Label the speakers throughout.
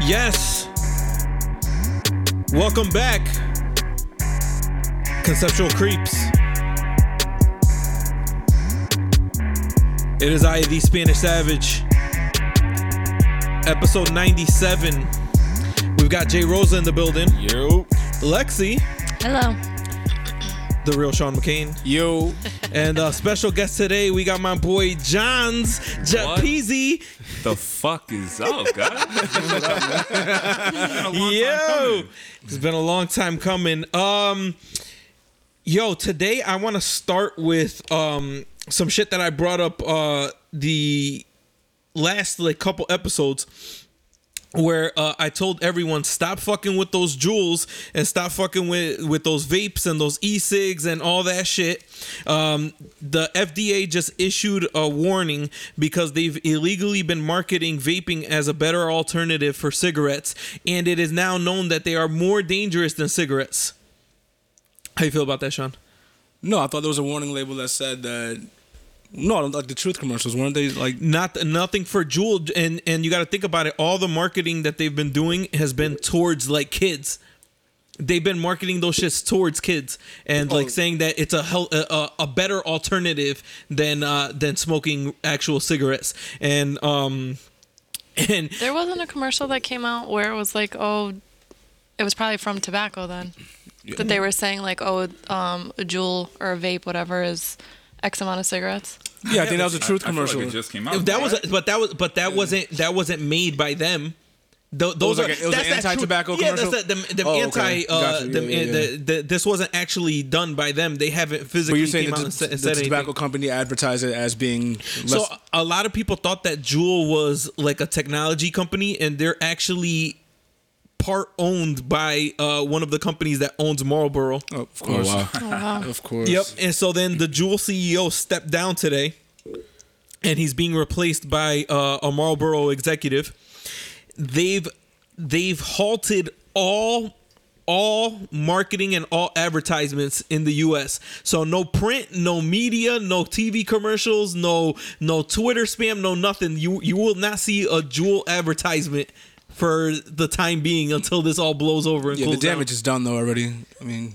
Speaker 1: Yes. Welcome back, Conceptual Creeps. It is I, the Spanish Savage, episode 97. We've got Jay Rosa in the building,
Speaker 2: Yo.
Speaker 1: Lexi,
Speaker 3: Hello.
Speaker 1: the real Sean McCain,
Speaker 2: Yo.
Speaker 1: and uh, special guest today, we got my boy Johns
Speaker 2: What?
Speaker 1: Japezi.
Speaker 2: the fuck is up, guys?
Speaker 1: Yo, it's been a long time coming. Um, yo, today I want to start with um some shit that I brought up uh the last like couple episodes where uh, I told everyone stop fucking with those jewels and stop fucking with with those vapes and those e-cigs and all that shit. Um, the FDA just issued a warning because they've illegally been marketing vaping as a better alternative for cigarettes, and it is now known that they are more dangerous than cigarettes. How you feel about that, Sean?
Speaker 4: No, I thought there was a warning label that said that. No, like the truth commercials weren't they like?
Speaker 1: not nothing for Jewel, and and you got to think about it. All the marketing that they've been doing has been towards like kids. They've been marketing those shits towards kids and
Speaker 4: Oh.
Speaker 1: like saying that it's a hel- a, a- a better alternative than uh, than smoking actual cigarettes. And um and
Speaker 3: There wasn't a commercial that came out where it was like, oh, it was probably from tobacco then. That they were saying like, oh, um, a jewel or a vape, whatever, is X amount of cigarettes.
Speaker 4: Yeah, I think that was a truth
Speaker 2: I feel like
Speaker 4: commercial.
Speaker 2: it just came out.
Speaker 1: that was but that was but that wasn't that wasn't made by them. Tho- those
Speaker 4: was like
Speaker 1: are
Speaker 4: a- it was
Speaker 1: that's
Speaker 4: an
Speaker 1: that true-
Speaker 4: anti-tobacco
Speaker 1: yeah, that's
Speaker 4: commercial?
Speaker 1: that, them, them
Speaker 4: Oh, okay.
Speaker 1: anti. Uh,
Speaker 4: Gotcha. Yeah,
Speaker 1: them,
Speaker 4: yeah, yeah.
Speaker 1: The, the, this wasn't actually done by them. They haven't
Speaker 4: but
Speaker 1: physically
Speaker 4: you're
Speaker 1: came
Speaker 4: saying
Speaker 1: out
Speaker 4: that
Speaker 1: and
Speaker 4: the,
Speaker 1: said,
Speaker 4: the
Speaker 1: said
Speaker 4: tobacco
Speaker 1: anything.
Speaker 4: company advertised it as being
Speaker 1: So uh,
Speaker 4: less,
Speaker 1: a lot of people thought that Juul was like a technology company, and they're actually part owned by uh, one of the companies that owns Marlboro.
Speaker 4: Oh, of course,
Speaker 3: Oh, wow.
Speaker 4: of course.
Speaker 1: Yep. And so then the Juul CEO stepped down today, and he's being replaced by uh, a Marlboro executive. They've they've halted all all marketing and all advertisements in the US. So no print, no media, no TV commercials, no no Twitter spam, no nothing. You you will not see a Juul advertisement for the time being until this all blows over and
Speaker 4: Yeah, the
Speaker 1: cools down.
Speaker 4: damage is done though already. I mean,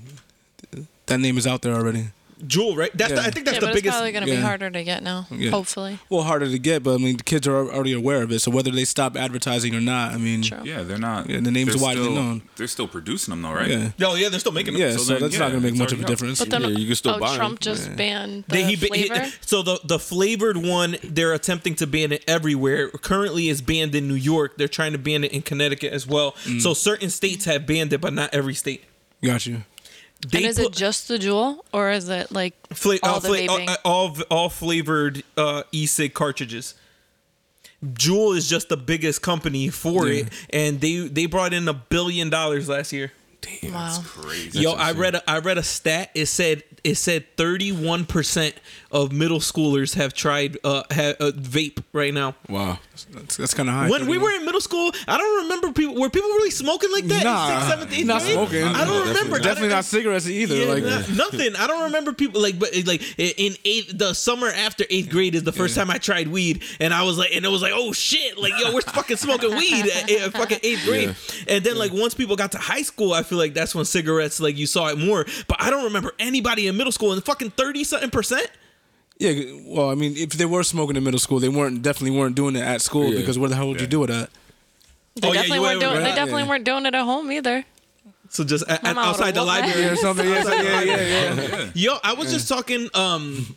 Speaker 4: th- that name is out there already.
Speaker 1: Juul, right? That's the,
Speaker 4: Yeah.
Speaker 1: I think that's
Speaker 3: yeah,
Speaker 1: the
Speaker 3: but it's
Speaker 1: biggest
Speaker 3: probably going to be
Speaker 4: yeah.
Speaker 3: harder to get now,
Speaker 4: Yeah.
Speaker 3: hopefully.
Speaker 4: Well, harder to get, but I mean, the kids are already aware of it. So whether they stop advertising or not, I mean,
Speaker 3: True.
Speaker 2: Yeah, they're not.
Speaker 4: Yeah, the name's
Speaker 2: they're
Speaker 4: widely
Speaker 2: still-
Speaker 4: known.
Speaker 2: They're still producing them though, right?
Speaker 4: yeah,
Speaker 1: Oh yeah, they're still making them.
Speaker 4: yeah.
Speaker 2: So
Speaker 4: So,
Speaker 2: then,
Speaker 4: that's not
Speaker 2: yeah,
Speaker 4: gonna make
Speaker 2: it's
Speaker 4: much of a
Speaker 2: already out.
Speaker 4: difference.
Speaker 3: But then,
Speaker 5: Yeah, you can still
Speaker 3: oh,
Speaker 5: buy 'em.
Speaker 3: Trump just banned the
Speaker 1: They, he, ba- he-
Speaker 3: flavor.
Speaker 1: so the the flavored one they're attempting to ban it everywhere. Currently is banned in New York. They're trying to ban it in Connecticut as well. So certain states have banned it, but not every state.
Speaker 4: Got you.
Speaker 1: They
Speaker 3: and is it
Speaker 1: put
Speaker 3: just the jewel or is it like
Speaker 1: fla-
Speaker 3: all
Speaker 1: all,
Speaker 3: the
Speaker 1: fla- oh, uh, all,
Speaker 3: vaping?
Speaker 1: all all flavored uh, e-cig cartridges. Juul is just the biggest company for it, and they they brought in a billion dollars last year.
Speaker 3: wow?
Speaker 2: Crazy.
Speaker 1: Yo, I read a, I read a stat. It said it said thirty one percent of middle schoolers have tried uh, ha- uh vape right now.
Speaker 5: Wow.
Speaker 4: That's, that's kind of high.
Speaker 1: When we
Speaker 4: 31.
Speaker 1: were in middle school, I don't remember people were people really smoking like that. in
Speaker 4: Nah,
Speaker 1: sixth, seventh, eighth
Speaker 4: not
Speaker 1: grade? I
Speaker 4: smoking.
Speaker 2: No,
Speaker 1: don't
Speaker 2: definitely
Speaker 1: remember.
Speaker 2: not.
Speaker 4: definitely
Speaker 1: I
Speaker 4: not cigarettes either.
Speaker 1: don't-
Speaker 4: like,
Speaker 1: yeah, no- nothing. I don't remember people like, but like in eighth, the summer after eighth grade is the first time I tried weed, and I was like, and it was like, oh shit, like yo, we're fucking smoking weed at, at fucking eighth grade, and then like once people got to high school, I feel like that's when cigarettes like you saw it more, but I don't remember anybody in middle school and fucking thirty something percent.
Speaker 4: Yeah, well, I mean, if they were smoking in middle school, they weren't definitely weren't doing it at school
Speaker 5: Yeah.
Speaker 4: because where the hell would you do it at?
Speaker 3: They
Speaker 1: Oh, yeah,
Speaker 3: definitely
Speaker 1: you
Speaker 3: weren't
Speaker 1: were-
Speaker 3: doing. They
Speaker 4: yeah.
Speaker 3: definitely weren't doing it at home either.
Speaker 1: So just a-
Speaker 3: I'm
Speaker 1: a-
Speaker 3: out of
Speaker 1: outside the
Speaker 3: what?
Speaker 1: library.
Speaker 4: Or something. Yeah, yeah, yeah, yeah.
Speaker 1: Yo, I was just talking. Um,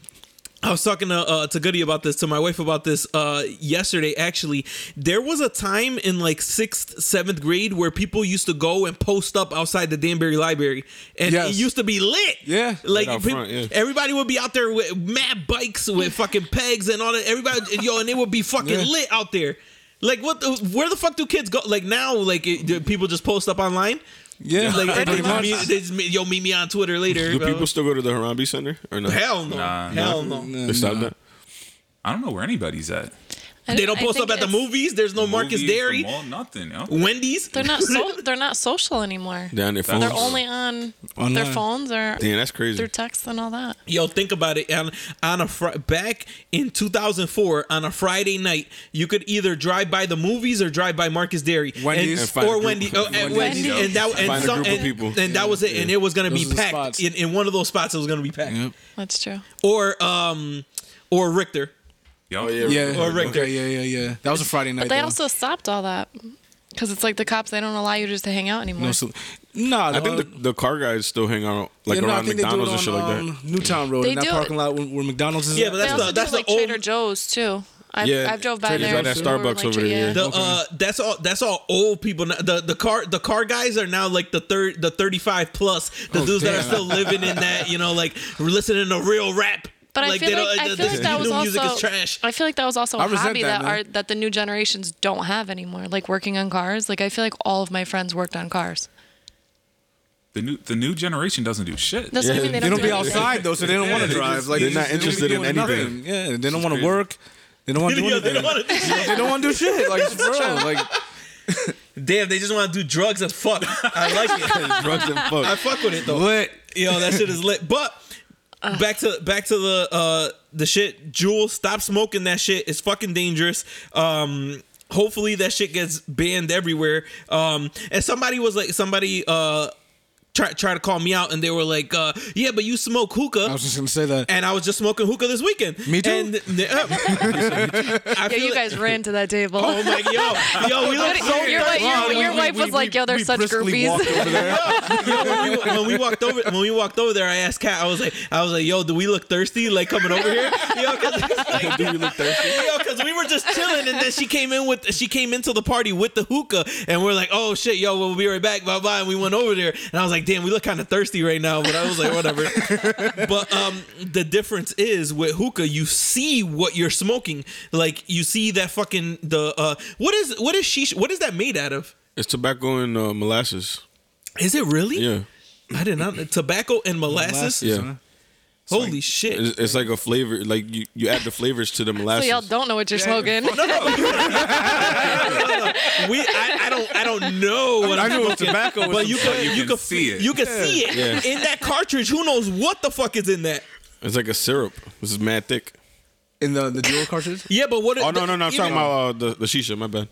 Speaker 1: I was talking to uh, to Goody about this, to my wife about this uh, yesterday. Actually, there was a time in like sixth, seventh grade where people used to go and post up outside the Danbury Library, and
Speaker 4: Yes.
Speaker 1: it used to be lit.
Speaker 4: Yeah.
Speaker 1: like
Speaker 5: Right out
Speaker 1: peop-
Speaker 5: front, yeah.
Speaker 1: everybody would be out there with mad bikes with fucking pegs and all that. Everybody, yo, and it would be fucking
Speaker 4: Yeah.
Speaker 1: lit out there. Like what? The, where the fuck do kids go? Like now, like it, do people just post up online.
Speaker 4: Yeah,
Speaker 1: Like
Speaker 4: pretty
Speaker 1: everybody-
Speaker 4: much.
Speaker 1: me- they just, me- yo, meet me on Twitter later.
Speaker 5: Do
Speaker 1: bro.
Speaker 5: people still go to the Harambe Center or no?
Speaker 1: Hell no.
Speaker 2: Nah.
Speaker 1: Hell no.
Speaker 5: They stopped that.
Speaker 2: I don't know where anybody's at.
Speaker 3: I-
Speaker 1: They don't
Speaker 3: I
Speaker 1: post
Speaker 3: think
Speaker 1: up at the
Speaker 3: it's-
Speaker 1: movies. There's
Speaker 4: Oh,
Speaker 1: no Marcus
Speaker 2: Movies, the
Speaker 1: Dairy,
Speaker 2: mall, nothing. Yo.
Speaker 1: Wendy's.
Speaker 3: They're not so, they're not social anymore.
Speaker 5: They're on their phones.
Speaker 3: They're only on their
Speaker 4: Online.
Speaker 3: phones or
Speaker 5: Damn, that's
Speaker 3: through
Speaker 5: crazy.
Speaker 3: text and all that.
Speaker 1: Yo, think about it. On, on a fr- back in 2004, on a Friday night, you could either drive by the movies or drive by Marcus Dairy,
Speaker 4: Wendy's.
Speaker 5: And
Speaker 1: and,
Speaker 5: find a
Speaker 1: or
Speaker 5: group-
Speaker 1: Wendy, oh, and
Speaker 4: Wendy's.
Speaker 1: Wendy, and that and,
Speaker 5: Find a
Speaker 1: some,
Speaker 5: group of
Speaker 1: and,
Speaker 5: people.
Speaker 1: and that was it, and it was gonna
Speaker 4: Those are
Speaker 1: be
Speaker 4: the
Speaker 1: packed
Speaker 4: spots.
Speaker 1: in, in one of those spots. It was gonna be packed,
Speaker 3: That's true.
Speaker 1: or um, or Richter.
Speaker 2: Yo.
Speaker 5: Oh, yeah.
Speaker 4: Yeah.
Speaker 1: Or Richter.
Speaker 4: Okay, yeah, yeah, yeah. That was a Friday night.
Speaker 3: But they
Speaker 4: though.
Speaker 3: also stopped all that because it's like the cops. They don't allow you just to hang out anymore.
Speaker 4: No, so, nah,
Speaker 5: I think the, the car guys still hang out like
Speaker 4: Uh, yeah, no, I
Speaker 5: around
Speaker 4: think they do it
Speaker 5: McDonald's and shit
Speaker 4: on,
Speaker 5: like that.
Speaker 4: um, Newtown Road
Speaker 3: They
Speaker 4: in that
Speaker 3: do it-
Speaker 4: parking lot where, where McDonald's is.
Speaker 1: Yeah,
Speaker 4: at.
Speaker 1: but
Speaker 3: they
Speaker 1: that's
Speaker 3: also
Speaker 1: the-
Speaker 3: do,
Speaker 1: that's the
Speaker 3: like
Speaker 1: old-
Speaker 3: Trader Joe's too. I've,
Speaker 5: Yeah,
Speaker 3: I've drove by
Speaker 5: Trader
Speaker 3: there.
Speaker 5: Joe's, that
Speaker 3: before,
Speaker 5: Starbucks over there, yeah.
Speaker 1: The
Speaker 4: Okay.
Speaker 1: uh, that's all. That's all old people. Now. The the car the car guys are now like the third the thirty five plus the dudes that are
Speaker 4: damn.
Speaker 1: still living in that you know like listening to real rap.
Speaker 3: But I feel
Speaker 1: they
Speaker 3: like,
Speaker 1: don't-
Speaker 3: I
Speaker 1: the-
Speaker 3: feel like
Speaker 1: the
Speaker 3: that
Speaker 1: new
Speaker 3: was
Speaker 1: music
Speaker 3: also
Speaker 1: is trash.
Speaker 3: I feel like that was also
Speaker 4: I
Speaker 3: a
Speaker 4: resent
Speaker 3: hobby
Speaker 4: that,
Speaker 3: that,
Speaker 4: man.
Speaker 3: are that the new generations don't have anymore. Like working on cars. Like I feel like all of my friends worked on cars.
Speaker 2: The new the new generation doesn't do shit.
Speaker 3: That's what I
Speaker 5: Yeah,
Speaker 3: mean. They
Speaker 4: They
Speaker 3: don't,
Speaker 4: don't be
Speaker 3: do anything.
Speaker 4: outside though, so they don't want
Speaker 2: Yeah,
Speaker 4: to
Speaker 2: they
Speaker 4: drive.
Speaker 2: just-
Speaker 4: Like
Speaker 5: They're not
Speaker 4: they just-
Speaker 5: interested
Speaker 4: they
Speaker 5: in
Speaker 4: don't do
Speaker 5: anything.
Speaker 4: Yeah, they don't want to
Speaker 2: crazy.
Speaker 4: work. They don't want to do
Speaker 1: Yo, they
Speaker 4: anything.
Speaker 1: don't wanna do shit.
Speaker 4: They don't want to do shit. Like for real. Like
Speaker 1: Damn, they just want to do drugs and fuck. I like it.
Speaker 5: Drugs and
Speaker 1: I
Speaker 5: fuck.
Speaker 1: fuck with it though.
Speaker 4: lit.
Speaker 1: Yo, that shit is lit. But back to back to the uh the shit. Jewel, stop smoking that shit. It's fucking dangerous. Um hopefully that shit gets banned everywhere. Um and somebody was like somebody uh try try to call me out and they were like uh yeah, but you smoke hookah.
Speaker 4: I was just gonna say that.
Speaker 1: and I was just smoking hookah this weekend.
Speaker 4: Me too.
Speaker 1: And, yeah, I
Speaker 3: Yeah,
Speaker 1: feel
Speaker 3: you
Speaker 1: like-
Speaker 3: guys ran to that table.
Speaker 1: Oh my yo, yo, we look so
Speaker 3: You're like-
Speaker 1: dirty.
Speaker 3: you're- your wife was like, yo, they're
Speaker 4: we
Speaker 3: such
Speaker 4: briskly
Speaker 3: groupies.
Speaker 4: walked over there.
Speaker 1: when, we, when we walked over, when we walked over there, I asked Kat. I was like, I was like, yo, do we look thirsty? Like coming over here, yo, because
Speaker 5: Do we look thirsty?
Speaker 1: we were just chilling, and then she came in with, she came into the party with the hookah, and we're like, oh shit, yo, we'll be right back, bye bye. And we went over there, and I was like, damn, we look kind of thirsty right now, but I was like, whatever. but um, the difference is with hookah, you see what you're smoking, like you see that fucking the uh, what is what is she, what is that made out of?
Speaker 5: It's tobacco and uh, molasses.
Speaker 1: Is it really?
Speaker 5: Yeah,
Speaker 1: I did not. Tobacco and molasses.
Speaker 5: Yeah.
Speaker 4: huh?
Speaker 1: Holy shit.
Speaker 5: it's, it's like a flavor. Like you, you add the flavors to the
Speaker 3: so
Speaker 5: molasses.
Speaker 3: y'all don't know what you're smoking.
Speaker 1: we I, I don't I don't know what
Speaker 4: I
Speaker 1: I'm
Speaker 4: knew it was
Speaker 1: smoking,
Speaker 4: tobacco was
Speaker 1: but you
Speaker 2: something.
Speaker 1: can you
Speaker 2: You can
Speaker 1: can
Speaker 2: see it.
Speaker 1: You can see it
Speaker 5: Yeah.
Speaker 1: in that cartridge. Who knows what the fuck is in that?
Speaker 5: It's like a syrup. This is mad thick.
Speaker 4: in the the dual cartridge.
Speaker 1: Yeah, but what?
Speaker 5: Oh no, no, no! I'm
Speaker 1: even-
Speaker 5: talking about uh, the the shisha. My bad.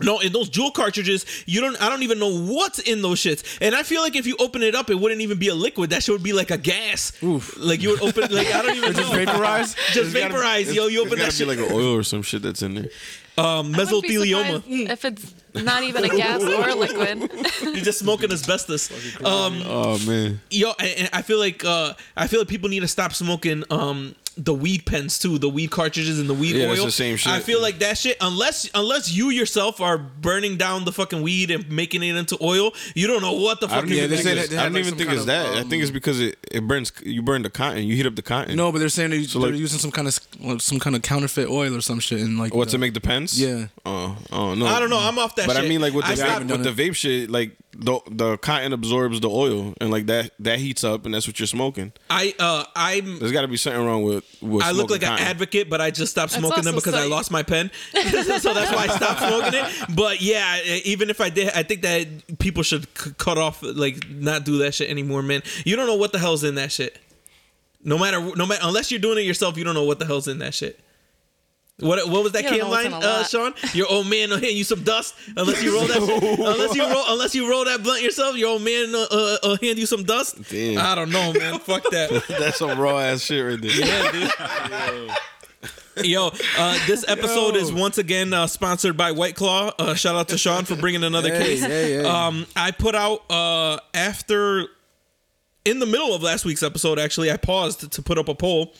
Speaker 1: no. In those jewel cartridges, you don't. I don't even know what's in those shits. And I feel like if you open it up, it wouldn't even be a liquid. That shit would be like a gas.
Speaker 4: Oof.
Speaker 1: Like you would open. Like I don't even know.
Speaker 4: Vaporized.
Speaker 1: Just vaporize, yo. You open that
Speaker 5: Gotta be
Speaker 1: shit.
Speaker 5: like an oil or some shit that's in there.
Speaker 1: Um,
Speaker 3: I wouldn't be
Speaker 1: mesothelioma.
Speaker 3: surprised If it's not even a gas or a liquid.
Speaker 1: You're just smoking asbestos. Um,
Speaker 5: Oh man.
Speaker 1: yo and, and i feel like uh i feel like people need to stop smoking um the weed pens too the weed cartridges and the weed
Speaker 5: Yeah,
Speaker 1: oil
Speaker 5: that's the same shit.
Speaker 1: i feel like that shit unless unless you yourself are burning down the fucking weed and making it into oil you don't know what the
Speaker 5: I
Speaker 1: fuck
Speaker 5: don't
Speaker 1: you're
Speaker 5: even
Speaker 4: they
Speaker 5: think
Speaker 4: say
Speaker 5: it's,
Speaker 4: that they
Speaker 5: I
Speaker 4: have,
Speaker 5: don't
Speaker 4: like,
Speaker 5: even
Speaker 4: some
Speaker 5: think
Speaker 4: kind
Speaker 5: it's
Speaker 4: of,
Speaker 5: that. I
Speaker 4: um,
Speaker 5: think it's because it, it burns. You burn the cotton. You heat up the cotton.
Speaker 4: No, but they're saying they,
Speaker 5: like-
Speaker 4: they're using some kind of well, some kind of counterfeit oil or some shit. And like
Speaker 5: What to
Speaker 4: the-
Speaker 5: make the pens?
Speaker 4: Yeah.
Speaker 5: Oh, oh no.
Speaker 1: I don't know. I'm off that
Speaker 5: But
Speaker 1: shit.
Speaker 5: I mean, like with
Speaker 1: I
Speaker 5: the
Speaker 1: stopped-
Speaker 5: vape, with the vape shit, like the the cotton absorbs the oil, and like that that heats up, and that's what you're smoking.
Speaker 1: i uh i'm
Speaker 5: There's got to be something wrong with. with
Speaker 1: I look like
Speaker 5: smoking
Speaker 1: an
Speaker 5: cotton.
Speaker 1: advocate, but I just stopped smoking them
Speaker 3: also
Speaker 1: because I
Speaker 3: so-
Speaker 1: lost my pen, so that's why I stopped smoking it. But yeah, e- even if I did, I think that people should c- cut off, like, not do that shit anymore, man. You don't know what the hell's in that shit. No matter, no matter, unless you're doing it yourself, you don't know what the hell's in that shit. What, what was that
Speaker 3: You don't
Speaker 1: can
Speaker 3: know what's in
Speaker 1: line,
Speaker 3: a
Speaker 1: uh,
Speaker 3: lot.
Speaker 1: Sean? Your old man will hit you some dust unless you roll that. shit- unless you roll, unless you roll that blunt yourself, your old man uh, uh, will hand you some dust.
Speaker 5: Damn.
Speaker 1: I don't know, man. Fuck that.
Speaker 5: That's some raw ass shit right there.
Speaker 1: Yo, uh, this episode is once again uh, sponsored by White Claw. Uh, shout out to Sean for bringing another
Speaker 4: Hey,
Speaker 1: case.
Speaker 4: hey, hey.
Speaker 1: Um, I put out uh, after in the middle of last week's episode. Actually, I paused to put up a poll,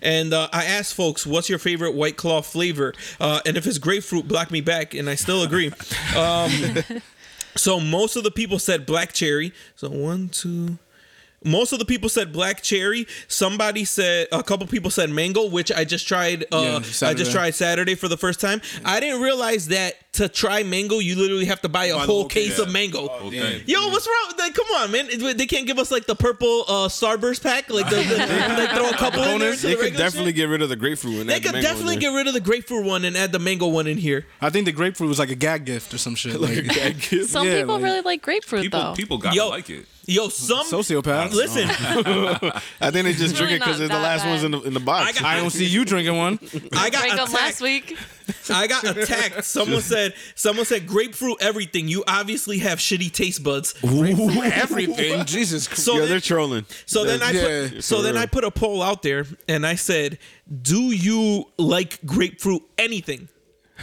Speaker 1: and uh, I asked folks, "What's your favorite White Claw flavor?" Uh, and if it's grapefruit, black me back, and I still agree. Um, so most of the people said black cherry. So one, two. Most of the people said black cherry. Somebody said a couple people said mango, which I just tried. Uh,
Speaker 4: Yeah,
Speaker 1: I
Speaker 4: Saturday.
Speaker 1: just tried Saturday for the first time. I didn't realize that to try mango, you literally have to buy a
Speaker 4: Buy the
Speaker 1: whole
Speaker 4: whole case.
Speaker 1: case of mango.
Speaker 2: Whole
Speaker 5: Yeah.
Speaker 2: thing.
Speaker 1: Yo, what's wrong? Like, come on, man! It- They can't give us like the purple uh, Starburst pack. Like, the, the, like throw a couple in there. to
Speaker 5: They
Speaker 1: the
Speaker 5: could
Speaker 1: regular
Speaker 5: definitely
Speaker 1: shit?
Speaker 5: get rid of the grapefruit. And
Speaker 1: They
Speaker 5: add the
Speaker 1: could
Speaker 5: mango in
Speaker 1: definitely
Speaker 5: there.
Speaker 1: get rid of the grapefruit one and add the mango one in here.
Speaker 4: I think the grapefruit was like a gag gift or some shit. Like,
Speaker 3: Some
Speaker 4: Yeah,
Speaker 3: people
Speaker 4: like-
Speaker 3: really like grapefruit
Speaker 2: People,
Speaker 3: though.
Speaker 2: people got
Speaker 1: Yo.
Speaker 2: to like it.
Speaker 1: Yo, some
Speaker 4: Sociopaths.
Speaker 1: Listen,
Speaker 5: Oh. I think they just
Speaker 3: It's
Speaker 5: drink
Speaker 3: really
Speaker 5: it because
Speaker 3: not
Speaker 5: it's the
Speaker 3: that
Speaker 5: last
Speaker 3: bad.
Speaker 5: ones in the in the box.
Speaker 1: got-
Speaker 4: I don't see you drinking one.
Speaker 1: I got
Speaker 3: Drank 'em
Speaker 1: attacked.
Speaker 3: last week.
Speaker 1: I got attacked. Someone said, someone said grapefruit everything. You obviously have shitty taste buds.
Speaker 4: Everything. Jesus Christ.
Speaker 1: So
Speaker 5: Yo,
Speaker 1: then-
Speaker 5: they're trolling.
Speaker 1: So then I
Speaker 4: Yeah,
Speaker 1: put, so
Speaker 5: for
Speaker 1: then
Speaker 5: real.
Speaker 1: I put a poll out there and I said, "Do you like grapefruit anything?"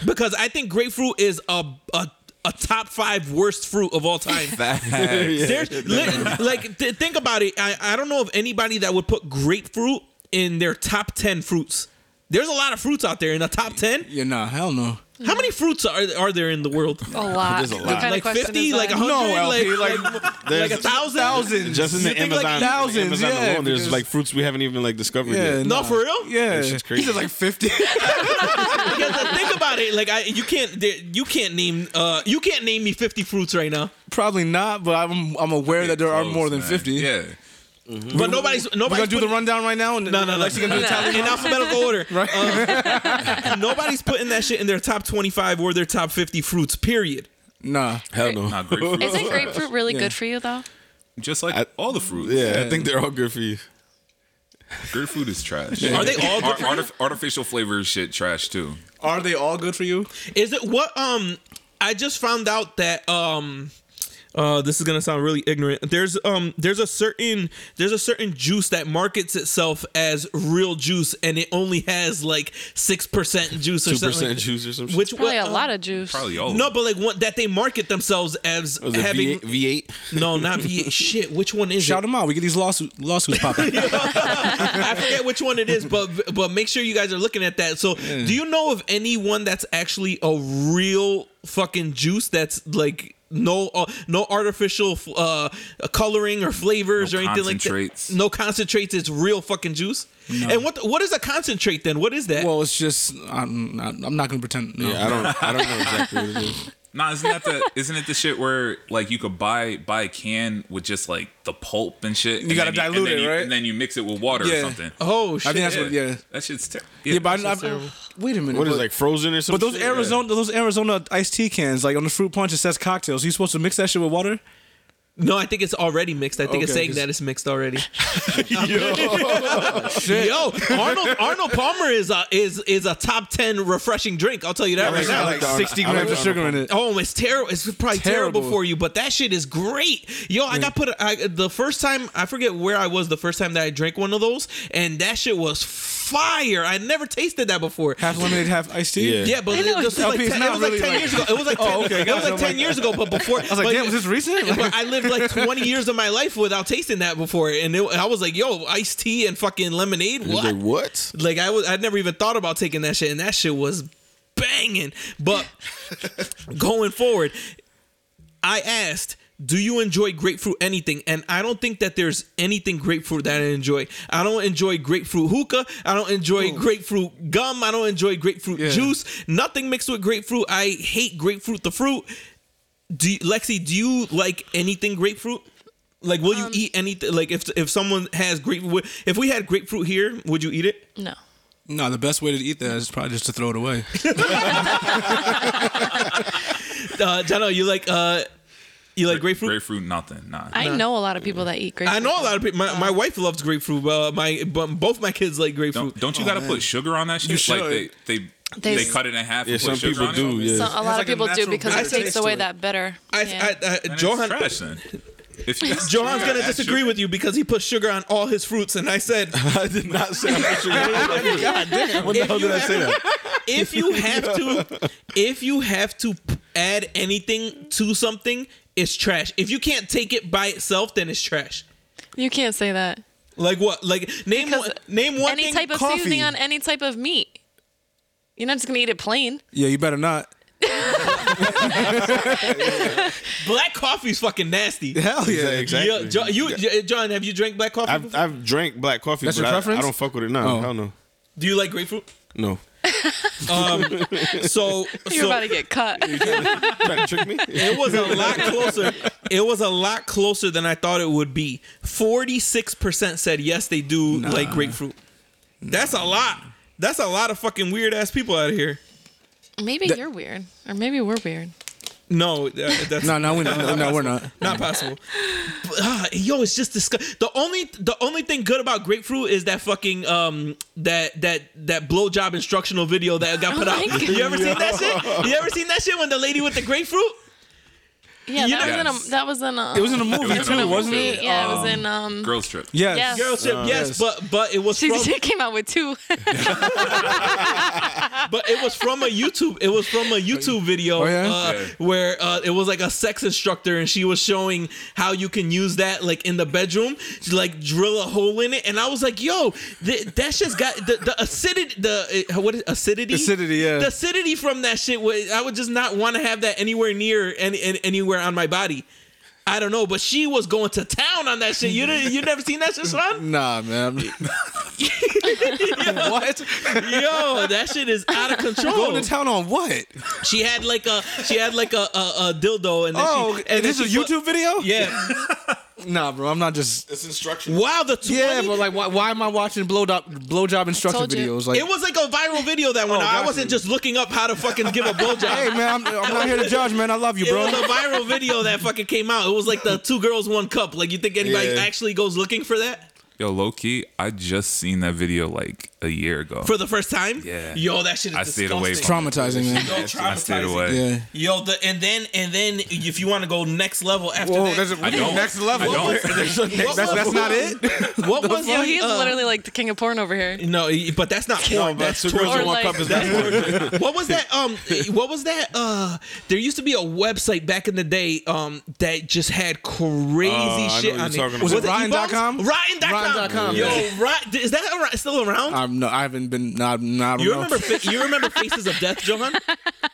Speaker 1: Because I think grapefruit is a a, a top five worst fruit of all time. There's li- like th- think about it. I, I don't know of anybody that would put grapefruit in their top ten fruits. There's a lot of fruits out there in the top ten.
Speaker 4: Yeah, nah, hell no.
Speaker 1: How many fruits are are there in the world?
Speaker 3: A lot.
Speaker 5: There's a lot.
Speaker 3: What kind
Speaker 1: Like
Speaker 3: of question is
Speaker 1: fifty,
Speaker 3: that?
Speaker 1: like hundred,
Speaker 4: No, LP,
Speaker 1: like,
Speaker 4: like,
Speaker 1: like,
Speaker 5: there's
Speaker 1: like a thousand.
Speaker 5: Just in
Speaker 4: You
Speaker 5: the
Speaker 4: think,
Speaker 5: Amazon,
Speaker 4: like thousands,
Speaker 5: Amazon
Speaker 4: yeah,
Speaker 5: alone, there's
Speaker 4: because-
Speaker 5: like fruits we haven't even like discovered
Speaker 4: Yeah,
Speaker 5: yet.
Speaker 1: No,
Speaker 4: nah.
Speaker 1: for real?
Speaker 4: Yeah,
Speaker 5: That shit's crazy.
Speaker 4: He said like fifty.
Speaker 1: Because uh, think about it, like I, you can't, there, you can't name, uh, you can't name me fifty fruits right now.
Speaker 4: Probably not, but I'm I'm aware that there are
Speaker 2: Close,
Speaker 4: more than
Speaker 2: man.
Speaker 4: fifty.
Speaker 2: Yeah.
Speaker 1: But nobody's, nobody's
Speaker 4: We're gonna do the
Speaker 1: putting-
Speaker 4: rundown right now. And
Speaker 1: No, no, no.
Speaker 4: Lexi gonna do the
Speaker 3: No.
Speaker 4: tally.
Speaker 1: in alphabetical order. Right. nobody's putting that shit in their top twenty-five or their top fifty fruits. Period.
Speaker 4: Nah.
Speaker 5: Hell no.
Speaker 2: Not grapefruit.
Speaker 3: Isn't grapefruit really
Speaker 4: Yeah.
Speaker 3: good for you though?
Speaker 2: Just like
Speaker 5: I-
Speaker 2: all the fruits.
Speaker 5: Yeah, I think they're all good for you.
Speaker 2: Grapefruit is trash.
Speaker 1: Are they all
Speaker 2: Ar-
Speaker 1: good for you?
Speaker 2: artif- artificial flavor shit trash too.
Speaker 4: Are they all good for you?
Speaker 1: Is it what? Um, I just found out that um. Uh, this is gonna sound really ignorant. There's um, there's a certain there's a certain juice that markets itself as real juice, and it only has like six percent juice or
Speaker 5: Two
Speaker 1: something. like
Speaker 5: percent juice or some shit.
Speaker 1: Which
Speaker 3: Probably
Speaker 1: what,
Speaker 3: a
Speaker 1: um,
Speaker 3: lot of juice.
Speaker 2: Probably all.
Speaker 1: No, but like one that they market themselves as
Speaker 5: Oh. Was it
Speaker 1: having.
Speaker 5: V eight?
Speaker 1: No, not V. Shit, which one is
Speaker 4: Shout
Speaker 1: it?
Speaker 4: them out. We get these lawsuit, lawsuits popping.
Speaker 1: I forget which one it is, but but make sure you guys are looking at that. So, do you know of anyone that's actually a real fucking juice that's like no uh, no artificial uh coloring or flavors
Speaker 2: No
Speaker 1: or anything like
Speaker 2: concentrates.
Speaker 1: that? No concentrates. It's real fucking juice. And what what is a concentrate then? What is that?
Speaker 4: well, it's just I'm not, I'm not gonna pretend. No.
Speaker 5: Yeah, I don't. I don't know exactly what it is.
Speaker 2: Nah, isn't that the isn't it the shit where like you could buy buy a can with just like the pulp and shit? and
Speaker 4: gotta
Speaker 2: then and
Speaker 4: dilute
Speaker 2: then
Speaker 4: it,
Speaker 2: you-
Speaker 4: right?
Speaker 2: And then you mix it with water
Speaker 4: Yeah.
Speaker 2: or something.
Speaker 1: oh shit!
Speaker 4: think that's what- yeah.
Speaker 2: that shit's terrible.
Speaker 4: Yeah, but I, I, wait a minute.
Speaker 5: What
Speaker 4: but,
Speaker 5: is it, like frozen or
Speaker 4: But
Speaker 5: something?
Speaker 4: those Arizona, those Arizona iced tea cans, like on the fruit punch, it says cocktails. You supposed to mix that shit with water?
Speaker 1: No, I think it's already mixed. I think it's
Speaker 4: Okay,
Speaker 1: saying
Speaker 4: just-
Speaker 1: that it's mixed already. Yo, Arnold Arnold Palmer is a is is a top ten refreshing drink. I'll tell you that right
Speaker 5: I
Speaker 1: now.
Speaker 5: like the-
Speaker 4: sixty
Speaker 5: I like
Speaker 4: grams
Speaker 5: the
Speaker 4: of sugar in it.
Speaker 1: Oh, it's terrible. It's probably terrible.
Speaker 4: Terrible.
Speaker 1: for you, but that shit is great. Yo, I got put I, the first time. I forget where I was the first time that I drank one of those, and that shit was fire. I never tasted that before.
Speaker 4: Half lemonade, half iced tea.
Speaker 5: Yeah.
Speaker 1: yeah, but
Speaker 3: I
Speaker 1: it,
Speaker 3: know
Speaker 1: this was
Speaker 3: it's-
Speaker 1: like
Speaker 4: LP,
Speaker 1: ten,
Speaker 4: it's
Speaker 1: it
Speaker 4: not
Speaker 1: was like
Speaker 4: really
Speaker 1: ten
Speaker 4: like-
Speaker 1: years ago. It was like ten,
Speaker 4: Oh, okay,
Speaker 1: it was
Speaker 4: gotcha.
Speaker 1: like ten years ago, but before
Speaker 4: I was like, damn, was this recent?
Speaker 1: but I lived like 20 years of my life without tasting that before, and it, I was like, "Yo, iced tea and fucking lemonade."
Speaker 5: He's
Speaker 1: What?
Speaker 5: like what?
Speaker 1: Like I was, I never even thought about taking that shit, and that shit was banging. But going forward, I asked, "Do you enjoy grapefruit anything?" And I don't think that there's anything grapefruit that I enjoy. I don't enjoy grapefruit hookah. I don't enjoy grapefruit gum. I don't enjoy grapefruit
Speaker 4: Yeah.
Speaker 1: juice. Nothing mixed with grapefruit. I hate grapefruit. The fruit. Do you, Lexi, do you like anything grapefruit? Like, will you eat anything? Like, if if someone has grapefruit, if we had grapefruit here, would you eat it?
Speaker 3: No.
Speaker 4: No, the best way to eat that is probably just to throw it away.
Speaker 1: Uh, Jano, you like uh, you like grapefruit?
Speaker 2: grapefruit, nothing. Nah.
Speaker 3: I know a lot of people that eat grapefruit.
Speaker 1: I know a lot of people. My, my wife loves grapefruit. Uh, my but both my kids like grapefruit.
Speaker 2: don't, don't you gotta put sugar on that shit?
Speaker 4: should.
Speaker 2: Like they they,
Speaker 3: They-
Speaker 2: they cut it in half.
Speaker 5: Yeah,
Speaker 2: and put
Speaker 5: some
Speaker 2: sugar
Speaker 5: people
Speaker 2: on it?
Speaker 5: do.
Speaker 3: So,
Speaker 5: Yeah.
Speaker 3: a lot
Speaker 4: like
Speaker 3: of
Speaker 4: a
Speaker 3: people do
Speaker 4: natural
Speaker 3: because
Speaker 4: bitter
Speaker 3: it takes
Speaker 4: taste to
Speaker 3: away
Speaker 4: it.
Speaker 3: that bitter.
Speaker 1: I, I,
Speaker 3: Yeah.
Speaker 1: I,
Speaker 2: Then it's
Speaker 1: Johan
Speaker 2: trash then. If you got
Speaker 1: Johan's
Speaker 2: sugar,
Speaker 1: gonna
Speaker 2: add
Speaker 1: disagree
Speaker 2: sugar.
Speaker 1: with you because he put sugar on all his fruits, and I said,
Speaker 5: I did not say. I'm sure you- God damn! What the
Speaker 1: If
Speaker 5: hell
Speaker 1: you
Speaker 5: did I say
Speaker 1: have-
Speaker 5: that?
Speaker 1: if you have to, if you have to p- add anything to something, it's trash. If you can't take it by itself, then it's trash.
Speaker 3: you can't say that.
Speaker 1: Like what? Like name
Speaker 3: Because
Speaker 1: one, name one
Speaker 3: any
Speaker 1: thing.
Speaker 3: type of
Speaker 1: coffee.
Speaker 3: seasoning on any type of meat. You're not just gonna eat it plain.
Speaker 4: Yeah, you better not.
Speaker 1: black coffee's fucking nasty.
Speaker 4: Hell yeah,
Speaker 5: Exactly.
Speaker 1: Yeah, Jo- you, J- John, have you drank black coffee?
Speaker 5: I've
Speaker 1: before?
Speaker 5: I've drank black coffee,
Speaker 4: That's
Speaker 5: but
Speaker 4: your
Speaker 5: I,
Speaker 4: preference?
Speaker 5: I don't fuck with it now.
Speaker 4: Oh.
Speaker 5: Hell no,
Speaker 1: Do you like grapefruit?
Speaker 5: no.
Speaker 1: So,
Speaker 3: You're
Speaker 1: so
Speaker 3: about to get cut.
Speaker 5: Trying to trick me?
Speaker 1: it was a lot closer. It was a lot closer than I thought it would be. Forty-six percent said yes, they do like grapefruit. That's a lot. That's a lot of fucking weird ass people out of here.
Speaker 3: Maybe you're weird, or maybe we're weird.
Speaker 1: No, that, that's
Speaker 4: No, no, we're not. No, we're not.
Speaker 1: not possible. But, uh, yo, it's just disgusting. The only the only thing good about grapefruit is that fucking um that that that blowjob instructional video that got put
Speaker 3: Oh
Speaker 1: out.
Speaker 3: my God.
Speaker 1: You ever seen that shit? You ever seen that shit when the lady with the grapefruit?
Speaker 3: Yeah,
Speaker 1: You
Speaker 3: that
Speaker 2: know-
Speaker 3: was in a. That was in a.
Speaker 4: It was in a
Speaker 2: in
Speaker 4: movie
Speaker 2: a
Speaker 4: too,
Speaker 2: movie.
Speaker 4: wasn't it?
Speaker 3: Yeah, it was in um.
Speaker 2: Girls trip.
Speaker 4: Yes.
Speaker 3: Yes.
Speaker 1: Girl shit, yes,
Speaker 4: yes.
Speaker 1: but but it was
Speaker 3: Uh, She,
Speaker 1: from
Speaker 3: she came out with two.
Speaker 1: but it was from a YouTube it was from a YouTube video
Speaker 4: Oh, yeah?
Speaker 1: uh,
Speaker 2: Yeah.
Speaker 1: where uh, it was like a sex instructor and she was showing how you can use that like in the bedroom to, like drill a hole in it and I was like yo th- that shit's got the, the acidity the uh, what is acidity
Speaker 4: Acidity, yeah.
Speaker 1: the acidity from that shit was, I would just not want to have that anywhere near any, any anywhere on my body. I don't know, but she was going to town on that shit. You didn't, you never seen that shit, son?
Speaker 4: Nah, man. what?
Speaker 1: Yo, that shit is out of control.
Speaker 4: Going to town on what?
Speaker 1: She had like a she had like a a, a dildo and then
Speaker 4: Oh,
Speaker 1: she,
Speaker 4: and this
Speaker 1: then
Speaker 4: is a
Speaker 1: she put-
Speaker 4: YouTube video?
Speaker 1: yeah.
Speaker 4: Nah, bro. I'm not just.
Speaker 5: It's instruction.
Speaker 1: Wow, the 20,
Speaker 4: Yeah, but like, why, why am I watching blowjob blowjob instruction
Speaker 3: Told you.
Speaker 4: videos? Like,
Speaker 1: it was like a viral video that went
Speaker 4: Oh,
Speaker 1: out. I
Speaker 4: gotcha.
Speaker 1: wasn't just looking up how to fucking give a
Speaker 4: hey
Speaker 1: blowjob.
Speaker 4: man, I'm, I'm not here to judge, man. I love you,
Speaker 1: It
Speaker 4: bro.
Speaker 1: was a viral video that fucking came out. It was like the two girls one cup. Like you think anybody
Speaker 5: Yeah.
Speaker 1: actually goes looking for that
Speaker 2: Yo, low key, I just seen that video like a year ago.
Speaker 1: for the first time?
Speaker 2: Yeah.
Speaker 1: Yo, that shit is
Speaker 2: I
Speaker 1: disgusting.
Speaker 2: stayed away
Speaker 4: It's traumatizing, man.
Speaker 1: Yo,
Speaker 2: I stayed
Speaker 1: traumatizing.
Speaker 2: away.
Speaker 4: Yeah.
Speaker 1: Yo, the and then and then if you want to go next level after
Speaker 5: Whoa,
Speaker 1: that,
Speaker 5: that's a
Speaker 2: I don't.
Speaker 5: next level.
Speaker 2: I don't.
Speaker 5: There's a next
Speaker 1: That's-
Speaker 5: level.
Speaker 1: that's not it? what was
Speaker 3: Yo,
Speaker 1: like,
Speaker 3: he's
Speaker 1: uh,
Speaker 3: literally like the king of porn over here.
Speaker 1: no, but that's not porn.
Speaker 5: No, but
Speaker 1: that's
Speaker 5: two girls
Speaker 1: torture.
Speaker 5: and one
Speaker 3: Or
Speaker 5: cup
Speaker 3: like-
Speaker 5: is not porn.
Speaker 1: what was that um what was that uh there used to be a website back in the day um that just had crazy
Speaker 5: Oh, I know
Speaker 1: shit
Speaker 5: what
Speaker 1: on it
Speaker 5: you're talking about.
Speaker 4: Was it
Speaker 1: E-Bombs?
Speaker 4: Ryan.com?
Speaker 1: Ryan.com
Speaker 4: Ryan.com,
Speaker 1: yo
Speaker 4: yeah.
Speaker 1: Ry- is that ar- still around
Speaker 4: I'm no, I haven't been. Nah, nah, I don't
Speaker 1: you
Speaker 4: know.
Speaker 1: remember fa- you remember Faces of Death Johan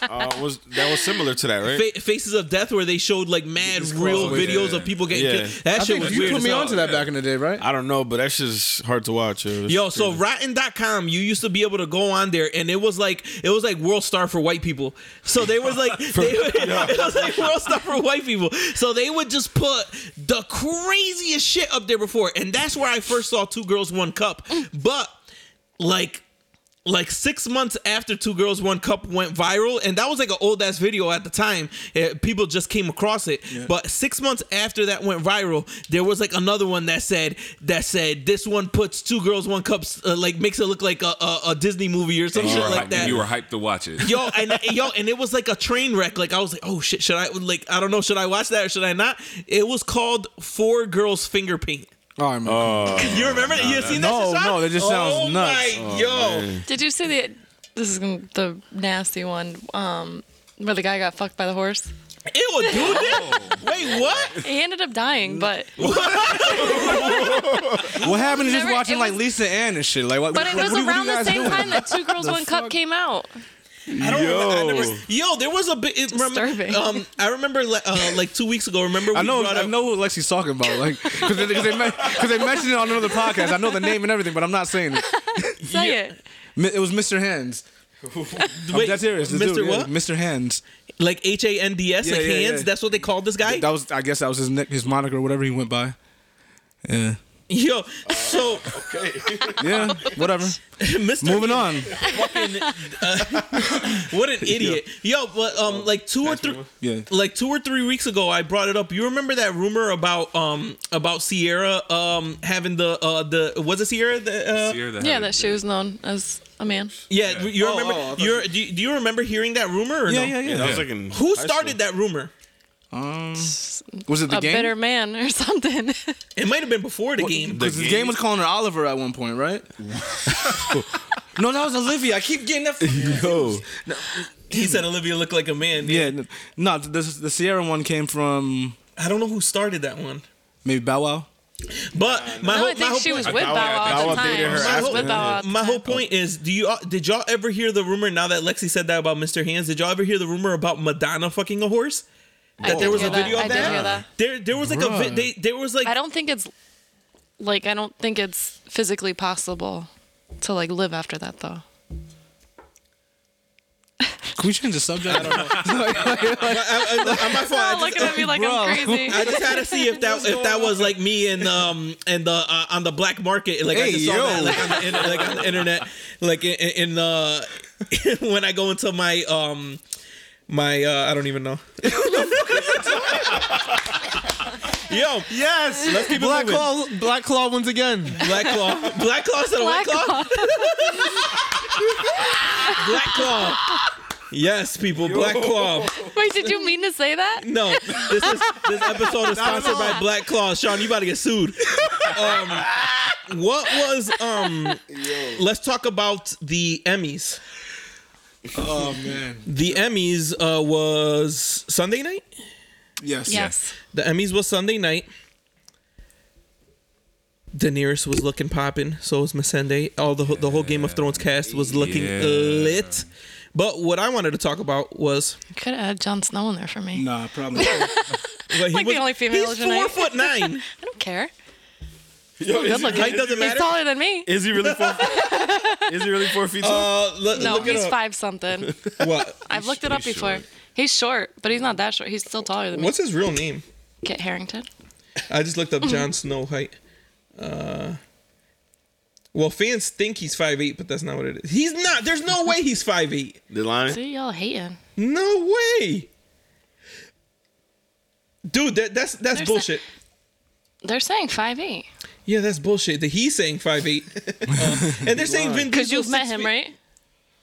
Speaker 5: Uh, was that was similar to that, right?
Speaker 1: Fa- Faces of Death where they showed like mad real
Speaker 5: crossover,
Speaker 1: videos
Speaker 5: yeah.
Speaker 1: of people getting
Speaker 5: Yeah.
Speaker 1: killed that
Speaker 4: I
Speaker 1: shit
Speaker 4: think
Speaker 1: was
Speaker 4: you
Speaker 1: weird
Speaker 4: put
Speaker 1: as
Speaker 4: me
Speaker 1: hell.
Speaker 4: onto that back in the day, right?
Speaker 5: I don't know, but that's just hard to watch. Yo, It's
Speaker 1: Yo, so Rotten.com, you used to be able to go on there, and it was like it was like World Star for white people. So they was like, they, it was like World Star for white people. So they would just put the craziest shit up there before, and that's where I first saw Two Girls One Cup. But like like six months after Two Girls One Cup went viral, and that was like an old ass video at the time. eh, people just came across it. But six months after that went viral, there was like another one that said that said this one puts Two Girls One Cups uh, like makes it look like a, a, a Disney movie or some
Speaker 2: You
Speaker 1: shit
Speaker 2: were,
Speaker 1: like
Speaker 2: hyped,
Speaker 1: that.
Speaker 2: you were hyped to watch it.
Speaker 1: yo and yo and it was like a train wreck. Like I was like, oh shit, should I like I don't know, should I watch that or should I not? It was called Four Girls Finger Paint.
Speaker 4: All right, man.
Speaker 2: Uh,
Speaker 1: You remember? that? you seen that?
Speaker 4: No,
Speaker 1: shit, Sean?
Speaker 4: no, that just sounds
Speaker 1: oh
Speaker 4: nuts.
Speaker 1: My, yo.
Speaker 3: Did you see the? This is gonna- the nasty one. Um, where the guy got fucked by the horse.
Speaker 1: Ew, a dude did? Wait, what?
Speaker 3: He ended up dying, but
Speaker 4: what happened to just
Speaker 3: Never-
Speaker 4: watching
Speaker 3: it
Speaker 4: like
Speaker 3: was-
Speaker 4: Lisa Ann and shit? Like, what,
Speaker 3: but it
Speaker 4: what-
Speaker 3: was
Speaker 4: what do you- what do
Speaker 3: around
Speaker 4: you
Speaker 3: the
Speaker 4: guys
Speaker 3: same
Speaker 4: doing?
Speaker 3: time that Two Girls One Cup
Speaker 4: fuck?
Speaker 3: came out.
Speaker 5: Yo,
Speaker 1: Yo, there was a bit. It, rem-
Speaker 3: Disturbing.
Speaker 1: um, I remember like, uh, like two weeks ago. Remember we
Speaker 4: I know,
Speaker 1: brought
Speaker 4: I
Speaker 1: up-
Speaker 4: know what Lexi's talking about, like, because they, 'cause they, men- 'cause they mentioned it on another podcast. I know the name and everything, but I'm not saying it.
Speaker 3: Say it.
Speaker 4: Mi- It was Mr. Hands. I'm
Speaker 1: wait,
Speaker 4: dead serious. This
Speaker 1: Mr.
Speaker 4: dude, yeah,
Speaker 1: what?
Speaker 4: Mr. Hands.
Speaker 1: Like H A N D S,
Speaker 4: Yeah,
Speaker 1: like
Speaker 4: yeah,
Speaker 1: hands.
Speaker 4: yeah.
Speaker 1: That's what they called this guy.
Speaker 4: That was, I guess, that was his nick, his moniker, or whatever he went by. Yeah,
Speaker 1: Yo, so
Speaker 4: yeah, whatever.
Speaker 1: Mr.
Speaker 4: Moving on.
Speaker 1: uh, What an idiot. Yo, but
Speaker 4: Oh.
Speaker 1: um, like two or three,
Speaker 4: Yeah.
Speaker 1: like two or three weeks ago, I brought it up. You remember that rumor about um about Sierra um having the uh the was it Sierra the uh,
Speaker 2: Fear the
Speaker 3: Yeah,
Speaker 2: hype.
Speaker 3: that she was known as a man.
Speaker 1: yeah, you
Speaker 4: Oh,
Speaker 1: remember
Speaker 4: oh, I thought
Speaker 1: you're, do, you, do you remember hearing that rumor or
Speaker 4: Yeah,
Speaker 1: no?
Speaker 4: yeah, yeah.
Speaker 5: that was
Speaker 2: Yeah.
Speaker 5: like in
Speaker 1: Who
Speaker 5: high
Speaker 1: started that rumor?
Speaker 4: Was it the
Speaker 3: a
Speaker 4: game?
Speaker 3: bitter man or something.
Speaker 1: It might have been before the game.
Speaker 4: Because the, game was calling her Oliver at one point, right? no, that was Olivia. I keep getting that.
Speaker 5: school. Yo,
Speaker 1: He said Olivia looked like a man.
Speaker 4: yeah, n- no, the, the Sierra one came from
Speaker 1: I don't know who started that one,
Speaker 4: maybe Bow Wow.
Speaker 1: but my
Speaker 3: no,
Speaker 1: whole
Speaker 3: I
Speaker 1: my
Speaker 3: think
Speaker 1: whole
Speaker 3: she
Speaker 1: point-
Speaker 3: was with Bow
Speaker 5: Dawa-
Speaker 3: Wow
Speaker 5: Dawa
Speaker 3: at the time.
Speaker 5: dated her
Speaker 3: She
Speaker 1: my
Speaker 5: after
Speaker 3: was
Speaker 1: whole,
Speaker 3: with uh, Bow Wow. at the
Speaker 1: my whole
Speaker 3: time.
Speaker 1: point is, do you did y'all ever hear the rumor? Now that Lexi said that about Mr. Hands, did y'all ever hear the rumor about Madonna fucking a horse?
Speaker 3: I did
Speaker 1: there was
Speaker 3: hear
Speaker 1: a video
Speaker 3: that.
Speaker 1: of
Speaker 3: I did
Speaker 1: that?
Speaker 3: hear that.
Speaker 1: There, there was like a vi-
Speaker 4: Bruh.
Speaker 1: they, there was like
Speaker 3: I don't think it's like I don't think it's physically possible to like live after that though.
Speaker 4: Can we change the subject? I don't know.
Speaker 1: But I, I, I- my fault. I
Speaker 3: Stop
Speaker 1: just-
Speaker 3: looking Oh, at me like
Speaker 4: Bro.
Speaker 3: I'm crazy.
Speaker 1: I just had to see if that if that was like me and um and the uh, on the black market like I
Speaker 5: Hey,
Speaker 1: just saw that
Speaker 5: yo.
Speaker 1: like on, the, inter- like on the internet like in, in the when I go into my um my uh I don't even know. yo,
Speaker 5: Yes, let's keep Black
Speaker 1: moving.
Speaker 5: Claw, Black Claw once again.
Speaker 1: Black Claw, Black Claw instead of White
Speaker 3: Black
Speaker 1: Claw,
Speaker 3: Claw.
Speaker 1: Black Claw. Yes, people, Black Claw.
Speaker 3: Wait, did you mean to say that?
Speaker 1: No, this is this episode is sponsored by Black Claw. Sean, you about to get sued. Um, what was um? Let's talk about the Emmys.
Speaker 4: oh man.
Speaker 1: The Emmys uh, was Sunday night.
Speaker 4: Yes.
Speaker 3: Yes.
Speaker 1: The Emmys was Sunday night. Daenerys was looking popping. So was Missandei. All the the whole Game of Thrones cast was looking
Speaker 2: Yeah.
Speaker 1: lit. But what I wanted to talk about was
Speaker 3: You could have had Jon Snow in there for me.
Speaker 4: Nah, probably.
Speaker 1: well, he
Speaker 3: Like the
Speaker 1: was-
Speaker 3: only female
Speaker 1: He's four
Speaker 3: tonight.
Speaker 1: foot nine.
Speaker 3: I don't care.
Speaker 5: is, he,
Speaker 1: Height doesn't
Speaker 3: He's
Speaker 1: matter.
Speaker 3: taller than me.
Speaker 5: is he really four? is he really four feet tall?
Speaker 1: Uh, look,
Speaker 3: No,
Speaker 1: look it
Speaker 3: he's
Speaker 1: up.
Speaker 3: five something.
Speaker 1: What?
Speaker 3: I've looked it up
Speaker 5: he's
Speaker 3: before.
Speaker 5: short.
Speaker 3: He's short, but he's not that short. He's still taller than me.
Speaker 1: What's his real name?
Speaker 3: Kit Harrington.
Speaker 1: I just looked up
Speaker 3: Mm-hmm.
Speaker 1: Jon Snow height. Uh, well, fans think he's 5'8", but that's not what it is. He's not. There's no way he's 5'8".
Speaker 5: the line.
Speaker 3: See y'all hating.
Speaker 1: No way. Dude, that, that's that's
Speaker 3: There's
Speaker 1: bullshit.
Speaker 3: They're saying five eight.
Speaker 1: yeah, that's bullshit. That he's saying 5'8". um, and they're saying Vin
Speaker 3: Because
Speaker 1: Diesel's
Speaker 3: you've met
Speaker 1: six
Speaker 3: him,
Speaker 1: feet-
Speaker 3: right?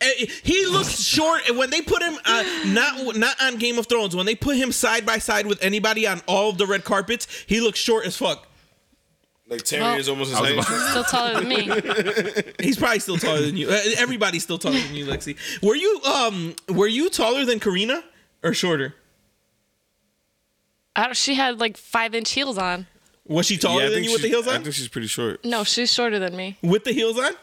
Speaker 1: Eh, He looks short. And when they put him, uh, not not on Game of Thrones, when they put him side by side with anybody on all of the red carpets, he looks short as fuck.
Speaker 5: Like Terry
Speaker 3: Well-
Speaker 5: is almost as
Speaker 2: I was
Speaker 5: height.
Speaker 2: about-
Speaker 3: Still taller than me.
Speaker 1: He's probably still taller than you. Uh, Everybody's still taller than you, Lexi. Were you um were you taller than Karina or shorter?
Speaker 3: I don't, she had like five inch heels on.
Speaker 1: Was she taller
Speaker 5: I
Speaker 1: than
Speaker 5: think
Speaker 1: you with the
Speaker 5: she's-
Speaker 1: heels
Speaker 5: I
Speaker 1: on?
Speaker 5: think she's pretty short.
Speaker 3: No, she's shorter than me.
Speaker 1: With the heels on?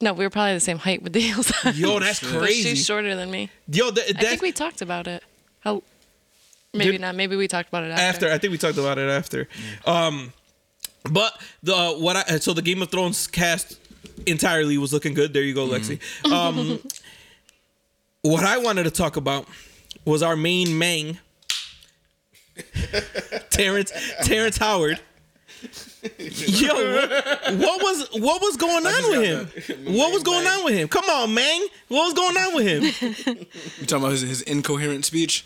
Speaker 3: No, we were probably the same height with the heels on.
Speaker 1: Yo, that's
Speaker 3: But she's
Speaker 1: crazy.
Speaker 3: shorter than me.
Speaker 1: Yo, that,
Speaker 3: I
Speaker 1: that's
Speaker 3: think we talked about it. How? Maybe
Speaker 1: Did-
Speaker 3: not. Maybe we talked about it after.
Speaker 1: after. I think we talked about it after. Um, but the what I so the Game of Thrones cast entirely was looking good. There you go, Lexi. Um, what I wanted to talk about was our main mang, Terrence Terrence Howard. Yo, what, what was what was going on with him? What was going on with him? Come on, Mang. What was going on with him?
Speaker 4: You talking about his, his incoherent speech?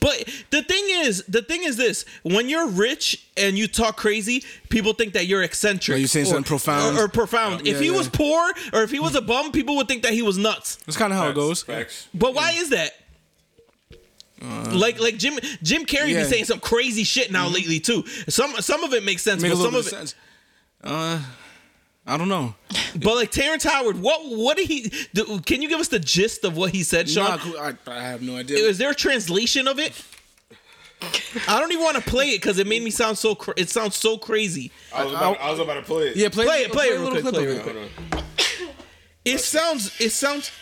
Speaker 1: But the thing is, the thing is this: when you're rich and you talk crazy, people think that you're eccentric.
Speaker 4: Are you saying
Speaker 1: or,
Speaker 4: something profound?
Speaker 1: Or, or profound.
Speaker 4: Yeah,
Speaker 1: if he
Speaker 4: yeah.
Speaker 1: was poor or if he was a bum, people would think that he was nuts.
Speaker 4: That's kind of how it goes.
Speaker 1: But why is that? like like Jim Jim Carrey
Speaker 4: Uh, yeah. Mm-hmm.
Speaker 1: be saying some crazy shit now lately too. Some some of it makes sense,
Speaker 4: Make a
Speaker 1: but
Speaker 4: little
Speaker 1: some of
Speaker 4: bit of
Speaker 1: it.
Speaker 4: sense. Uh, I don't know.
Speaker 1: But like Terrence Howard, what what did he? Do, can you give us the gist of what he said, Sean?
Speaker 4: Nah, I, I have no idea.
Speaker 1: Is there a translation of it? I don't even want to play it because it made me sound so. Cra- it sounds so crazy.
Speaker 5: I was, about, I was about to play it.
Speaker 4: yeah, play,
Speaker 1: Play it, play it
Speaker 4: a
Speaker 1: real
Speaker 4: little
Speaker 1: quick,
Speaker 4: clip
Speaker 1: play
Speaker 4: of
Speaker 1: it
Speaker 4: it.
Speaker 1: real
Speaker 5: Hold on.
Speaker 1: It sounds. It sounds.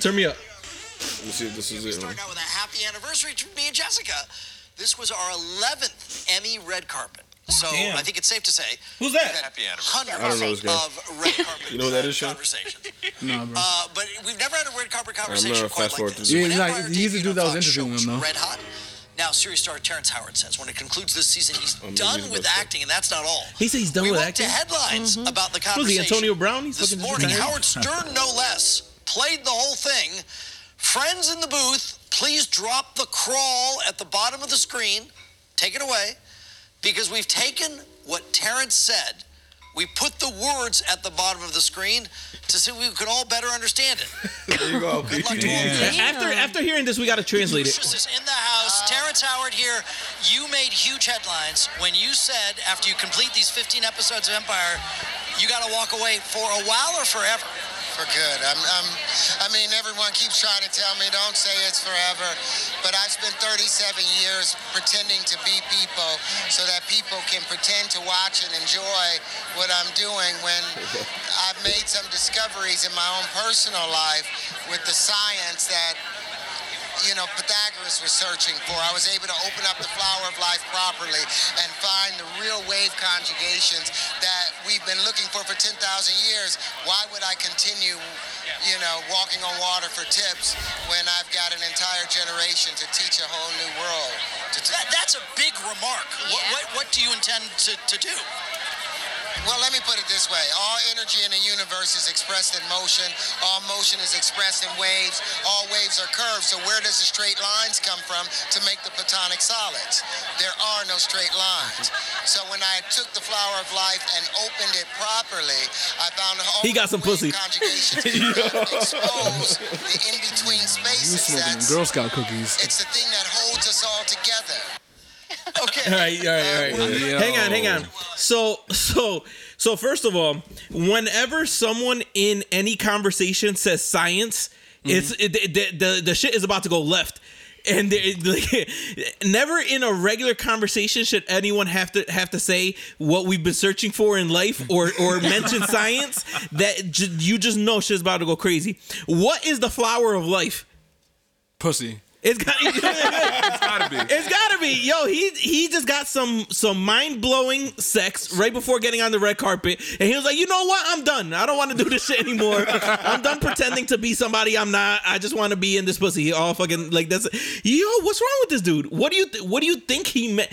Speaker 1: Turn me up.
Speaker 5: Let me see if this is
Speaker 6: We
Speaker 5: it.
Speaker 6: start out with a happy anniversary to me and Jessica. This was our 11th Emmy red carpet.
Speaker 5: Oh,
Speaker 6: So
Speaker 1: Damn.
Speaker 6: I think it's safe to say
Speaker 1: Who's that?
Speaker 6: Happy anniversary.
Speaker 5: I don't know this
Speaker 6: Hundreds
Speaker 5: guy.
Speaker 6: of red carpet
Speaker 5: You know what that is, Sean?
Speaker 6: conversations.
Speaker 4: Nah, bro.
Speaker 6: Uh, but we've never had a red carpet conversation.
Speaker 5: gonna
Speaker 6: quite
Speaker 5: fast forward to
Speaker 6: like this.
Speaker 5: this.
Speaker 4: Yeah, he's
Speaker 6: Whenever
Speaker 4: not-
Speaker 6: our
Speaker 4: he used to
Speaker 6: debut
Speaker 4: do
Speaker 6: on
Speaker 4: those
Speaker 6: Fox show
Speaker 4: interviewing
Speaker 6: was
Speaker 4: him, though.
Speaker 6: Red hot. Now, series star Terrence Howard says when it concludes this season, he's
Speaker 5: maybe
Speaker 6: done
Speaker 5: he's
Speaker 6: with
Speaker 5: about to-
Speaker 6: acting, and that's not all.
Speaker 1: He said he's done
Speaker 6: we
Speaker 1: with
Speaker 6: went
Speaker 1: acting. Mm-hmm.
Speaker 6: to headlines about the
Speaker 1: Was
Speaker 6: conversation.
Speaker 1: he Antonio Brown? He's
Speaker 6: This
Speaker 1: fucking
Speaker 6: morning,
Speaker 1: retired.
Speaker 6: Howard Stern, no less, played the whole thing. Friends in the booth, please drop the crawl at the bottom of the screen. Take it away. Because we've taken what Terrence said, we put the words at the bottom of the screen to see we can all better understand it.
Speaker 5: There you go.
Speaker 6: Good luck to all of you.
Speaker 2: Yeah.
Speaker 1: After after hearing this, we gotta translate it.
Speaker 6: This is in the house. Terrence Howard here. You made huge headlines when you said after you complete these 15 episodes of Empire, you got to walk away for a while or forever.
Speaker 7: for good. I'm, I'm, I mean, everyone keeps trying to tell me, don't say it's forever, but I've spent 37 years pretending to be people so that people can pretend to watch and enjoy what I'm doing when I've made some discoveries in my own personal life with the science that you know, Pythagoras was searching for. I was able to open up the flower of life properly and find the real wave conjugations that we've been looking for for 10,000 years. Why would I continue you know, walking on water for tips when I've got an entire generation to teach a whole new world. To t-
Speaker 6: That, that's a big remark.
Speaker 8: Yeah.
Speaker 6: What, what, what do you intend to, to do?
Speaker 7: Well, let me put it this way. All energy in the universe is expressed in motion. All motion is expressed in waves. All waves are curved. So where does the straight lines come from to make the platonic solids? There are no straight lines. So when I took the flower of life and opened it properly, I found all
Speaker 1: He got some
Speaker 7: the
Speaker 1: pussy.
Speaker 7: wave conjugations that expose the in-between
Speaker 4: You
Speaker 7: spaces.
Speaker 4: smoking
Speaker 7: That's,
Speaker 4: Girl Scout cookies.
Speaker 7: it's the thing that holds us all together.
Speaker 1: All right, all right, all right.
Speaker 2: Yo.
Speaker 1: Hang on, hang on. So, so, so, first of all, whenever someone in any conversation says science, it's it, the, the the shit is about to go left. And there- like, never in a regular conversation should anyone have to have to say what we've been searching for in life or or mention science. That j- you just know shit's about to go crazy. What is the flower of life?
Speaker 4: Pussy.
Speaker 1: It's got.
Speaker 2: It's gotta be.
Speaker 1: It's gotta be, yo. He he just got some some mind blowing sex right before getting on the red carpet, and he was like, you know what? I'm done. I don't want to do this shit anymore. I'm done pretending to be somebody I'm not. I just want to be in this pussy. He all fucking like that's yo. What's wrong with this dude? What do you th- what do you think he meant?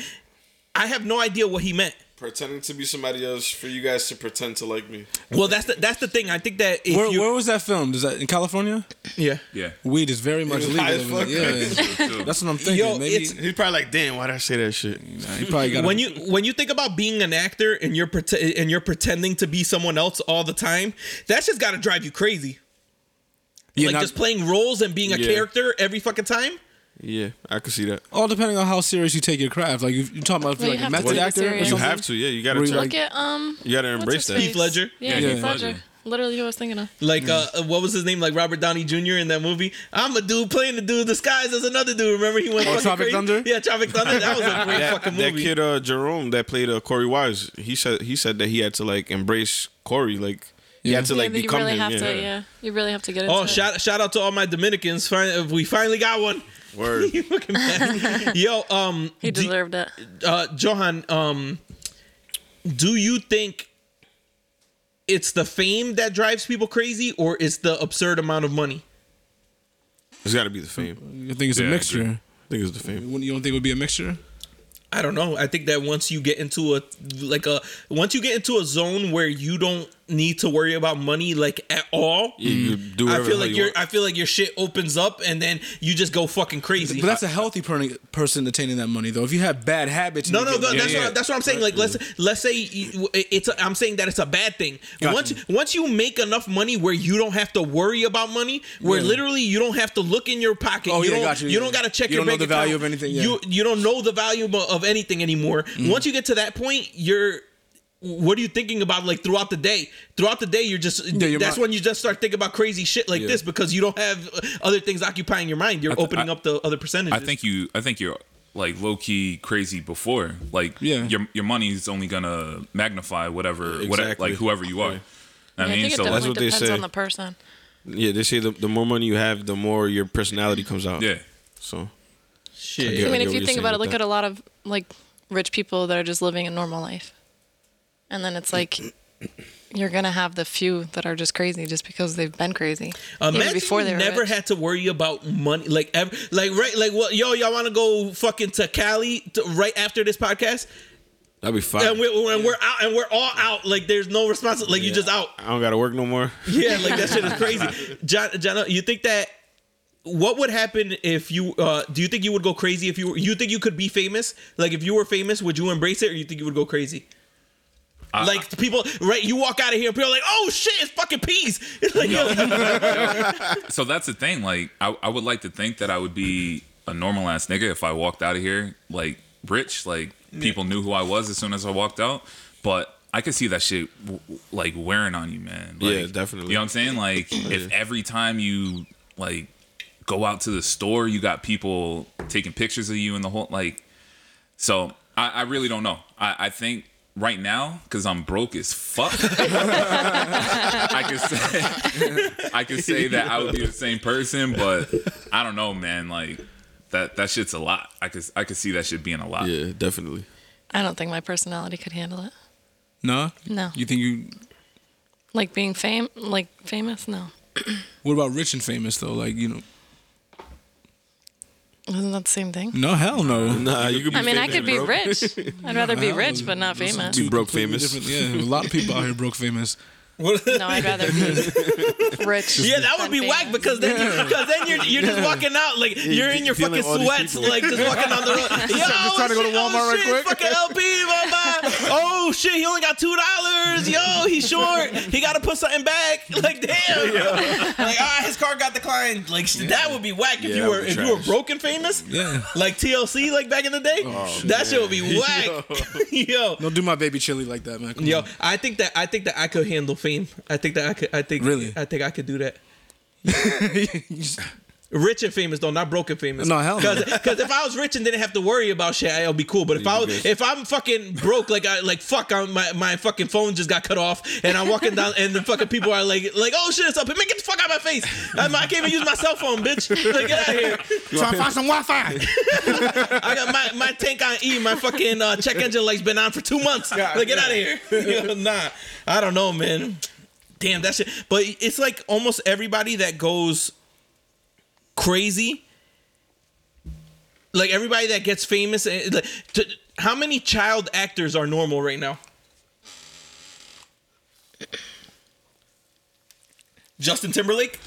Speaker 1: I have no idea what he meant.
Speaker 5: Pretending to be somebody else for you guys to pretend to like me.
Speaker 1: Well, that's the that's the thing. I think that if
Speaker 4: Where,
Speaker 1: you
Speaker 4: where was that filmed? Is that in California?
Speaker 1: yeah.
Speaker 2: Yeah.
Speaker 4: Weed is very much
Speaker 5: was
Speaker 4: legal.
Speaker 5: high as
Speaker 4: over
Speaker 5: fuck.
Speaker 4: there. Yeah,
Speaker 2: Too.
Speaker 4: that's what I'm thinking.
Speaker 1: Yo,
Speaker 4: Maybe
Speaker 1: it's-
Speaker 5: He's probably like, damn, why did I say that shit?
Speaker 4: he probably got
Speaker 1: when you when you think about being an actor and you're prete- and you're pretending to be someone else all the time, that's just got to drive you crazy.
Speaker 4: yeah,
Speaker 1: like
Speaker 4: not-
Speaker 1: just playing roles and being a
Speaker 5: Yeah.
Speaker 1: character every fucking time.
Speaker 5: Yeah, I could see that.
Speaker 4: all depending on how serious you take your craft. Like you- you're talking about if
Speaker 3: Well,
Speaker 4: you're like
Speaker 3: you
Speaker 4: a
Speaker 3: have to
Speaker 4: method
Speaker 3: be
Speaker 4: actor. Or
Speaker 3: serious.
Speaker 5: You
Speaker 4: something.
Speaker 5: have to, yeah. You gotta
Speaker 4: Where you
Speaker 5: try-
Speaker 4: like-
Speaker 3: Look at um.
Speaker 5: you gotta
Speaker 3: what's
Speaker 5: embrace
Speaker 3: his
Speaker 5: that.
Speaker 1: Heath
Speaker 3: face?
Speaker 1: Ledger?
Speaker 3: Yeah,
Speaker 4: Yeah.
Speaker 3: Heath Ledger. Literally, who I was thinking of.
Speaker 1: Like
Speaker 4: Mm.
Speaker 1: uh, what was his name? Like Robert Downey Jr. in that movie. I'm a dude playing the dude disguised as another dude. Remember he went
Speaker 4: Oh,
Speaker 1: fucking
Speaker 4: Tropic
Speaker 1: crazy?
Speaker 4: Thunder?
Speaker 1: Yeah, Tropic Thunder. That was a great
Speaker 5: that,
Speaker 1: fucking
Speaker 5: that
Speaker 1: movie.
Speaker 5: kid uh, Jerome that played uh, Corey Wise, he said he said that he had to like embrace Corey, like he had to like
Speaker 3: yeah, but you
Speaker 5: become
Speaker 3: really
Speaker 5: him.
Speaker 3: have
Speaker 5: yeah.
Speaker 3: to. Yeah, you really have to get into
Speaker 1: oh,
Speaker 3: it.
Speaker 1: shout shout out to all my Dominicans. Fin- we finally got one.
Speaker 5: Word.
Speaker 1: You fucking man. Yo, um,
Speaker 3: He
Speaker 1: do-
Speaker 3: deserved it.
Speaker 1: uh, Johan, um, do you think it's the fame that drives people crazy, or it's the absurd amount of money?
Speaker 5: It's got to be the fame.
Speaker 4: I think it's
Speaker 2: Yeah,
Speaker 4: a
Speaker 2: I
Speaker 4: mixture.
Speaker 5: I think it's the fame.
Speaker 4: Wouldn't- You don't think it would be a mixture?
Speaker 1: I don't know. I think that once you get into a like a once you get into a zone where you don't need to worry about money like at all,
Speaker 5: Yeah, You do
Speaker 1: I
Speaker 5: whatever
Speaker 1: feel
Speaker 5: the hell
Speaker 1: like
Speaker 5: you
Speaker 1: your
Speaker 5: want.
Speaker 1: I feel like your shit opens up and then you just go fucking crazy.
Speaker 4: But that's a healthy per- person attaining that money, though. If you have bad habits,
Speaker 1: no,
Speaker 4: you
Speaker 1: no,
Speaker 4: get
Speaker 1: no
Speaker 4: money.
Speaker 1: that's what that's what I'm saying. Like, let's let's say you- it's. A, I'm saying that it's a bad thing.
Speaker 4: Gotcha.
Speaker 1: Once once you make enough money where you don't have to worry about money, where
Speaker 4: Yeah.
Speaker 1: literally you don't have to look in your pocket.
Speaker 4: Oh,
Speaker 1: you
Speaker 4: yeah,
Speaker 1: don't,
Speaker 4: gotcha,
Speaker 1: you.
Speaker 4: yeah.
Speaker 1: don't got to check
Speaker 4: You
Speaker 1: your
Speaker 4: don't know
Speaker 1: bank
Speaker 4: the value
Speaker 1: account.
Speaker 4: of anything, yeah. Mm-hmm.
Speaker 1: You you don't know the value of- of anything anymore. Once you get to that point, you're. What are you thinking about like throughout the day? Throughout the day, you're just
Speaker 4: your
Speaker 1: that's
Speaker 4: mi-
Speaker 1: when you just start thinking about crazy shit like
Speaker 4: Yeah.
Speaker 1: this because you don't have uh, other things occupying your mind. You're
Speaker 2: th-
Speaker 1: opening
Speaker 2: I-
Speaker 1: up the other percentages.
Speaker 2: I think you. I think you're like low key crazy before. Like
Speaker 4: Yeah.
Speaker 2: your your money's only gonna magnify whatever whatever
Speaker 5: Exactly.
Speaker 2: like whoever you are. I
Speaker 3: Yeah, I
Speaker 2: mean,
Speaker 3: think it
Speaker 2: so
Speaker 3: definitely
Speaker 5: That's what they
Speaker 3: depends
Speaker 5: say.
Speaker 3: on the person.
Speaker 5: Yeah, they say the, the more money you have, the more your personality comes out.
Speaker 2: yeah,
Speaker 5: So
Speaker 1: shit.
Speaker 5: Yeah,
Speaker 3: I mean,
Speaker 5: I get
Speaker 3: if
Speaker 5: what
Speaker 3: you
Speaker 5: you're
Speaker 3: think
Speaker 5: saying
Speaker 3: about it,
Speaker 5: with
Speaker 3: look
Speaker 5: that.
Speaker 3: at a lot of like rich people that are just living a normal life, and then it's like you're gonna have the few that are just crazy just because they've been crazy
Speaker 1: Imagine
Speaker 3: even before
Speaker 1: you
Speaker 3: they were
Speaker 1: never
Speaker 3: rich.
Speaker 1: had to worry about money, like ever, like right, like what? Yo, y'all want to go fucking to Cali to, right after this podcast,
Speaker 5: that'd be fine.
Speaker 1: and we're, and we're out, and we're all out. Like there's no responsibility. Like you just out.
Speaker 5: I don't gotta work no more.
Speaker 1: Yeah, like that shit is crazy. John, John, you think that what would happen if you? uh Do you think you would go crazy if you? Were, you think you could be famous? Like if you were famous, would you embrace it, or you think you would go crazy? like people, right? You walk out of here, and people are like, "Oh shit, it's fucking peas." It's like,
Speaker 2: so that's the thing. Like, I, I would like to think that I would be a normal ass nigga if I walked out of here like rich. Like, people knew who I was as soon as I walked out. But I could see that shit w- w- like wearing on you, man. Like,
Speaker 5: Yeah, definitely.
Speaker 2: You know what I'm saying? Like, if every time you like go out to the store, you got people taking pictures of you and the whole like. So I, I really don't know. I, I think right now because I'm broke as fuck. I can say I can say that I would be the same person, but I don't know, man. Like that that shit's a lot. I could I could see that shit being a lot.
Speaker 5: Yeah, definitely.
Speaker 3: I don't think my personality could handle it.
Speaker 4: no.
Speaker 3: No,
Speaker 4: You think you?
Speaker 3: like being fame, like famous. No,
Speaker 4: What about rich and famous though? Like you know,
Speaker 3: Isn't that the same
Speaker 1: Mm.
Speaker 3: thing?
Speaker 4: no hell no.
Speaker 5: Nah, you could be.
Speaker 3: I mean, I could be
Speaker 5: broke.
Speaker 3: rich. I'd rather be rich, but not
Speaker 4: Those are
Speaker 3: famous.
Speaker 4: two
Speaker 5: Be broke
Speaker 4: completely
Speaker 5: famous.
Speaker 4: different- Yeah, a lot of people out here broke famous.
Speaker 3: No, I'd rather be rich.
Speaker 1: Yeah, that would be whack because then you, because then you're you're just walking out like you're in your
Speaker 5: dealing
Speaker 1: fucking
Speaker 5: with all these
Speaker 1: sweats,
Speaker 5: people.
Speaker 1: like just walking down the road. Yo,
Speaker 5: just trying to go to
Speaker 1: shit,
Speaker 5: Walmart
Speaker 1: oh,
Speaker 5: right
Speaker 1: shit,
Speaker 5: quick.
Speaker 1: Fucking LP, blah, blah. Oh shit, he only got two dollars. Yo, he's short. He got to put something back. Like damn. Like ah, his car got declined. Like sh that would be whack if
Speaker 5: Yeah,
Speaker 1: you
Speaker 5: that
Speaker 1: were
Speaker 5: would be
Speaker 1: if you were
Speaker 5: trash.
Speaker 1: broken famous.
Speaker 4: Yeah.
Speaker 1: Like TLC, like back in the day,
Speaker 5: Oh,
Speaker 1: that shit would be whack. Yo,
Speaker 4: Don't do my baby chili like that, man. Come
Speaker 1: Yo,
Speaker 4: on.
Speaker 1: I think that I think that I could handle fame. I think that I could. I think
Speaker 4: Really?
Speaker 1: I think I could do that.
Speaker 4: You just-
Speaker 1: Rich and famous though, not broken famous.
Speaker 4: No, hell no.
Speaker 1: Because if I was rich and didn't have to worry about shit, I'll be cool. But if I was, if I'm fucking broke, like I like fuck, I'm, my my fucking phone just got cut off, and I'm walking down, and the fucking people are like like, oh shit, it's up, man, get the fuck out of my face. I'm, I can't even use my cell phone, bitch. Like get out of here.
Speaker 5: Try to find some Wi-Fi.
Speaker 1: I got my, my tank on E. My fucking uh, check engine light's been on for two months. like, get out of here. You know, nah, I don't know, man. Damn, that shit. But it's like almost everybody that goes crazy, like everybody that gets famous. eh, Like, t- how many child actors are normal right now? Justin Timberlake.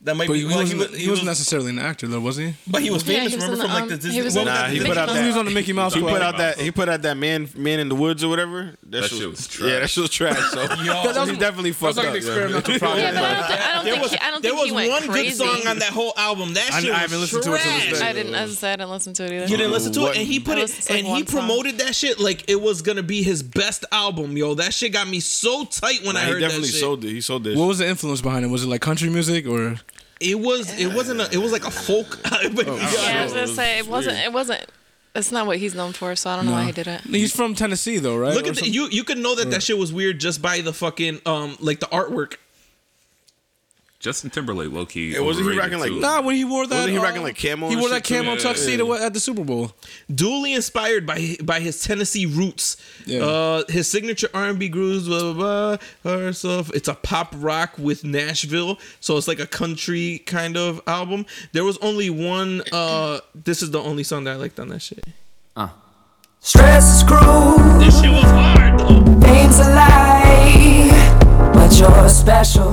Speaker 1: That might
Speaker 4: But
Speaker 1: be.
Speaker 4: he
Speaker 1: well,
Speaker 4: wasn't,
Speaker 1: wa-
Speaker 4: he wasn't necessarily an actor though, was he?
Speaker 1: but he was
Speaker 3: Yeah,
Speaker 1: famous.
Speaker 3: he was
Speaker 1: remember from
Speaker 3: in the,
Speaker 1: like
Speaker 3: um,
Speaker 1: the Disney.
Speaker 3: he was
Speaker 1: what
Speaker 3: in
Speaker 1: was
Speaker 5: Nah,
Speaker 1: that,
Speaker 5: he
Speaker 1: the
Speaker 5: put
Speaker 1: Mickey
Speaker 5: out
Speaker 1: Mouse?
Speaker 5: that-
Speaker 4: He was on the Mickey Mouse.
Speaker 5: He
Speaker 4: Club.
Speaker 5: put out that he put out that man man in the woods or whatever. That, shit,
Speaker 2: shit was
Speaker 5: Yeah, that
Speaker 2: trash.
Speaker 5: shit was trash. So,
Speaker 1: Yo.
Speaker 5: so he definitely fucked up. yeah.
Speaker 1: There
Speaker 3: Yeah, but I don't, thi- I don't think
Speaker 1: was,
Speaker 3: he, I don't
Speaker 1: there
Speaker 3: think
Speaker 1: was
Speaker 3: he went
Speaker 1: one
Speaker 3: crazy.
Speaker 1: good song on that whole album. That
Speaker 4: I-
Speaker 1: shit
Speaker 4: I
Speaker 1: was
Speaker 4: haven't listened to it
Speaker 1: trash.
Speaker 4: till this day.
Speaker 3: I didn't. As I said, I didn't listen to it either.
Speaker 1: You didn't listen to
Speaker 5: What?
Speaker 1: it, and he put
Speaker 3: I
Speaker 1: it,
Speaker 3: listened to, like,
Speaker 1: and
Speaker 3: one
Speaker 1: he
Speaker 3: song.
Speaker 1: promoted that shit like it was gonna be his best album, yo. That shit got me so tight when I
Speaker 5: Nah,
Speaker 1: heard
Speaker 5: he definitely
Speaker 1: that shit.
Speaker 5: sold it. He sold this.
Speaker 4: What was the influence behind it? Was it like country music or?
Speaker 1: it was, it wasn't, a, it was like a folk. but-
Speaker 3: Yeah, I
Speaker 1: yeah.
Speaker 3: was gonna say it wasn't. It wasn't. It's not what he's known for, so I don't know why he did it.
Speaker 4: He's from Tennessee though, right?
Speaker 1: Look
Speaker 4: Or
Speaker 1: at the,
Speaker 4: something?
Speaker 1: you, you could know that that shit was weird just by the fucking um, like the artwork.
Speaker 2: Justin Timberlake, low key.
Speaker 5: Yeah, wasn't he rocking, like,
Speaker 2: overrated, too.
Speaker 4: Nah, when he wore that,
Speaker 5: Wasn't he
Speaker 4: uh,
Speaker 5: rocking, like, camo
Speaker 4: He
Speaker 5: and
Speaker 4: wore that
Speaker 5: shit, too?
Speaker 4: camo tuxedo at the Super Bowl.
Speaker 1: duly inspired by by his Tennessee roots.
Speaker 4: Yeah.
Speaker 1: Uh, his signature R&B grooves, blah blah blah. Herself. It's a pop rock with Nashville, so it's like a country kind of album. There was only one. Uh, this is the only song that I liked on that shit.
Speaker 8: Stress is cruel,
Speaker 1: This shit was hard. Though.
Speaker 8: pain's a lie, but you're special.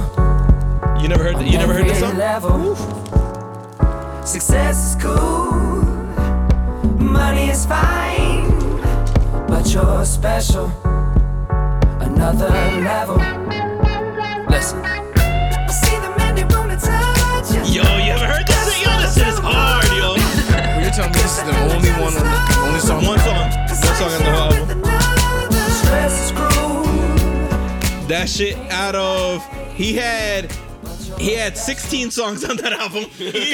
Speaker 1: You never heard? You never heard this
Speaker 8: Every
Speaker 1: song?
Speaker 8: Level. Success is cool, money is fine, but you're special. Another level. Listen. See the men they wanna touch you.
Speaker 1: Yo, you ever heard this? shit? Yo, this shit is hard, yo.
Speaker 4: But you're telling me this is the only one, on the, the only song.
Speaker 1: One song, one song on the whole album.
Speaker 8: Stress is cruel.
Speaker 1: That shit out of he had he had 16 songs on that album.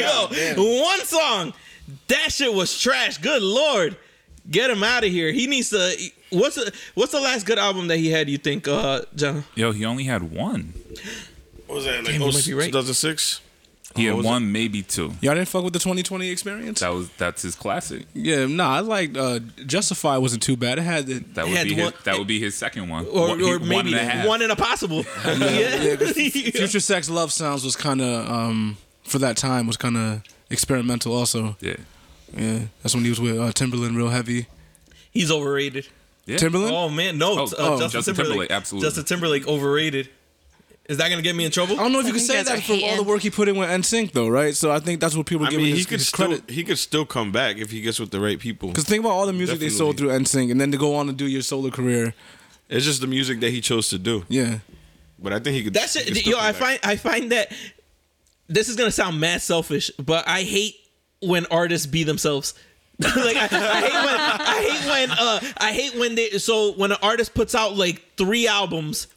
Speaker 1: Yo, one song. That shit was trash. Good lord. Get him out of here. He needs to what's the what's the last good album that he had, you think, uh John?
Speaker 2: Yo, he only had one.
Speaker 5: What was that? Like oh,
Speaker 1: Damn, you might be right.
Speaker 5: 2006.
Speaker 2: He
Speaker 5: Oh,
Speaker 2: had
Speaker 5: was
Speaker 2: one, maybe two.
Speaker 4: Y'all didn't fuck with the 2020 experience?
Speaker 2: That was that's his classic.
Speaker 4: Yeah, nah, I liked uh, Justify wasn't too bad. It had the,
Speaker 2: That
Speaker 1: He
Speaker 2: would
Speaker 1: had
Speaker 2: be his,
Speaker 1: one-
Speaker 2: that would be his second one,
Speaker 1: Or,
Speaker 2: one, he-
Speaker 1: or
Speaker 2: one
Speaker 1: maybe
Speaker 2: and a half.
Speaker 1: one in a possible. yeah.
Speaker 4: Future Sex Love Sounds was kind of um, for that time was kind of experimental also.
Speaker 2: yeah,
Speaker 4: Yeah, that's when he was with uh, Timberland real heavy.
Speaker 1: He's overrated.
Speaker 2: yeah.
Speaker 4: Timberland?
Speaker 1: Oh man, no,
Speaker 2: Oh,
Speaker 1: uh,
Speaker 2: oh,
Speaker 1: Justin,
Speaker 2: Justin
Speaker 1: Timberlake.
Speaker 2: Timberlake, absolutely.
Speaker 1: Justin Timberlake overrated. Is that gonna get me in trouble?
Speaker 4: I don't know if you
Speaker 3: I
Speaker 4: can
Speaker 3: think
Speaker 4: say
Speaker 3: you guys
Speaker 4: that
Speaker 3: are
Speaker 4: from all the
Speaker 3: hating.
Speaker 4: work he put in with NSYNC though, right? So I think that's what people
Speaker 5: I
Speaker 4: are giving
Speaker 5: mean, he
Speaker 4: his,
Speaker 5: could
Speaker 4: his
Speaker 5: still
Speaker 4: credit.
Speaker 5: he could still come back if he gets with the right people.
Speaker 4: Because think about all the music they sold through NSYNC, and then to go on to do your solo career.
Speaker 5: It's just the music that he chose to do.
Speaker 4: Yeah,
Speaker 5: But I think he could.
Speaker 1: That's
Speaker 5: he could
Speaker 1: it.
Speaker 5: still
Speaker 1: Yo,
Speaker 5: come
Speaker 1: I
Speaker 5: back.
Speaker 1: find I find that this is gonna sound mad selfish, but I hate when artists be themselves. like I, I hate when I hate when uh I hate when they so when an artist puts out like three albums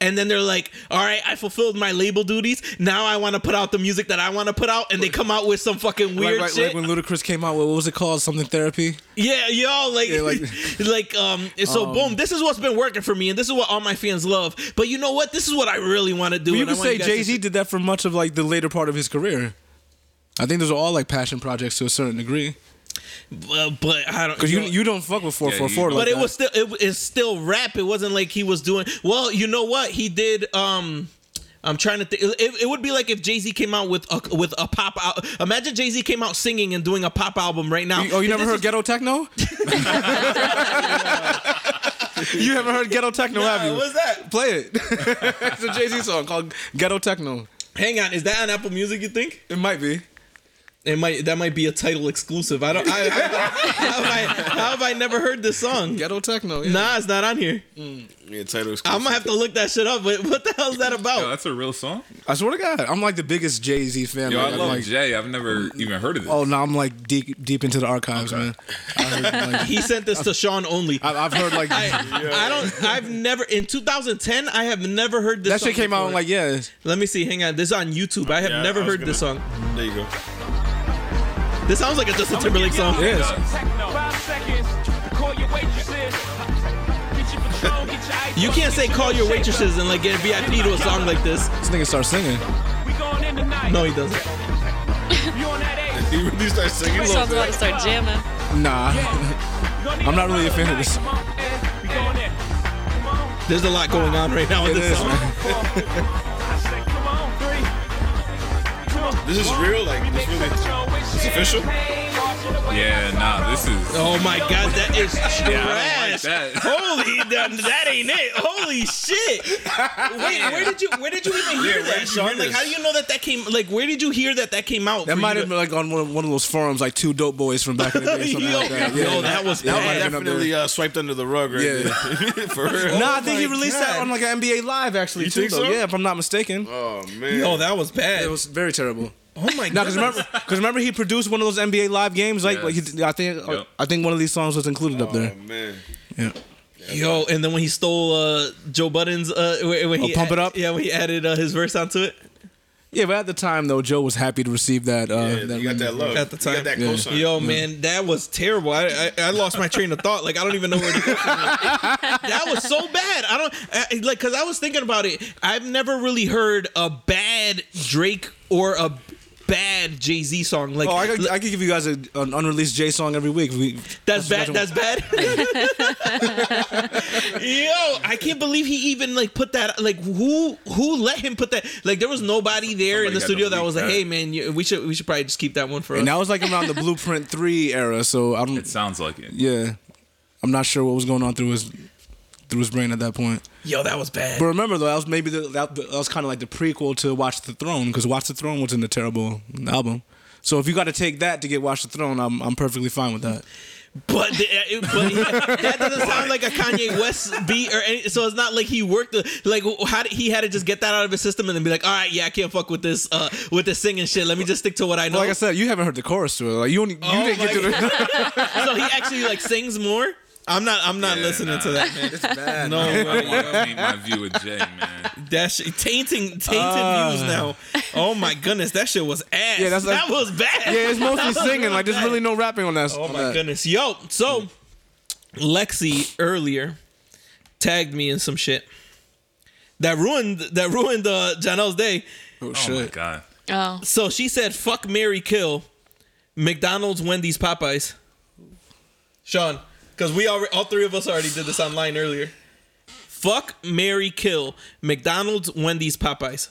Speaker 1: and then they're like, all right, I fulfilled my label duties. Now I want to put out the music that I want to put out, and they come out with some fucking weird
Speaker 4: like, like,
Speaker 1: shit.
Speaker 4: like when Ludacris came out with what was it called? Something therapy.
Speaker 1: Yeah, yo, like,
Speaker 4: Yeah,
Speaker 1: like,
Speaker 4: like-
Speaker 1: um, and so boom, this is what's been working for me, and this is what all my fans love. But you know what? This is what I really want to do.
Speaker 4: But you
Speaker 1: and I
Speaker 4: could
Speaker 1: want
Speaker 4: say
Speaker 1: guys to
Speaker 4: Jay Z did that for much of like the later part of his career. I think those are all like passion projects to a certain degree.
Speaker 1: Uh, but I don't
Speaker 4: Because you you don't fuck with four
Speaker 2: Yeah,
Speaker 4: four
Speaker 2: you-
Speaker 4: four.
Speaker 1: but it was still it, it's still rap. It wasn't like he was doing well. You know what he did? Um, I'm trying to think. It, it would be like if Jay Z came out with a with a pop out. Imagine Jay Z came out singing and doing a pop album right now.
Speaker 4: Oh, you never
Speaker 1: This
Speaker 4: heard
Speaker 1: is-
Speaker 4: ghetto techno? you haven't heard ghetto techno, have
Speaker 1: Nah,
Speaker 4: you?
Speaker 1: what's that?
Speaker 4: Play it. it's a Jay Z song called Ghetto Techno.
Speaker 1: Hang on, is that on Apple Music? You think?
Speaker 4: It might be.
Speaker 1: It might that might be a title exclusive. I don't. I, I, how, have I, how have I never heard this song?
Speaker 4: Ghetto Techno. Yeah.
Speaker 1: Nah, it's not on here.
Speaker 5: Yeah, title
Speaker 1: I'm gonna have to look that shit up. But what the hell's that
Speaker 2: Yo,
Speaker 1: about?
Speaker 2: that's a real song.
Speaker 4: I swear to God, I'm like the biggest Jay Z fan.
Speaker 2: Yo, I
Speaker 4: like, I'm
Speaker 2: love
Speaker 4: like,
Speaker 2: Jay. I've never even heard of this.
Speaker 4: oh, no, I'm like deep deep into the archives, man. I heard, like,
Speaker 1: He sent this to Sean only.
Speaker 4: I- I've heard like.
Speaker 1: I don't. I've never in 2010. I have never heard this.
Speaker 4: that
Speaker 1: song
Speaker 4: shit came out
Speaker 1: before.
Speaker 4: in like, yeah.
Speaker 1: Let me see. Hang on. This is on YouTube. I have
Speaker 5: Yeah,
Speaker 1: never
Speaker 5: I was
Speaker 1: heard this song.
Speaker 5: There you go.
Speaker 1: This sounds like a Justin Timberlake song.
Speaker 4: Yes.
Speaker 9: Five seconds. Call your waitresses. Get your Patron, get your ice
Speaker 1: You
Speaker 9: bucket,
Speaker 1: can't
Speaker 9: get
Speaker 1: say
Speaker 9: your
Speaker 1: call your
Speaker 9: milkshake.
Speaker 1: waitresses and like get VIP to a song like this.
Speaker 4: This nigga starts singing.
Speaker 9: We going in tonight.
Speaker 1: No, he doesn't.
Speaker 9: You on that eight?
Speaker 5: He really started singing.
Speaker 3: Sounds about to start jamming.
Speaker 4: Nah. I'm not really a fan of this.
Speaker 1: There's a lot going on right now in
Speaker 4: It
Speaker 1: this
Speaker 4: is,
Speaker 1: song.
Speaker 4: man.
Speaker 5: This is real, like, this really-
Speaker 9: It's
Speaker 5: official?
Speaker 2: Yeah, nah, this is.
Speaker 1: Oh my god, that is
Speaker 2: Yeah, I don't like
Speaker 1: trash.
Speaker 2: that.
Speaker 1: Holy, that, that ain't it. Holy shit. Wait, where did you where did you even hear
Speaker 5: where did you
Speaker 1: that, Sean?
Speaker 5: hear
Speaker 1: Like,
Speaker 5: this?
Speaker 1: how do you know that that came? Like, where did you hear that that came out?
Speaker 4: That
Speaker 1: for
Speaker 4: might
Speaker 1: you
Speaker 4: have
Speaker 1: to-
Speaker 4: been like on one, one of those forums, like two dope boys from back in the day. or Something like that.
Speaker 1: Yo,
Speaker 4: Yeah.
Speaker 1: yo, that was
Speaker 4: Yeah,
Speaker 1: bad.
Speaker 4: might have been up there.
Speaker 5: Definitely uh, swiped under the rug right
Speaker 4: Yeah.
Speaker 5: there. For real.
Speaker 4: Nah, I think he
Speaker 1: my
Speaker 4: released that
Speaker 1: God.
Speaker 4: on like an NBA Live actually
Speaker 5: You
Speaker 4: too.
Speaker 5: think
Speaker 4: though.
Speaker 5: so?
Speaker 4: Yeah, if I'm not mistaken.
Speaker 5: Oh man.
Speaker 1: Oh, that was bad.
Speaker 4: It was very terrible.
Speaker 1: oh my god.
Speaker 4: No, because remember, cause remember, he produced one of those NBA Live games. Like, like he, I think, uh,
Speaker 2: Yep.
Speaker 4: I think one of these songs was included up there.
Speaker 5: Oh man.
Speaker 4: Yeah.
Speaker 1: Yo, and then when he stole uh, Joe Budden's, uh, when when
Speaker 4: Oh,
Speaker 1: he
Speaker 4: Pump It Up?
Speaker 1: yeah, when he added uh, his verse onto it.
Speaker 4: Yeah, but at the time though, Joe was happy to receive that. Uh,
Speaker 5: Yeah, you got that love.
Speaker 1: At the
Speaker 5: You
Speaker 1: time.
Speaker 5: Oh, got that
Speaker 4: Yeah.
Speaker 5: cosign.
Speaker 1: Yo, man, that was terrible. I, I I lost my train of thought. Like I don't even know where to go. From that. that was so bad. I don't I, like because I was thinking about it. I've never really heard a bad Drake or a bad Jay Z song. Like
Speaker 4: Oh, I could, I could give you guys a, an unreleased J song every week. We,
Speaker 1: that's bad.
Speaker 4: what-
Speaker 1: That's bad. Yo, I can't believe he even like put that. Like who who let him put that? Like there was nobody there in the
Speaker 2: Somebody had
Speaker 1: studio
Speaker 2: to
Speaker 1: that was
Speaker 2: leak
Speaker 1: like,
Speaker 2: that.
Speaker 1: hey man, you, we should we should probably just keep that one for us.
Speaker 4: and that was like around the Blueprint Three era. So I don't.
Speaker 2: It sounds like it.
Speaker 4: yeah, I'm not sure what was going on through his through his brain at that point.
Speaker 1: Yo, that was bad.
Speaker 4: But remember though, that was maybe the, that, that was kind of like the prequel to Watch the Throne because Watch the Throne was in the terrible album. So if you got to take that to get Watch the Throne, I'm I'm perfectly fine with that.
Speaker 1: But, the, uh, but that doesn't sound like a Kanye West beat or any, so it's not like he worked the, like wh- how did, he had to just get that out of his system and then be like, all right, yeah, I can't fuck with this uh with this singing shit. Let me just stick to what I know.
Speaker 4: But like I said, you haven't heard the chorus to it. Like you only you
Speaker 1: Oh
Speaker 4: didn't get to
Speaker 1: my
Speaker 4: the.
Speaker 1: so he actually like sings more. I'm not. I'm not
Speaker 2: Yeah,
Speaker 1: listening
Speaker 2: nah.
Speaker 1: to that. Man.
Speaker 4: it's bad.
Speaker 1: No,
Speaker 2: I don't want to paint my view of Jay, man. Oh
Speaker 1: that shit, tainting tainted views now. Oh my goodness, that shit was ass.
Speaker 4: Uh. Yeah, that's like-
Speaker 1: that was bad.
Speaker 4: Yeah, it's mostly singing. Like there's really no rapping on that.
Speaker 1: Oh
Speaker 4: on
Speaker 1: my
Speaker 4: that.
Speaker 1: goodness. Yo, so Lexi earlier tagged me in some shit that ruined that ruined uh Janelle's day.
Speaker 4: Oh
Speaker 2: Oh my
Speaker 4: shit.
Speaker 2: god.
Speaker 3: Oh,
Speaker 1: So she said fuck Mary Kill, McDonald's, Wendy's, Popeyes. Sean, because we already all three of us already did this online earlier. Fuck Mary Kill, McDonald's, Wendy's, Popeyes.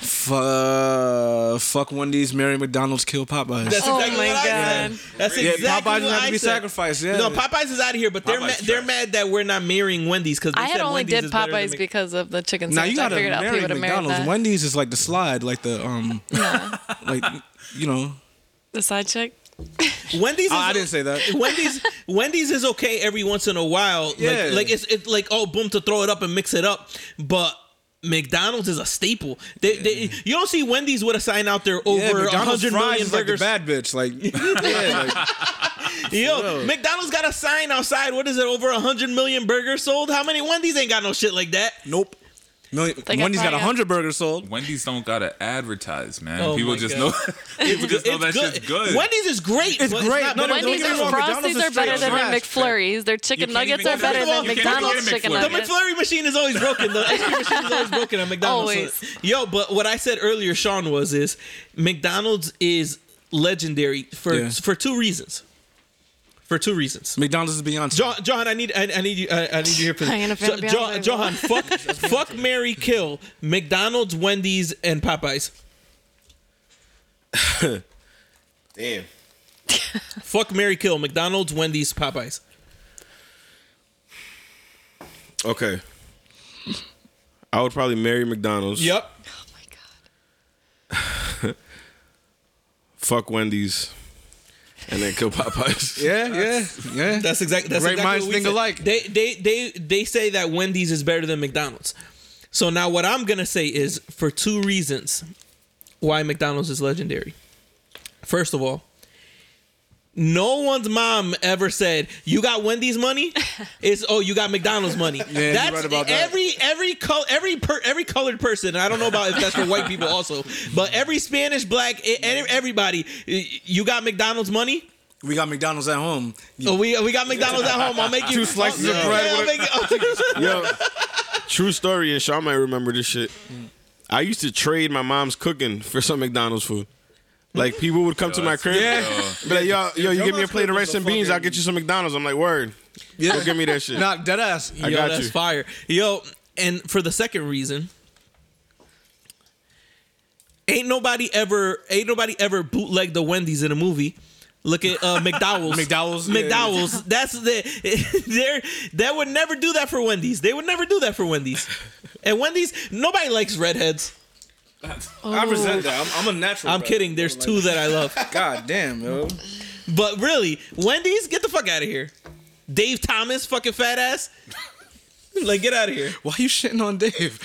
Speaker 4: Fu- uh, fuck Wendy's, Mary McDonald's, kill Popeyes.
Speaker 1: That's
Speaker 3: Oh
Speaker 1: exactly
Speaker 3: my
Speaker 1: what I
Speaker 3: God.
Speaker 1: said. That's
Speaker 4: yeah,
Speaker 1: exactly
Speaker 4: Popeyes
Speaker 1: what
Speaker 4: doesn't have
Speaker 1: I
Speaker 4: to be
Speaker 1: said.
Speaker 4: sacrificed. Yeah.
Speaker 1: No, Popeyes is out of here, but they're
Speaker 2: Popeyes
Speaker 1: mad, they're
Speaker 2: trash.
Speaker 1: mad that we're not marrying Wendy's because
Speaker 3: I had
Speaker 1: said
Speaker 3: only
Speaker 1: Wendy's
Speaker 3: did
Speaker 1: is better than
Speaker 3: Popeyes
Speaker 1: Mc-
Speaker 3: because of the chicken
Speaker 4: Now
Speaker 3: sandwich.
Speaker 4: you
Speaker 3: I
Speaker 4: gotta
Speaker 3: figured out
Speaker 4: marry
Speaker 3: people would have married
Speaker 4: McDonald's.
Speaker 3: that.
Speaker 4: Wendy's is like the slide, like the um,
Speaker 3: No.
Speaker 4: like you know.
Speaker 3: the side chick.
Speaker 1: Wendy's. Is,
Speaker 4: Oh, I didn't say that.
Speaker 1: Wendy's. Wendy's is okay every once in a while.
Speaker 4: Yeah.
Speaker 1: Like, like it's it's like oh boom to throw it up and mix it up, but. McDonald's is a staple. They, they, you don't see Wendy's with a sign out there
Speaker 4: Yeah,
Speaker 1: over a
Speaker 4: McDonald's
Speaker 1: hundred
Speaker 4: fries
Speaker 1: million
Speaker 4: is like the
Speaker 1: burgers.
Speaker 4: bad bitch. Like, yeah, like
Speaker 1: Yo, McDonald's got a sign outside. What is it? Over a hundred million burgers sold. How many Wendy's ain't got no shit like that?
Speaker 4: nope. Million,
Speaker 3: They got
Speaker 4: Wendy's got
Speaker 3: fries.
Speaker 4: hundred burgers sold.
Speaker 2: Wendy's don't gotta advertise, man.
Speaker 1: Oh
Speaker 2: people
Speaker 1: my
Speaker 2: just
Speaker 1: God.
Speaker 2: know. people just know that shit's good.
Speaker 1: Wendy's is great.
Speaker 4: It's
Speaker 1: but
Speaker 4: great.
Speaker 1: not
Speaker 4: No,
Speaker 1: better than
Speaker 4: no, don't
Speaker 3: Wendy's
Speaker 4: get me
Speaker 1: McDonald's.
Speaker 4: wrong,
Speaker 3: frosties
Speaker 4: McDonald's
Speaker 3: are
Speaker 4: is
Speaker 3: better than
Speaker 4: trash,
Speaker 3: McFlurries. Their
Speaker 2: can't
Speaker 3: chicken nuggets
Speaker 2: even
Speaker 3: are
Speaker 2: get
Speaker 3: better
Speaker 2: a
Speaker 3: than
Speaker 2: McFlurry. You can't even
Speaker 3: McDonald's
Speaker 2: get a
Speaker 3: chicken
Speaker 2: McFlurry.
Speaker 1: The
Speaker 3: nuggets.
Speaker 1: McFlurry machine is always broken. The ice cream machine is always broken at McDonald's.
Speaker 3: Always.
Speaker 1: Yo, but what I said earlier, Sean, was is McDonald's is legendary for
Speaker 4: Yeah.
Speaker 1: for two reasons. for two reasons.
Speaker 4: McDonald's is Beyonce.
Speaker 1: John, John, I need, I, I need you, I, I need you here for
Speaker 3: I ain't a
Speaker 1: this.
Speaker 3: fan of Beyonce,
Speaker 1: John,
Speaker 3: but-
Speaker 1: John, fuck, fuck, Mary, kill McDonald's, Wendy's, and Popeyes.
Speaker 5: Damn.
Speaker 1: Fuck Mary, kill McDonald's, Wendy's, Popeyes.
Speaker 5: Okay. I would probably marry McDonald's.
Speaker 1: Yep.
Speaker 3: Oh my god.
Speaker 5: Fuck Wendy's. And then kill Popeyes.
Speaker 4: yeah, yeah, yeah.
Speaker 1: That's exactly that's
Speaker 4: Great
Speaker 1: exactly
Speaker 4: minds
Speaker 1: what we
Speaker 4: think
Speaker 1: said.
Speaker 4: alike.
Speaker 1: They they they they say that Wendy's is better than McDonald's. So now what I'm gonna say is for two reasons why McDonald's is legendary. First of all, no one's mom ever said you got Wendy's money. It's oh you got McDonald's money.
Speaker 4: you're
Speaker 1: that's
Speaker 4: right about that.
Speaker 1: every every color every per, every colored person. and I don't know about if that's for white people also, but every Spanish, black, e- e- everybody, y- you got McDonald's money.
Speaker 4: we got McDonald's at home.
Speaker 1: Oh, we we got McDonald's at home. I'll make you two
Speaker 5: slices of bread
Speaker 1: Yeah, I'll
Speaker 5: with
Speaker 1: make it-
Speaker 5: Yo, true story, and Sean might remember this shit. I used to trade my mom's cooking for some McDonald's food. Like people would come to my
Speaker 2: that's-
Speaker 5: crib,
Speaker 2: Yeah.
Speaker 5: be like, "Yo, yo, you
Speaker 4: Your
Speaker 5: give me a
Speaker 4: mom's
Speaker 5: plate of
Speaker 4: cooking's
Speaker 5: rice
Speaker 4: a
Speaker 5: and beans, I'll
Speaker 4: fucking-
Speaker 5: get you some McDonald's." I'm like, "Word,
Speaker 4: Yeah,
Speaker 5: go give me that shit."
Speaker 4: not dead ass.
Speaker 5: I
Speaker 1: Yo,
Speaker 5: got
Speaker 1: that's
Speaker 5: you.
Speaker 1: fire. Yo, and for the second reason, ain't nobody ever ain't nobody ever bootlegged the Wendy's in a movie. Look at uh, McDowell's.
Speaker 4: McDowell's, yeah.
Speaker 1: McDowell's. That's the they're they would never do that for Wendy's. They would never do that for Wendy's. And Wendy's, nobody likes redheads.
Speaker 4: I resent that. I'm, Oh. I'm a natural.
Speaker 1: I'm
Speaker 4: bro.
Speaker 1: kidding. There's two that I love.
Speaker 4: God damn, yo.
Speaker 1: But really, Wendy's, get the fuck out of here. Dave Thomas, fucking fat ass. like, get out of here.
Speaker 4: Why you shitting on Dave?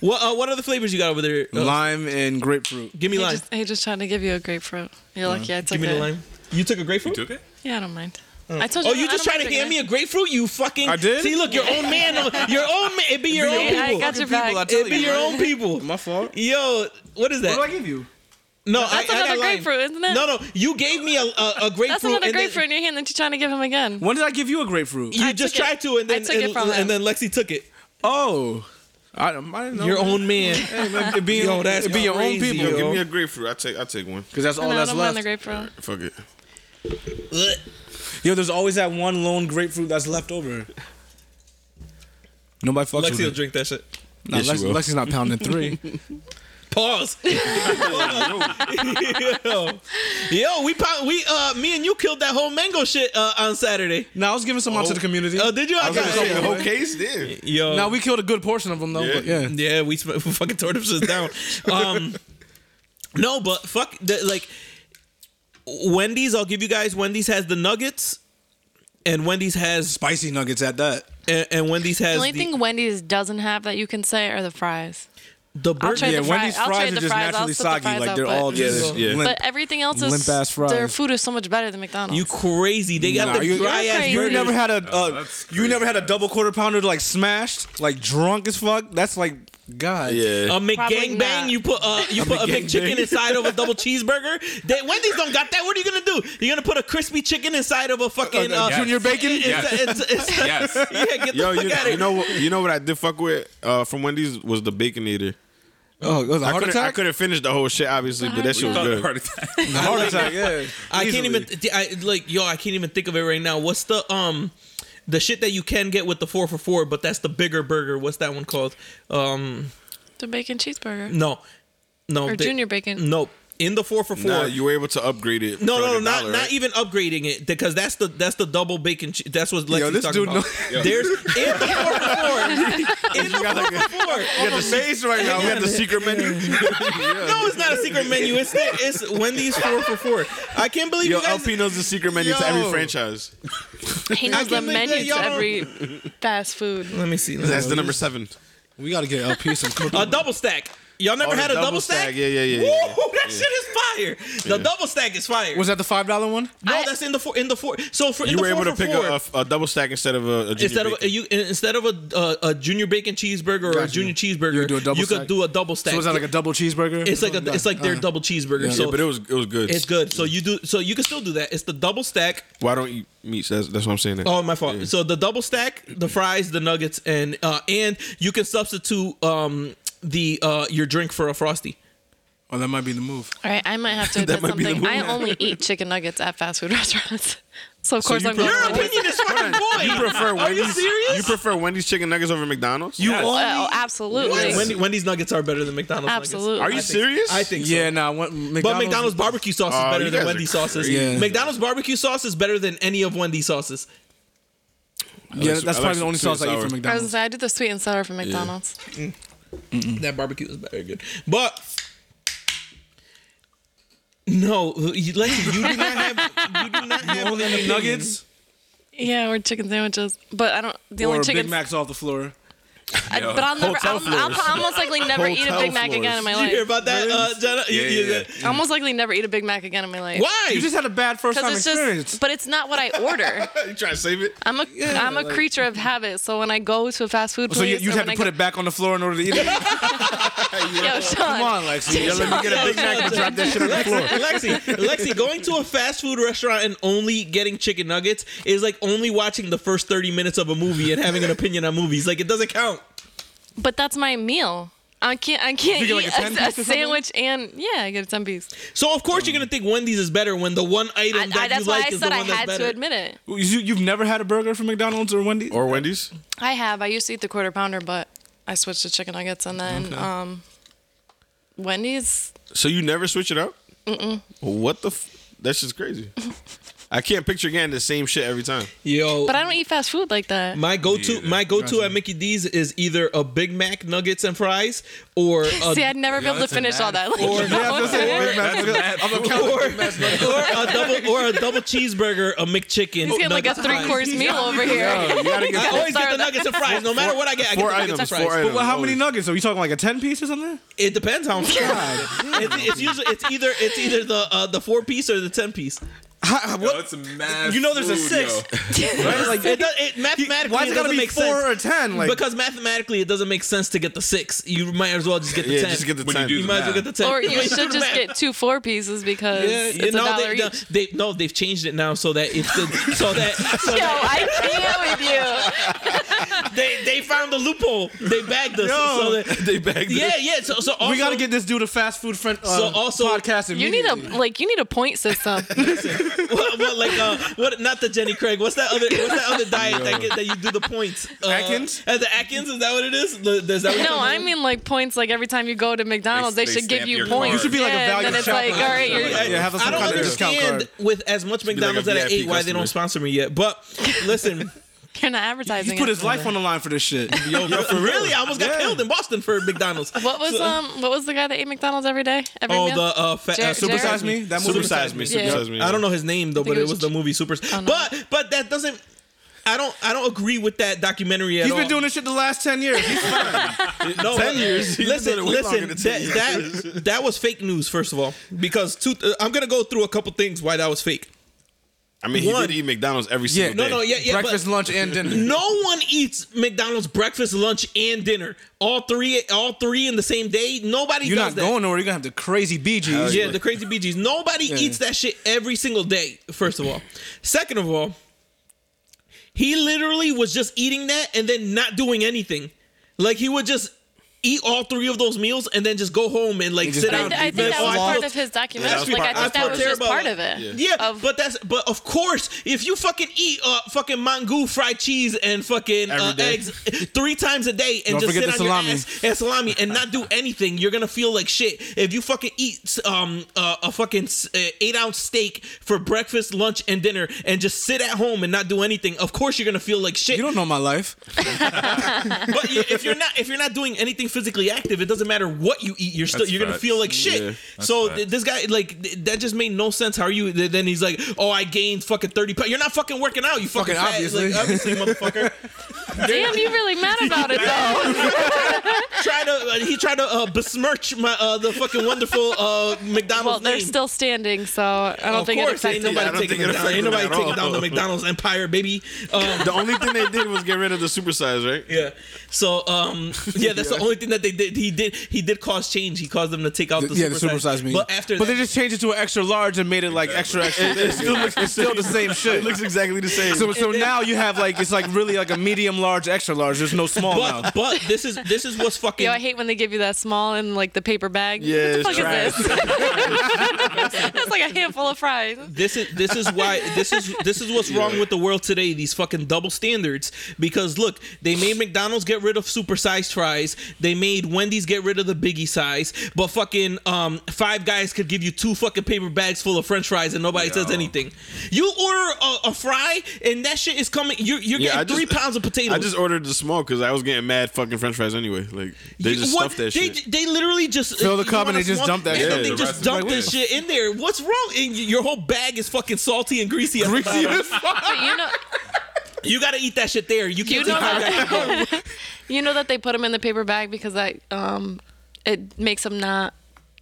Speaker 1: What uh, what other flavors you got over there? Uh,
Speaker 4: Lime and grapefruit.
Speaker 1: Give me
Speaker 3: He
Speaker 1: lime.
Speaker 3: just, he just trying to give you a grapefruit. You're lucky. I took
Speaker 1: Give me
Speaker 3: it.
Speaker 1: the lime. You took a grapefruit?
Speaker 2: Took it?
Speaker 3: Yeah, I don't mind. I told you.
Speaker 1: Oh, you
Speaker 3: I
Speaker 1: just
Speaker 3: don't
Speaker 1: tried to
Speaker 3: mind
Speaker 1: hand me
Speaker 3: taking
Speaker 1: a grapefruit? You fucking.
Speaker 5: I did?
Speaker 1: See, look, your own man. Your own man. It be your own
Speaker 3: it. Yeah, I
Speaker 1: people.
Speaker 3: got your
Speaker 4: people, I
Speaker 3: back.
Speaker 4: tell
Speaker 1: It be your own people.
Speaker 4: My fault.
Speaker 1: Yo, what is that?
Speaker 4: What do I give you?
Speaker 1: no,
Speaker 3: That's
Speaker 1: I, I got
Speaker 3: another
Speaker 1: lime.
Speaker 3: grapefruit, isn't it?
Speaker 1: No, no, you gave me a a, a grapefruit.
Speaker 3: That's another
Speaker 1: and then-
Speaker 3: grapefruit in your hand that you're trying to give him again.
Speaker 4: When did I give you a grapefruit?
Speaker 1: You
Speaker 3: I
Speaker 1: just
Speaker 3: took it.
Speaker 1: tried to, and
Speaker 3: I
Speaker 1: then
Speaker 3: took it
Speaker 1: and-
Speaker 3: from him. Oh.
Speaker 1: and then Lexi took it.
Speaker 4: Oh, I, I didn't know.
Speaker 1: Your
Speaker 4: man.
Speaker 1: own man.
Speaker 4: Hey, man, it be,
Speaker 1: Yo, that's
Speaker 4: it be your own
Speaker 1: crazy,
Speaker 4: people.
Speaker 5: Yo,
Speaker 1: yo.
Speaker 5: give me a grapefruit. I take, I take one.
Speaker 4: Because that's all
Speaker 3: No, no, I
Speaker 4: that's
Speaker 3: don't
Speaker 4: left.
Speaker 3: mind the grapefruit.
Speaker 5: Fuck it.
Speaker 1: Ugh.
Speaker 4: Yo, there's always that one lone grapefruit that's left over. Nobody fucks
Speaker 1: Lexi will
Speaker 4: with it.
Speaker 1: drink that shit.
Speaker 4: Nah,
Speaker 5: Yes, she
Speaker 4: Lex-
Speaker 5: will.
Speaker 4: Lexi's not pounding three.
Speaker 1: Pause. yo. yo, we pop, we uh me and you killed that whole mango shit uh, on Saturday.
Speaker 4: nah, I was giving some out to the community.
Speaker 1: Oh, did you? I
Speaker 5: Yeah,
Speaker 1: got
Speaker 5: the whole case there.
Speaker 1: Yo.
Speaker 4: now we killed a good portion of them though.
Speaker 5: Yeah.
Speaker 4: But yeah.
Speaker 1: yeah, we, sm- we fucking tore them shits down. Um, no, but fuck, the, like Wendy's. I'll give you guys. Wendy's has the nuggets, and Wendy's has
Speaker 4: spicy nuggets at that.
Speaker 1: and, and Wendy's
Speaker 3: The
Speaker 1: has
Speaker 3: only
Speaker 1: the,
Speaker 3: thing Wendy's doesn't have that you can say are the fries.
Speaker 1: the
Speaker 3: I'll
Speaker 1: burger.
Speaker 3: trade
Speaker 4: Yeah,
Speaker 3: the
Speaker 4: Wendy's
Speaker 3: fries. I'll
Speaker 4: fries
Speaker 3: trade
Speaker 4: are
Speaker 3: the
Speaker 4: just
Speaker 3: fries. I'll
Speaker 4: naturally
Speaker 3: split the
Speaker 4: soggy.
Speaker 3: flimp.
Speaker 4: Like they're
Speaker 3: but,
Speaker 4: all
Speaker 5: Yeah,
Speaker 4: just
Speaker 5: yeah.
Speaker 4: limp.
Speaker 3: But everything else
Speaker 4: Limp
Speaker 3: is
Speaker 4: ass fries.
Speaker 3: their food is so much better than McDonald's.
Speaker 1: You crazy? They got
Speaker 4: Nah,
Speaker 1: the
Speaker 4: you-
Speaker 1: dry
Speaker 3: You're
Speaker 1: ass
Speaker 3: crazy.
Speaker 4: You
Speaker 1: burgers.
Speaker 4: never had a
Speaker 2: Oh,
Speaker 4: uh,
Speaker 2: that's
Speaker 4: you never had a double quarter pounder like smashed like drunk as fuck. That's like God.
Speaker 5: Yeah.
Speaker 1: A
Speaker 3: Probably
Speaker 1: McGangbang,
Speaker 3: not.
Speaker 1: you put uh, you put a McChicken inside of a double cheeseburger. They, Wendy's don't got that. What are you gonna do? You're gonna put a crispy chicken inside of a fucking uh,
Speaker 2: Yes.
Speaker 4: Junior bacon.
Speaker 1: It's,
Speaker 2: Yes.
Speaker 1: it's, it's,
Speaker 2: Yes.
Speaker 1: yeah, get the
Speaker 5: Yo,
Speaker 1: fuck
Speaker 5: you,
Speaker 1: out
Speaker 5: you know what? You know what I did fuck with uh, from Wendy's was the Baconator.
Speaker 4: Oh, it was a
Speaker 5: I
Speaker 4: heart
Speaker 5: couldn't, I
Speaker 4: attack.
Speaker 5: couldn't finish the whole shit, obviously, but that shit was good.
Speaker 2: Heart attack.
Speaker 4: heart attack. Yeah.
Speaker 1: I can't
Speaker 4: Easily.
Speaker 1: even th- I like yo, I can't even think of it right now. What's the um the shit that you can get with the four for four, but that's the bigger burger. What's that one called? Um
Speaker 3: the bacon cheeseburger
Speaker 1: no. No
Speaker 3: or junior bacon.
Speaker 1: No. In the four for four.
Speaker 5: Nah, you were able to upgrade it.
Speaker 1: no, no,
Speaker 5: for like
Speaker 1: no,
Speaker 5: a
Speaker 1: not
Speaker 5: dollar,
Speaker 1: not
Speaker 5: right?
Speaker 1: even upgrading it because that's the that's the double bacon. Che- that's what Lexi's
Speaker 4: Yo, this
Speaker 1: talking
Speaker 4: dude.
Speaker 1: about.
Speaker 4: Know-
Speaker 1: There's in the four for four. In the Oh,
Speaker 5: got like
Speaker 1: four for four.
Speaker 5: You got the face right now. We got the secret menu.
Speaker 1: No, it's not a secret menu. It's it's Wendy's four for four. I can't believe
Speaker 5: Yo,
Speaker 1: you guys.
Speaker 5: LP knows the secret menu to
Speaker 4: Yo.
Speaker 5: every franchise.
Speaker 3: He knows
Speaker 1: can't believe
Speaker 3: the
Speaker 1: that
Speaker 3: menu to
Speaker 1: y'all-
Speaker 3: every fast food.
Speaker 1: Let me see.
Speaker 5: That's the number seven.
Speaker 4: we gotta get LP some cookies.
Speaker 1: A double stack. Y'all never
Speaker 5: Oh, the
Speaker 1: had a double,
Speaker 5: double
Speaker 1: stack?
Speaker 5: stack. Yeah, yeah, yeah,
Speaker 1: Woo,
Speaker 5: yeah,
Speaker 1: that shit is fire. The double stack is fire.
Speaker 4: Was that the five dollar one?
Speaker 1: no,
Speaker 3: I-
Speaker 1: that's in the four. In the four. So for in
Speaker 5: You
Speaker 1: the
Speaker 5: were
Speaker 1: four
Speaker 5: able
Speaker 1: for
Speaker 5: to pick
Speaker 1: four,
Speaker 5: a, a, a double stack instead of a, a junior
Speaker 1: instead of
Speaker 5: bacon.
Speaker 1: a, you instead of a uh, a junior bacon cheeseburger or a
Speaker 4: Gotcha.
Speaker 1: junior cheeseburger,
Speaker 4: You do a double
Speaker 1: you could
Speaker 4: stack?
Speaker 1: do a double stack.
Speaker 4: So was that like a double cheeseburger? Uh,
Speaker 1: it's like a, it's like
Speaker 4: Uh-huh.
Speaker 1: their double cheeseburger.
Speaker 5: yeah,
Speaker 1: So
Speaker 5: but it was it was good.
Speaker 1: it's good. So you do so you can still do that. It's the double stack.
Speaker 5: Why don't you meat? That's, that's what I'm saying.
Speaker 1: Oh, my fault. So the double stack, the fries, the nuggets, and uh and you can substitute um the uh your drink for a frosty.
Speaker 4: Oh, that might be the move.
Speaker 3: All right, I might have to admit
Speaker 5: might be the
Speaker 3: something.
Speaker 5: move
Speaker 3: I
Speaker 5: now.
Speaker 3: only eat chicken nuggets at fast food restaurants. So of course I'm
Speaker 5: prefer-
Speaker 3: going
Speaker 5: Your
Speaker 3: with Wendy's.
Speaker 1: opinion is fucking void.
Speaker 5: You prefer
Speaker 1: Are Oh, you
Speaker 5: Wendy's?
Speaker 1: serious?
Speaker 5: You prefer Wendy's chicken nuggets over McDonald's? You
Speaker 3: Oh, oh, absolutely.
Speaker 1: Wendy, Wendy's nuggets are better than McDonald's.
Speaker 3: Absolutely.
Speaker 1: Nuggets.
Speaker 5: Are
Speaker 1: I think-
Speaker 5: you serious?
Speaker 1: I think so.
Speaker 4: Yeah, nah. What, McDonald's,
Speaker 1: But McDonald's barbecue sauce
Speaker 5: Oh,
Speaker 1: is
Speaker 5: you
Speaker 1: better
Speaker 5: guys
Speaker 1: than
Speaker 5: are
Speaker 1: Wendy's sauces.
Speaker 4: crazy. Yeah.
Speaker 1: McDonald's barbecue sauce is better than any of Wendy's sauces.
Speaker 4: Yeah, that's
Speaker 5: like some- I like
Speaker 4: probably the
Speaker 5: some
Speaker 4: only
Speaker 5: sweet and
Speaker 4: sauce I eat from
Speaker 5: sour.
Speaker 3: I was gonna
Speaker 4: McDonald's.
Speaker 3: say I did the sweet and sour from McDonald's.
Speaker 1: That barbecue is very good. But no, you- listen, you do not have you do not have
Speaker 4: Only
Speaker 1: an
Speaker 4: the
Speaker 1: opinion.
Speaker 4: nuggets
Speaker 3: Yeah, or chicken sandwiches. But I don't. The
Speaker 4: or
Speaker 3: only
Speaker 4: Big
Speaker 3: chicken.
Speaker 4: Macs off the floor.
Speaker 3: I, but I'll never.
Speaker 5: Hotel
Speaker 3: I'll, I'll,
Speaker 5: floors.
Speaker 3: I'll almost likely never eat a
Speaker 5: Hotel
Speaker 3: Big Mac
Speaker 5: floors.
Speaker 3: again in my
Speaker 1: Did you hear
Speaker 3: life.
Speaker 1: about that, uh, Jenna? You-
Speaker 2: Yeah,
Speaker 1: you-
Speaker 2: yeah,
Speaker 3: I almost likely never eat a Big Mac again in my life.
Speaker 1: Why?
Speaker 4: You just had a bad first time
Speaker 3: Because it's
Speaker 4: experience.
Speaker 3: just. But it's not what I order.
Speaker 5: you trying to save it?
Speaker 3: I'm a am a creature of habit. So when I go to a fast food place,
Speaker 4: so you, you'd
Speaker 3: and
Speaker 4: have
Speaker 3: when
Speaker 4: to
Speaker 3: I
Speaker 4: put
Speaker 3: go-
Speaker 4: it back on the floor in order to eat it.
Speaker 3: Yo, Sean.
Speaker 4: Come on, Lexi. Yo, let me get a Big Mac and drop that shit on the floor.
Speaker 1: Lexi, Lexi, going to a fast food restaurant and only getting chicken nuggets is like only watching the first 30 minutes of a movie and having an opinion on movies. Like, it doesn't count.
Speaker 3: But that's my meal. I can't. I can't
Speaker 4: You get like
Speaker 3: eat
Speaker 4: a 10
Speaker 3: a,
Speaker 4: piece or something?
Speaker 3: sandwich and yeah, I get a ten piece.
Speaker 1: So, of course, you're
Speaker 4: Mm.
Speaker 1: going to think Wendy's is better when the one item
Speaker 3: I,
Speaker 1: that
Speaker 3: I, that's
Speaker 1: you
Speaker 3: why
Speaker 1: like
Speaker 3: I
Speaker 1: is the
Speaker 3: said
Speaker 1: one
Speaker 3: I
Speaker 1: that's
Speaker 3: had
Speaker 1: better.
Speaker 3: to admit it.
Speaker 4: You, you've never had a burger from McDonald's or Wendy's?
Speaker 5: Or Wendy's?
Speaker 3: I have. I used to eat the quarter pounder, but I switched to chicken nuggets and then um, Wendy's.
Speaker 5: So you never switch it up? Mm-mm. What the? F- that's just crazy. I can't picture getting the same shit every time.
Speaker 1: Yo,
Speaker 3: But I don't eat fast food like that.
Speaker 1: my go-to,
Speaker 2: Neither.
Speaker 1: my go-to at Mickey D's is either a Big Mac, nuggets, and fries, or uh, a,
Speaker 3: See, I'd never be able to
Speaker 2: that's a
Speaker 3: finish all that. Like,
Speaker 1: or,
Speaker 2: That's
Speaker 1: or, or a double or a double cheeseburger, a McChicken.
Speaker 3: he's getting like a
Speaker 1: nuggets, fries.
Speaker 3: three-course meal over here.
Speaker 5: You gotta
Speaker 1: I
Speaker 5: get
Speaker 1: always get
Speaker 3: Sorry,
Speaker 1: the
Speaker 3: that-
Speaker 1: nuggets and fries. No matter what I get, I get
Speaker 5: four
Speaker 1: the nuggets
Speaker 5: items.
Speaker 1: and fries.
Speaker 5: Four items.
Speaker 4: Well, how many
Speaker 5: always.
Speaker 4: nuggets? Are we talking like a 10 piece or something?
Speaker 1: It depends how much. it's, it's usually it's either it's either the uh, the four piece or the ten piece.
Speaker 2: mad.
Speaker 4: You know there's a
Speaker 2: food,
Speaker 4: six.
Speaker 2: yo.
Speaker 4: Right? Like,
Speaker 1: It, does, it mathematically
Speaker 4: why is
Speaker 1: it
Speaker 4: it gotta
Speaker 1: doesn't
Speaker 4: be
Speaker 1: make
Speaker 4: four
Speaker 1: sense
Speaker 4: or 10? Like,
Speaker 1: because mathematically it doesn't make sense to get the six. You might as well just get the
Speaker 5: Yeah,
Speaker 1: ten.
Speaker 5: just get the
Speaker 2: When you
Speaker 5: time.
Speaker 2: do
Speaker 1: you
Speaker 2: the
Speaker 1: might as well get
Speaker 2: math.
Speaker 1: the ten.
Speaker 3: Or
Speaker 1: Like,
Speaker 3: you should
Speaker 1: do the
Speaker 3: just
Speaker 1: math.
Speaker 3: get two four pieces because
Speaker 1: Yeah,
Speaker 3: it's a
Speaker 1: no,
Speaker 3: dollar
Speaker 1: they,
Speaker 3: each.
Speaker 1: they no, they've changed it now so that it's the, so that so
Speaker 3: Yo,
Speaker 1: that
Speaker 3: I can't with you.
Speaker 1: they they found the loophole. They bagged us.
Speaker 4: Yo.
Speaker 1: so that,
Speaker 5: they bagged
Speaker 1: yeah,
Speaker 5: it.
Speaker 1: yeah. So so also,
Speaker 4: we gotta get this dude a fast food friend uh,
Speaker 1: So also-
Speaker 4: podcast
Speaker 3: You need a
Speaker 4: immediately.
Speaker 3: like. You need a point system.
Speaker 1: what, what, like uh what not the Jenny Craig. What's that other what's that other diet that get, that you do the points? Uh,
Speaker 4: Atkins?
Speaker 1: Uh, the Atkins is that what it is? The, is that what
Speaker 3: No, I mean like points. Like every time you go to McDonald's, they,
Speaker 2: They- they
Speaker 3: should give
Speaker 2: stamp
Speaker 3: you
Speaker 2: your card.
Speaker 3: points.
Speaker 2: You should
Speaker 4: be like a
Speaker 3: yeah,
Speaker 4: value
Speaker 3: And then it's
Speaker 4: shop
Speaker 3: like, all
Speaker 4: owner.
Speaker 3: right, you're.
Speaker 4: Yeah, have us
Speaker 1: I
Speaker 4: some
Speaker 1: don't
Speaker 4: kind of discount
Speaker 1: understand
Speaker 4: card.
Speaker 1: with as much
Speaker 5: be like a
Speaker 1: McDonald's that I
Speaker 5: VIP
Speaker 1: ate why they
Speaker 5: customer.
Speaker 1: don't sponsor me yet. But listen,
Speaker 3: You're not advertising.
Speaker 4: He put
Speaker 3: it.
Speaker 4: his life on the line for this shit.
Speaker 1: yo, really, I almost got
Speaker 4: Yeah.
Speaker 1: killed in Boston for McDonald's.
Speaker 3: What was um? What was the guy that ate McDonald's every day? Every
Speaker 1: Oh,
Speaker 3: meal?
Speaker 1: the uh, fa-
Speaker 3: Jer-
Speaker 1: uh,
Speaker 3: Jer-
Speaker 1: Supersize
Speaker 4: Supersize Me? That movie.
Speaker 5: Supersize me.
Speaker 3: Yeah.
Speaker 5: Supersize me.
Speaker 1: I don't know his name though,
Speaker 3: think
Speaker 1: but it
Speaker 3: it was
Speaker 1: was the movie Super. But but that doesn't. I don't. I don't agree with that documentary at
Speaker 4: He's
Speaker 1: all.
Speaker 4: been doing this shit the last 10 years. He's fine.
Speaker 1: no,
Speaker 5: 10 years. He's been
Speaker 1: Listen,
Speaker 5: doing it way
Speaker 1: listen.
Speaker 5: longer than 10
Speaker 1: That, that that was fake news. First of all, because two, uh, I'm gonna go through a couple things why that was fake.
Speaker 5: I mean, he
Speaker 1: One.
Speaker 5: did eat McDonald's every
Speaker 4: Yeah.
Speaker 5: single
Speaker 1: No,
Speaker 5: day.
Speaker 1: no, yeah, yeah.
Speaker 4: Breakfast,
Speaker 1: but
Speaker 4: lunch, and dinner.
Speaker 1: no one eats McDonald's breakfast, lunch, and dinner. All three, all three in the same day. Nobody
Speaker 4: You're
Speaker 1: does
Speaker 4: not
Speaker 1: that.
Speaker 4: going nowhere. You're gonna have the crazy BGs.
Speaker 1: Yeah, the crazy BGs. Nobody eats that shit every single day, first of all. Second of all, he literally was just eating that and then not doing anything. Like he would just eat all three of those meals and then just go home and like
Speaker 4: just
Speaker 1: sit
Speaker 3: I,
Speaker 1: down.
Speaker 3: I think
Speaker 1: Like,
Speaker 3: that
Speaker 1: oh,
Speaker 3: was
Speaker 1: I
Speaker 3: part
Speaker 1: felt-
Speaker 3: of his
Speaker 5: that was
Speaker 3: documentary. like
Speaker 5: part-
Speaker 3: I think
Speaker 5: that's
Speaker 3: that was
Speaker 1: felt
Speaker 3: just
Speaker 1: terrible.
Speaker 3: part of it.
Speaker 1: Yeah,
Speaker 3: Of-
Speaker 1: but that's but of course, if you fucking eat uh fucking mangoo fried cheese and fucking uh,
Speaker 5: Every day.
Speaker 1: eggs three times a day and
Speaker 4: Don't
Speaker 1: just
Speaker 4: forget
Speaker 1: sit on
Speaker 4: the
Speaker 1: your ass and salami and not do anything, you're gonna feel like shit. If you fucking eat um uh, a fucking uh, eight ounce steak for breakfast, lunch, and dinner, and just sit at home and not do anything, of course you're gonna feel like shit.
Speaker 4: You don't know my life.
Speaker 1: But you- if you're not if you're not doing anything physically active, it doesn't matter what you eat. You're still
Speaker 2: That's
Speaker 1: you're gonna
Speaker 2: facts.
Speaker 1: feel like shit.
Speaker 2: that's
Speaker 1: so th-
Speaker 2: facts.
Speaker 1: this guy like th- that just made no sense. How are you? th- Then he's like, oh, I gained fucking thirty pounds. You're not fucking working out. You fucking,
Speaker 4: Fucking
Speaker 1: fat.
Speaker 4: obviously.
Speaker 1: Like, obviously, motherfucker.
Speaker 3: damn, you really mad about it though.
Speaker 1: Try to uh, he tried to uh, besmirch my uh, the fucking wonderful uh, McDonald's
Speaker 3: well, they're
Speaker 1: name.
Speaker 3: still standing, so I don't
Speaker 1: of
Speaker 3: think it
Speaker 1: course, ain't
Speaker 3: affected
Speaker 1: nobody
Speaker 5: I don't
Speaker 1: taking
Speaker 5: think
Speaker 1: them
Speaker 5: it
Speaker 1: down.
Speaker 5: affected
Speaker 1: Ain't nobody
Speaker 5: them at
Speaker 1: taking
Speaker 5: all.
Speaker 1: down the McDonald's empire, baby. Um,
Speaker 5: The only thing they did was get rid of the supersize, right?
Speaker 1: yeah. So um, yeah, that's the only thing that they did. He did he did cause change. He caused them to take out the
Speaker 4: yeah, the
Speaker 1: supersize.
Speaker 4: supersize me.
Speaker 1: But after
Speaker 4: but
Speaker 1: that,
Speaker 4: they just changed it to an extra large and made it like extra extra. It's still, it's still the same
Speaker 5: It
Speaker 4: shit.
Speaker 5: looks exactly the same.
Speaker 4: So, so now you have like it's like really like a medium large, extra large. There's no small
Speaker 5: Oh,
Speaker 4: now.
Speaker 1: But but this is this is what's fucking.
Speaker 3: Yo, I hate when they give you that small in like the paper bag.
Speaker 5: Yeah,
Speaker 3: what the
Speaker 5: it's
Speaker 3: fuck is this? That's like a handful of fries.
Speaker 1: this is this is why this is this is what's wrong with the world today. These fucking double standards. Because look, they made McDonald's get rid of supersized fries. They made Wendy's get rid of the biggie size. But fucking um, Five Guys could give you two fucking paper bags full of French fries and nobody says
Speaker 2: Yeah.
Speaker 1: anything. You order a, a fry and that shit is coming. You're you're
Speaker 5: Yeah, I
Speaker 1: getting
Speaker 5: just-
Speaker 1: three pounds of potatoes.
Speaker 5: I just ordered the small because I was getting mad fucking French fries anyway. Like they
Speaker 1: You-
Speaker 5: just
Speaker 1: what-
Speaker 5: stuffed that
Speaker 1: they,
Speaker 5: shit.
Speaker 1: They literally just
Speaker 4: Fill the
Speaker 1: you
Speaker 4: cup
Speaker 1: want
Speaker 4: and they
Speaker 1: a
Speaker 4: just
Speaker 1: small-
Speaker 4: dump that
Speaker 1: Yeah,
Speaker 5: shit.
Speaker 1: They
Speaker 5: The
Speaker 2: rest
Speaker 1: just
Speaker 2: is
Speaker 1: dump
Speaker 2: like,
Speaker 1: this shit in there. What's wrong? And y- your whole bag is fucking salty and greasy. at the bottom.
Speaker 3: But you know,
Speaker 1: You gotta eat that shit there. You
Speaker 3: you
Speaker 1: can't.
Speaker 3: know
Speaker 1: take that
Speaker 3: that you know that they put them in the paper bag because I um, it makes them not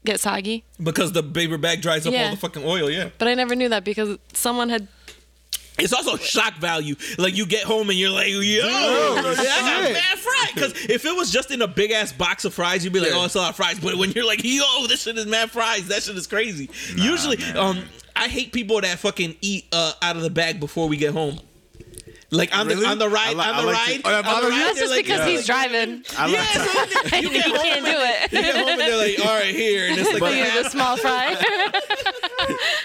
Speaker 3: get soggy.
Speaker 1: because the paper bag dries up all
Speaker 3: Yeah.
Speaker 1: the fucking oil. Yeah,
Speaker 3: But I never knew that because someone had
Speaker 1: it's also shock value. Like you get home and you're like, yo, I got mad fry. Because if it was just in a big ass box of fries, you'd be like, oh, it's a lot of fries. But when you're like, yo, this shit is mad fries. That shit is crazy. Usually, um, I hate people that fucking eat uh, out of the bag before we get home. Like on the on the ride
Speaker 5: li- I
Speaker 1: on the
Speaker 5: like to-
Speaker 1: ride.
Speaker 5: Oh, that
Speaker 1: on the
Speaker 5: bothers you?
Speaker 1: ride,
Speaker 3: that's
Speaker 1: they're
Speaker 3: just
Speaker 1: like,
Speaker 3: because
Speaker 1: yeah.
Speaker 3: he's driving.
Speaker 5: I like,
Speaker 1: Yeah, so then
Speaker 3: You
Speaker 1: you get home
Speaker 3: can't
Speaker 1: and
Speaker 3: do
Speaker 1: you
Speaker 3: it.
Speaker 1: get home and they're like, all right, here, and it's like,
Speaker 5: But-
Speaker 3: You're the small fry.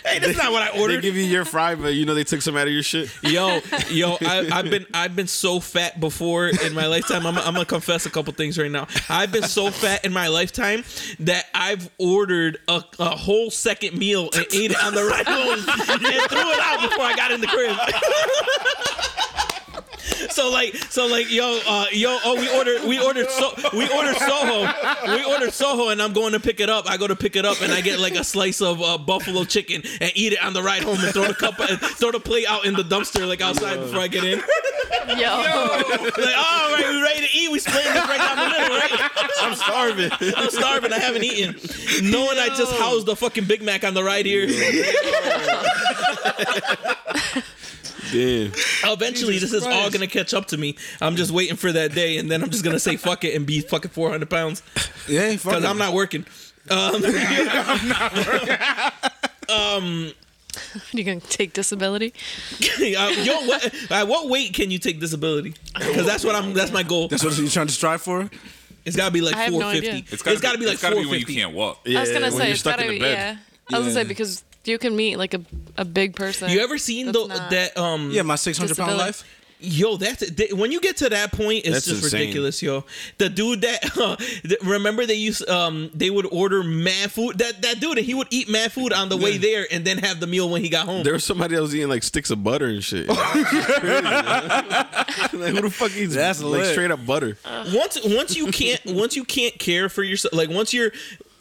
Speaker 1: hey, that's not what I
Speaker 5: they
Speaker 1: ordered.
Speaker 5: give you your fry, but you know they took some out of your shit.
Speaker 1: Yo, yo, I, I've been I've been so fat before in my lifetime. I'm, I'm gonna confess a couple things right now. I've been so fat in my lifetime that I've ordered a, a whole second meal and ate it on the ride home and threw it out before I got in the crib. So like so like yo uh, yo oh we ordered we ordered so we ordered Soho we ordered Soho and I'm going to pick it up I go to pick it up and I get like a slice of uh, buffalo chicken and eat it on the ride home and throw the cup and throw the plate out in the dumpster like outside before I get in
Speaker 3: Yo,
Speaker 1: like all right we ready to eat we splitting this right down the middle right
Speaker 5: I'm starving.
Speaker 1: I'm starving I haven't eaten knowing I just housed the fucking Big Mac on the ride here
Speaker 5: Damn.
Speaker 1: eventually this is all gonna catch up to me I'm just waiting for that day and then I'm just gonna say fuck it and be fucking 400 pounds.
Speaker 4: yeah, fuck
Speaker 1: because
Speaker 4: it.
Speaker 1: I'm not working.
Speaker 3: you gonna take disability?
Speaker 1: Uh, yo, what, at what weight can you take disability? Because that's what I'm. That's my goal.
Speaker 4: That's what you're trying to strive for.
Speaker 1: It's gotta be like
Speaker 3: I have no
Speaker 1: 450.
Speaker 3: idea.
Speaker 2: It's gotta,
Speaker 1: be, like
Speaker 2: it's gotta be when you
Speaker 1: 450.
Speaker 2: can't walk.
Speaker 5: Yeah,
Speaker 3: I was gonna
Speaker 5: when
Speaker 3: say
Speaker 5: you're
Speaker 3: it's
Speaker 5: stuck
Speaker 3: gotta
Speaker 5: in
Speaker 3: be
Speaker 5: the bed.
Speaker 3: yeah. I was gonna say
Speaker 4: Yeah.
Speaker 3: because you can meet like a a big person.
Speaker 1: You ever seen
Speaker 3: That's
Speaker 1: tho-
Speaker 3: not-
Speaker 1: that? Um,
Speaker 4: Yeah, my 600 pound
Speaker 3: Disability.
Speaker 4: life.
Speaker 1: yo, that's th- when you get to that point, it's
Speaker 5: That's
Speaker 1: just
Speaker 5: insane.
Speaker 1: ridiculous, yo. The dude that uh, th- remember they used um they would order mad food. That that dude he would eat mad food on the way there and then have the meal when he got home.
Speaker 5: There was somebody that was eating like sticks of butter and shit. like who the fuck eats
Speaker 4: That's
Speaker 5: like
Speaker 4: lit.
Speaker 5: straight up butter?
Speaker 1: once once you can't once you can't care for yourself like once you're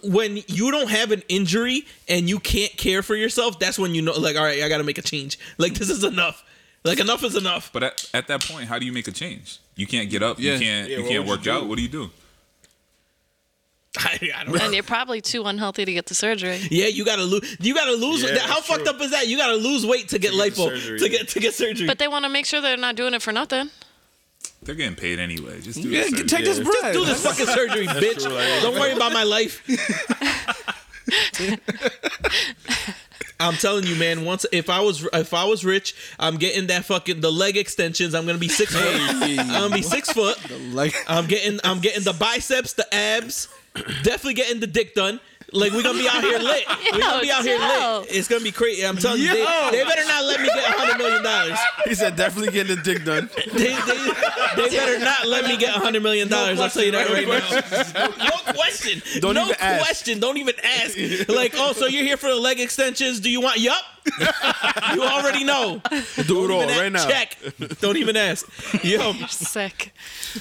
Speaker 1: when you don't have an injury and you can't care for yourself that's when you know like all right i gotta make a change like this is enough like enough is enough
Speaker 2: But at, at that point, how do you make a change? You can't get up.
Speaker 4: Yeah.
Speaker 2: You can't.
Speaker 5: Yeah,
Speaker 2: you
Speaker 5: what
Speaker 2: can't
Speaker 5: would you
Speaker 2: work out.
Speaker 5: do?
Speaker 2: What do you do?
Speaker 1: I, I don't know.
Speaker 3: And you're probably too unhealthy to get the surgery.
Speaker 1: yeah you gotta lose you gotta lose
Speaker 5: Yeah,
Speaker 1: that- how
Speaker 5: that's
Speaker 1: fucked
Speaker 5: true.
Speaker 1: up is that you gotta lose weight to get
Speaker 5: get
Speaker 1: lipo
Speaker 5: surgery,
Speaker 1: to
Speaker 5: yeah.
Speaker 1: get to get surgery
Speaker 3: But they want to make sure they're not doing it for nothing.
Speaker 2: They're getting paid anyway. Just do
Speaker 4: Yeah,
Speaker 2: this.
Speaker 4: take this bread.
Speaker 1: just do this fucking surgery bitch don't worry about my life I'm telling you, man. Once if I was if I was rich, I'm getting that fucking the leg extensions. I'm gonna be six foot. I'm gonna be six foot.
Speaker 4: Like,
Speaker 1: I'm getting I'm getting the biceps, the abs, definitely getting the dick done. Like we're gonna be out here lit. We're gonna be out here
Speaker 3: Yo,
Speaker 1: lit. It's gonna be crazy. I'm telling you, they,
Speaker 4: Yo.
Speaker 1: they better not let me get hundred million dollars.
Speaker 5: He said definitely getting the dick done.
Speaker 1: They, they, they better not let me get hundred million dollars. I'll tell you that right now. No question.
Speaker 5: Don't
Speaker 1: no
Speaker 5: even ask.
Speaker 1: question. Don't even ask. Like, oh, so you're here for the leg extensions? Do you want? Yup. You already know.
Speaker 5: Do it all
Speaker 1: Even that
Speaker 5: right now.
Speaker 1: Check. Don't even ask. Yo,
Speaker 3: sick.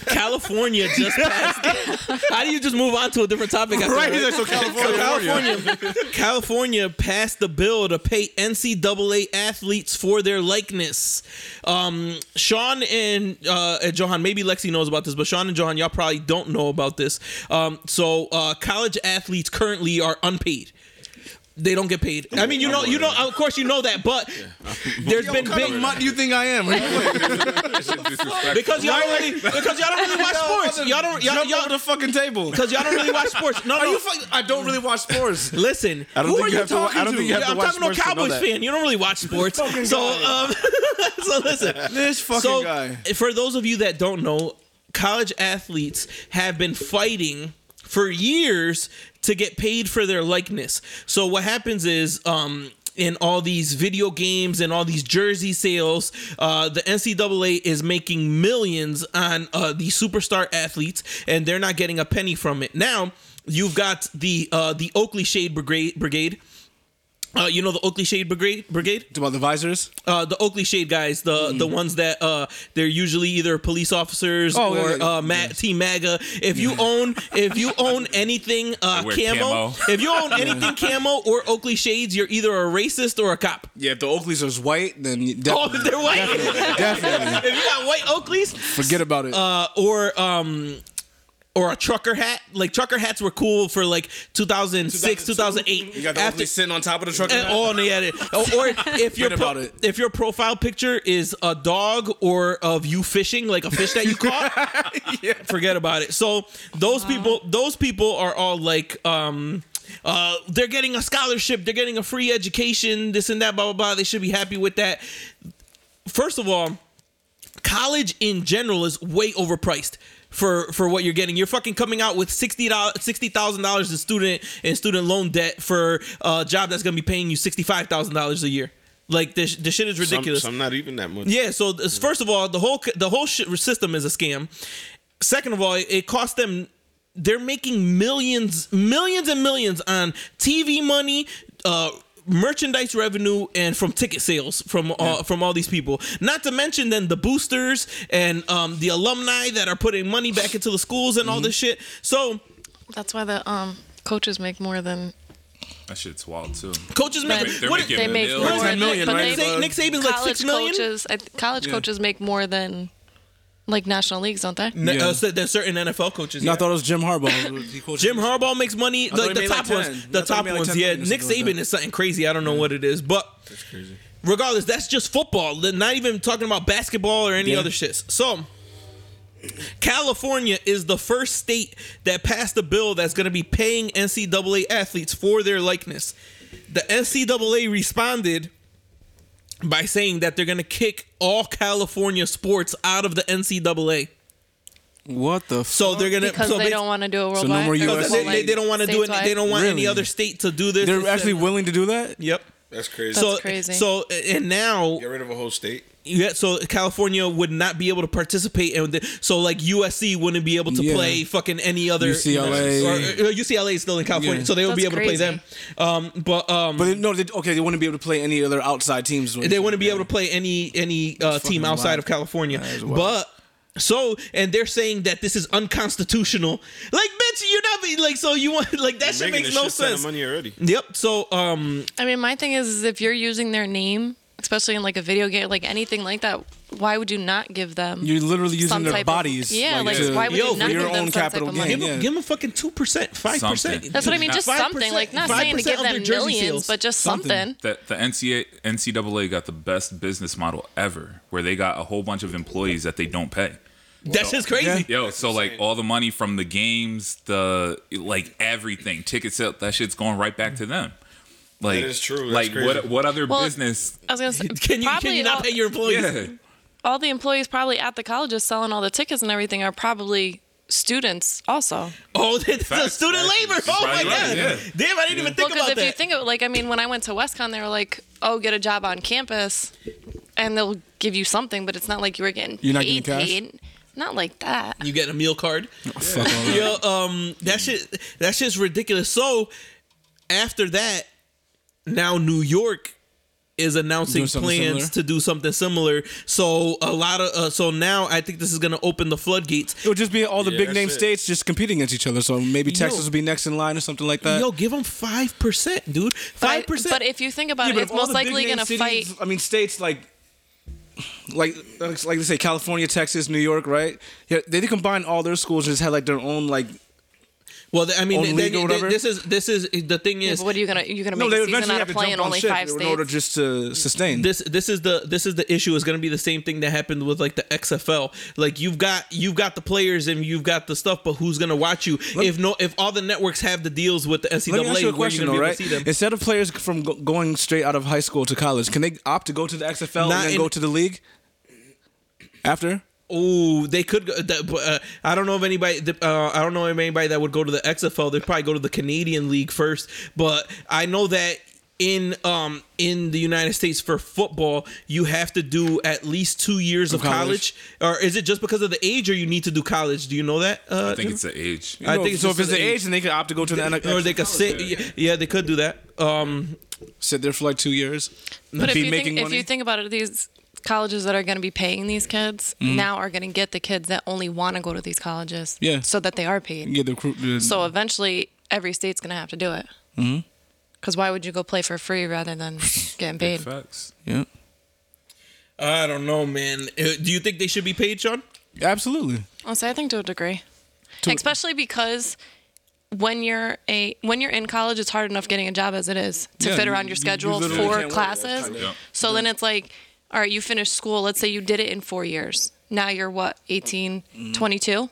Speaker 1: California just passed. How do you just move on to a different topic? After
Speaker 5: Right,
Speaker 1: that?
Speaker 5: he's like, so California.
Speaker 1: California, California passed the bill to pay NCAA athletes for their likeness. Um, Sean and uh, and Johan, maybe Lexi knows about this, but Sean and Johan, y'all probably don't know about this. Um, so uh, college athletes currently are unpaid. They don't get paid. I mean, you know, you know, of course you know that, but there's been
Speaker 4: What kind
Speaker 1: big
Speaker 4: of mutt do you think I am?
Speaker 1: because y'all don't really because y'all don't really watch sports. Y'all don't y'all
Speaker 4: jump
Speaker 1: y'all
Speaker 4: over the fucking table.
Speaker 1: because y'all don't really watch sports. No,
Speaker 4: Are
Speaker 1: no.
Speaker 4: you fucking? I don't really watch sports.
Speaker 1: Listen,
Speaker 5: I don't
Speaker 1: who
Speaker 5: think
Speaker 1: are
Speaker 5: you
Speaker 1: you
Speaker 5: have to wa-
Speaker 1: talking
Speaker 5: I don't
Speaker 1: to?
Speaker 5: think you have to
Speaker 1: I'm
Speaker 5: watch
Speaker 1: talking to a
Speaker 5: sports to know
Speaker 1: Cowboys
Speaker 5: that.
Speaker 1: fan. You don't really watch sports, so um, so listen.
Speaker 4: This fucking
Speaker 1: so
Speaker 4: guy.
Speaker 1: for those of you that don't know, college athletes have been fighting for years to get paid for their likeness. So what happens is um in all these video games and all these jersey sales, uh, the NCAA is making millions on uh, the superstar athletes, and they're not getting a penny from it. Now you've got the uh, the Oakley Shade Brigade. Brigade. Uh, you know the Oakley Shade Brigade. Brigade
Speaker 4: About the visors.
Speaker 1: uh, the Oakley Shade guys, the the
Speaker 4: Mm-hmm.
Speaker 1: ones that uh, they're usually either police officers
Speaker 4: Oh, yeah,
Speaker 1: or
Speaker 4: yeah, yeah. Mm-hmm.
Speaker 1: uh, Ma- Team MAGA. If you own if you own anything uh,
Speaker 2: They wear
Speaker 1: camo,
Speaker 2: camo.
Speaker 1: if you own anything camo or Oakley Shades, you're either a racist or a cop.
Speaker 4: Yeah, if the Oakleys are white, then you
Speaker 1: Oh,
Speaker 4: definitely,
Speaker 1: if they're white.
Speaker 4: definitely
Speaker 1: if you got white Oakleys
Speaker 4: forget about it.
Speaker 1: uh, or um. Or a trucker hat, like trucker hats were cool for like 2006, 2008.
Speaker 4: you got the Oakley sitting on top of the truck.
Speaker 1: And, oh, and they had it. Or or if your
Speaker 4: Forget
Speaker 1: pro-
Speaker 4: about it.
Speaker 1: if your profile picture is a dog or of you fishing, like a fish that you caught, forget about it. So those people, those people are all like, um, uh, they're getting a scholarship, they're getting a free education, this and that, blah blah blah. They should be happy with that. First of all, college in general is way overpriced for for what you're getting. You're fucking coming out with sixty dollars, sixty thousand dollars in student in student loan debt for a job that's gonna be paying you sixty five thousand dollars a year. Like this, this shit is ridiculous.
Speaker 5: Some, some not even that much.
Speaker 1: Yeah. So this, first of all, the whole the whole shit system is a scam. Second of all, it, it costs them. They're making millions, millions and millions on TV money, uh, merchandise revenue, and from ticket sales from uh, from all these people. Not to mention then the boosters and um, the alumni that are putting money back into the schools and all this shit. So
Speaker 3: That's why the um, coaches make more than
Speaker 2: That shit's wild too.
Speaker 1: coaches make
Speaker 2: They're
Speaker 1: what,
Speaker 2: making
Speaker 3: they make
Speaker 2: Bill.
Speaker 3: more
Speaker 2: It's
Speaker 3: than
Speaker 4: million,
Speaker 3: but
Speaker 4: right?
Speaker 3: they,
Speaker 1: Nick Saban's like
Speaker 3: college
Speaker 1: six million.
Speaker 3: coaches I, th- college coaches make more than like national leagues, don't they?
Speaker 1: Ne-
Speaker 4: Yeah.
Speaker 1: uh, so there's certain NFL coaches.
Speaker 4: No, I
Speaker 1: yeah.
Speaker 4: thought it was Jim Harbaugh. He coaches-
Speaker 1: Jim Harbaugh makes money.
Speaker 4: thought
Speaker 1: Like
Speaker 4: he
Speaker 1: the
Speaker 4: made like
Speaker 1: top
Speaker 4: 10.
Speaker 1: ones,
Speaker 4: I
Speaker 1: the
Speaker 4: thought he
Speaker 1: top
Speaker 4: made like
Speaker 1: ones.
Speaker 4: 10
Speaker 1: Yeah,
Speaker 4: million or
Speaker 1: Nick
Speaker 4: something like
Speaker 1: Saban
Speaker 4: that.
Speaker 1: is something crazy. I don't know what it is, but regardless, that's just football. They're not even talking about basketball or any
Speaker 4: Yeah.
Speaker 1: other shits. So. California is the first state that passed a bill that's going to be paying NCAA athletes for their likeness. The NCAA responded by saying that they're going to kick all California sports out of the NCAA.
Speaker 4: What the? F-
Speaker 1: So they're going to
Speaker 3: Because
Speaker 1: so
Speaker 3: they
Speaker 1: basi-
Speaker 3: don't want to do it worldwide.
Speaker 4: no more
Speaker 3: or
Speaker 4: US.
Speaker 1: because
Speaker 3: just
Speaker 1: they,
Speaker 3: like
Speaker 1: they, they don't want to do it.
Speaker 3: stateswide?
Speaker 1: They don't want any
Speaker 4: Really?
Speaker 1: other state to do this.
Speaker 4: they're
Speaker 1: instead-
Speaker 4: actually willing to do that.
Speaker 1: Yep.
Speaker 5: That's crazy.
Speaker 1: So
Speaker 3: That's crazy.
Speaker 1: So and now
Speaker 5: Get rid of a whole state.
Speaker 1: yeah. So California would not be able to participate, and the- so like USC wouldn't be able to
Speaker 4: Yeah.
Speaker 1: play fucking any other
Speaker 4: UCLA.
Speaker 1: Or, or uh, UCLA is still in California,
Speaker 4: Yeah.
Speaker 1: so they would be
Speaker 3: That's
Speaker 1: able to play
Speaker 3: crazy.
Speaker 1: them. Um, but um,
Speaker 4: But they, no, they, okay, they wouldn't be able to play any other outside teams.
Speaker 1: they wouldn't be able to play any any uh, team
Speaker 4: fucking
Speaker 1: outside
Speaker 4: wild.
Speaker 1: of California.
Speaker 4: That is wild.
Speaker 1: But so and they're saying that this is unconstitutional. Like, bitch, you're not be- like so you want like that shit
Speaker 5: Making
Speaker 1: makes no
Speaker 5: a shit ton of
Speaker 1: sense. Mm.
Speaker 5: Money already.
Speaker 1: Yep. So um,
Speaker 3: I mean, my thing is, is if you're using their name, especially in like a video game, like anything like that, why would you not give them?
Speaker 4: You're literally using
Speaker 3: Some
Speaker 4: their
Speaker 3: type of-
Speaker 4: bodies.
Speaker 3: yeah, like,
Speaker 4: to-
Speaker 3: why would
Speaker 1: Yo,
Speaker 3: you not
Speaker 1: for
Speaker 3: give
Speaker 4: your
Speaker 3: them
Speaker 4: own
Speaker 3: some type
Speaker 4: capital
Speaker 3: of
Speaker 4: gain,
Speaker 3: money?
Speaker 1: give them
Speaker 4: yeah.
Speaker 1: give them fucking two percent, five
Speaker 2: Something.
Speaker 1: percent.
Speaker 3: That's what I mean. Just
Speaker 1: 5%,
Speaker 3: something. Like not saying to
Speaker 1: 5%
Speaker 3: give
Speaker 1: of their
Speaker 3: them
Speaker 1: jersey
Speaker 3: millions,
Speaker 1: sales.
Speaker 3: but just
Speaker 4: Something.
Speaker 3: something.
Speaker 2: That the NCAA, NCAA got the best business model ever, where they got a whole bunch of employees that they don't pay.
Speaker 1: That's just crazy.
Speaker 4: Yeah.
Speaker 2: Yo, so like all the money from the games, the like everything, ticket sales, that shit's going right back to them. Like
Speaker 5: That is true. That's
Speaker 2: like
Speaker 5: crazy.
Speaker 2: what what other
Speaker 3: Well,
Speaker 2: business?
Speaker 3: I was gonna say,
Speaker 1: Can you
Speaker 3: probably
Speaker 1: can you not
Speaker 3: all,
Speaker 1: pay your employees?
Speaker 2: Yeah,
Speaker 3: all the employees probably at the colleges selling all the tickets and everything are probably students also.
Speaker 1: Oh, it's the
Speaker 2: Facts,
Speaker 1: student
Speaker 2: facts.
Speaker 1: labor.
Speaker 2: You're
Speaker 1: Oh my
Speaker 2: probably right,
Speaker 1: god.
Speaker 2: yeah.
Speaker 1: Damn, I didn't even think
Speaker 3: well, because
Speaker 1: about
Speaker 3: if you
Speaker 1: that.
Speaker 3: think of it, like I mean, when I went to WestCon, they were like, "Oh, get a job on campus, and they'll give you something," but it's not like you were getting
Speaker 4: You're not
Speaker 3: paid.
Speaker 4: getting cash?
Speaker 3: paid. Not like that.
Speaker 1: You get a meal card.
Speaker 4: Oh, Fuck all that.
Speaker 1: Yo, um, that shit, that shit's ridiculous. So, after that, now New York is announcing
Speaker 4: Doing
Speaker 1: plans
Speaker 4: something similar?
Speaker 1: to do something similar. So a lot of, uh, so now I think this is gonna open the floodgates.
Speaker 4: It would just be all the
Speaker 5: Yeah,
Speaker 4: big name
Speaker 5: that's it.
Speaker 4: states just competing against each other. So maybe Texas will be next in line or something like that.
Speaker 1: Yo, give them five percent, dude.
Speaker 3: But I-
Speaker 1: Five percent.
Speaker 3: But if you think about
Speaker 4: Yeah,
Speaker 3: it,
Speaker 4: but
Speaker 3: it's
Speaker 4: if all
Speaker 3: most
Speaker 4: the big
Speaker 3: likely
Speaker 4: name
Speaker 3: going to fight.
Speaker 4: cities- I mean, states like, like, like they say, California, Texas, New York, right? Yeah, they, they combine all their schools and just had like their own like
Speaker 1: Well, th- I mean,
Speaker 4: Or
Speaker 1: th-
Speaker 4: league
Speaker 1: th-
Speaker 4: or
Speaker 1: th-
Speaker 4: whatever?
Speaker 1: this is this is the thing
Speaker 3: Yeah,
Speaker 1: is
Speaker 3: but what are you gonna you're gonna
Speaker 4: No,
Speaker 3: make
Speaker 4: they
Speaker 3: a
Speaker 4: would
Speaker 3: season
Speaker 4: eventually
Speaker 3: out
Speaker 4: have
Speaker 3: of
Speaker 4: to
Speaker 3: playing
Speaker 4: jump on
Speaker 3: only
Speaker 4: shit
Speaker 3: five
Speaker 4: in order
Speaker 3: states?
Speaker 4: just to sustain.
Speaker 1: this this is the this is the issue is going to be the same thing that happened with like the XFL. Like you've got you've got the players and you've got the stuff, but who's going to watch you if no if all the networks have the deals with the NCAA?
Speaker 4: Let me ask E you
Speaker 1: where
Speaker 4: a
Speaker 1: you're
Speaker 4: question
Speaker 1: gonna
Speaker 4: though,
Speaker 1: be able
Speaker 4: right?
Speaker 1: to see them?
Speaker 4: Instead of players from go- going straight out of high school to college, can they opt to go to the XFL
Speaker 1: Not
Speaker 4: and then
Speaker 1: in-
Speaker 4: go to the league after?
Speaker 1: Oh, they could. Go, that- but, uh, I don't know if anybody. that, Uh, I don't know if anybody that would go to the XFL. They'd probably go to the Canadian League first. But I know that in um in the United States for football, you have to do at least two years of college.
Speaker 4: college.
Speaker 1: Or is it just because of the age, or you need to do college? Do you know that? Uh,
Speaker 2: I think it's the age.
Speaker 1: I think it's
Speaker 4: so.
Speaker 1: just
Speaker 4: If it's
Speaker 1: the
Speaker 4: the
Speaker 1: age.
Speaker 4: age, then they could opt to go to the
Speaker 1: or
Speaker 4: NFL.
Speaker 1: they could sit. Yeah, they could do that. Um,
Speaker 4: sit there for like two years.
Speaker 3: But if
Speaker 4: be
Speaker 3: you,
Speaker 4: making
Speaker 3: think, if
Speaker 4: money.
Speaker 3: you think about it, these colleges that are going to be paying these kids
Speaker 4: Mm.
Speaker 3: now are going to get the kids that only want to go to these colleges,
Speaker 4: Yeah.
Speaker 3: so that they are paid.
Speaker 4: Yeah, the, recruit- the
Speaker 3: So eventually, every state's going to have to do it.
Speaker 4: Mm-hmm.
Speaker 3: Because why would you go play for free rather than getting paid?
Speaker 2: Facts.
Speaker 4: yeah,
Speaker 1: I don't know, man. Uh, Do you think they should be paid, Sean?
Speaker 4: absolutely.
Speaker 3: Honestly, I think to a degree, especially because when you're a when you're in college, it's hard enough getting a job as it is to
Speaker 4: Yeah,
Speaker 3: fit
Speaker 4: you-
Speaker 3: around your
Speaker 4: you- you
Speaker 3: schedule
Speaker 4: literally can't
Speaker 3: for
Speaker 4: work
Speaker 3: classes. So then it's like, all right, you finish school. Let's say you did it in four years. Now you're what 18,
Speaker 4: Mm-hmm.
Speaker 3: 22,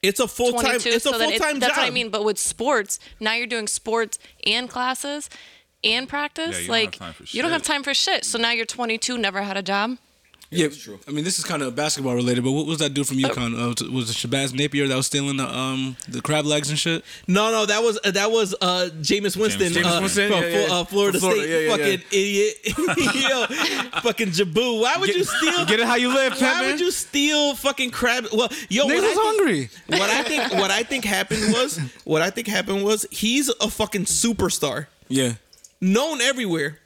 Speaker 1: It's a full time.
Speaker 3: 22.
Speaker 1: It's a
Speaker 3: so then
Speaker 1: full
Speaker 3: it-
Speaker 1: time job.
Speaker 3: that's what I mean. But with sports, now you're doing sports and classes and practice.
Speaker 2: Yeah, you don't
Speaker 3: like
Speaker 2: have time for
Speaker 3: you don't have
Speaker 2: shit.
Speaker 3: time for shit. So now you're 22, never had a job.
Speaker 4: Yeah, true. I mean, this is kind of basketball related, but what was that dude
Speaker 3: Oh.
Speaker 4: from UConn? Uh, was- was it Shabazz Napier that was stealing the um the crab legs and shit?
Speaker 1: No, no, that was that was uh Jameis Winston,
Speaker 2: Jameis
Speaker 1: uh,
Speaker 4: Winston,
Speaker 1: from
Speaker 4: yeah, yeah.
Speaker 1: Flo- uh, Florida,
Speaker 4: From Florida,
Speaker 1: State,
Speaker 4: yeah, yeah,
Speaker 1: fucking idiot, yo, fucking Jabu. Why would you steal?
Speaker 4: Get it how you live,
Speaker 1: why
Speaker 4: Pimpin'.
Speaker 1: would you steal fucking crab? Well, yo,
Speaker 4: Niggas
Speaker 1: what I
Speaker 4: was
Speaker 1: think-
Speaker 4: hungry.
Speaker 1: What I think, what I think happened was, what I think happened was, he's a fucking superstar,
Speaker 4: Yeah.
Speaker 1: known everywhere.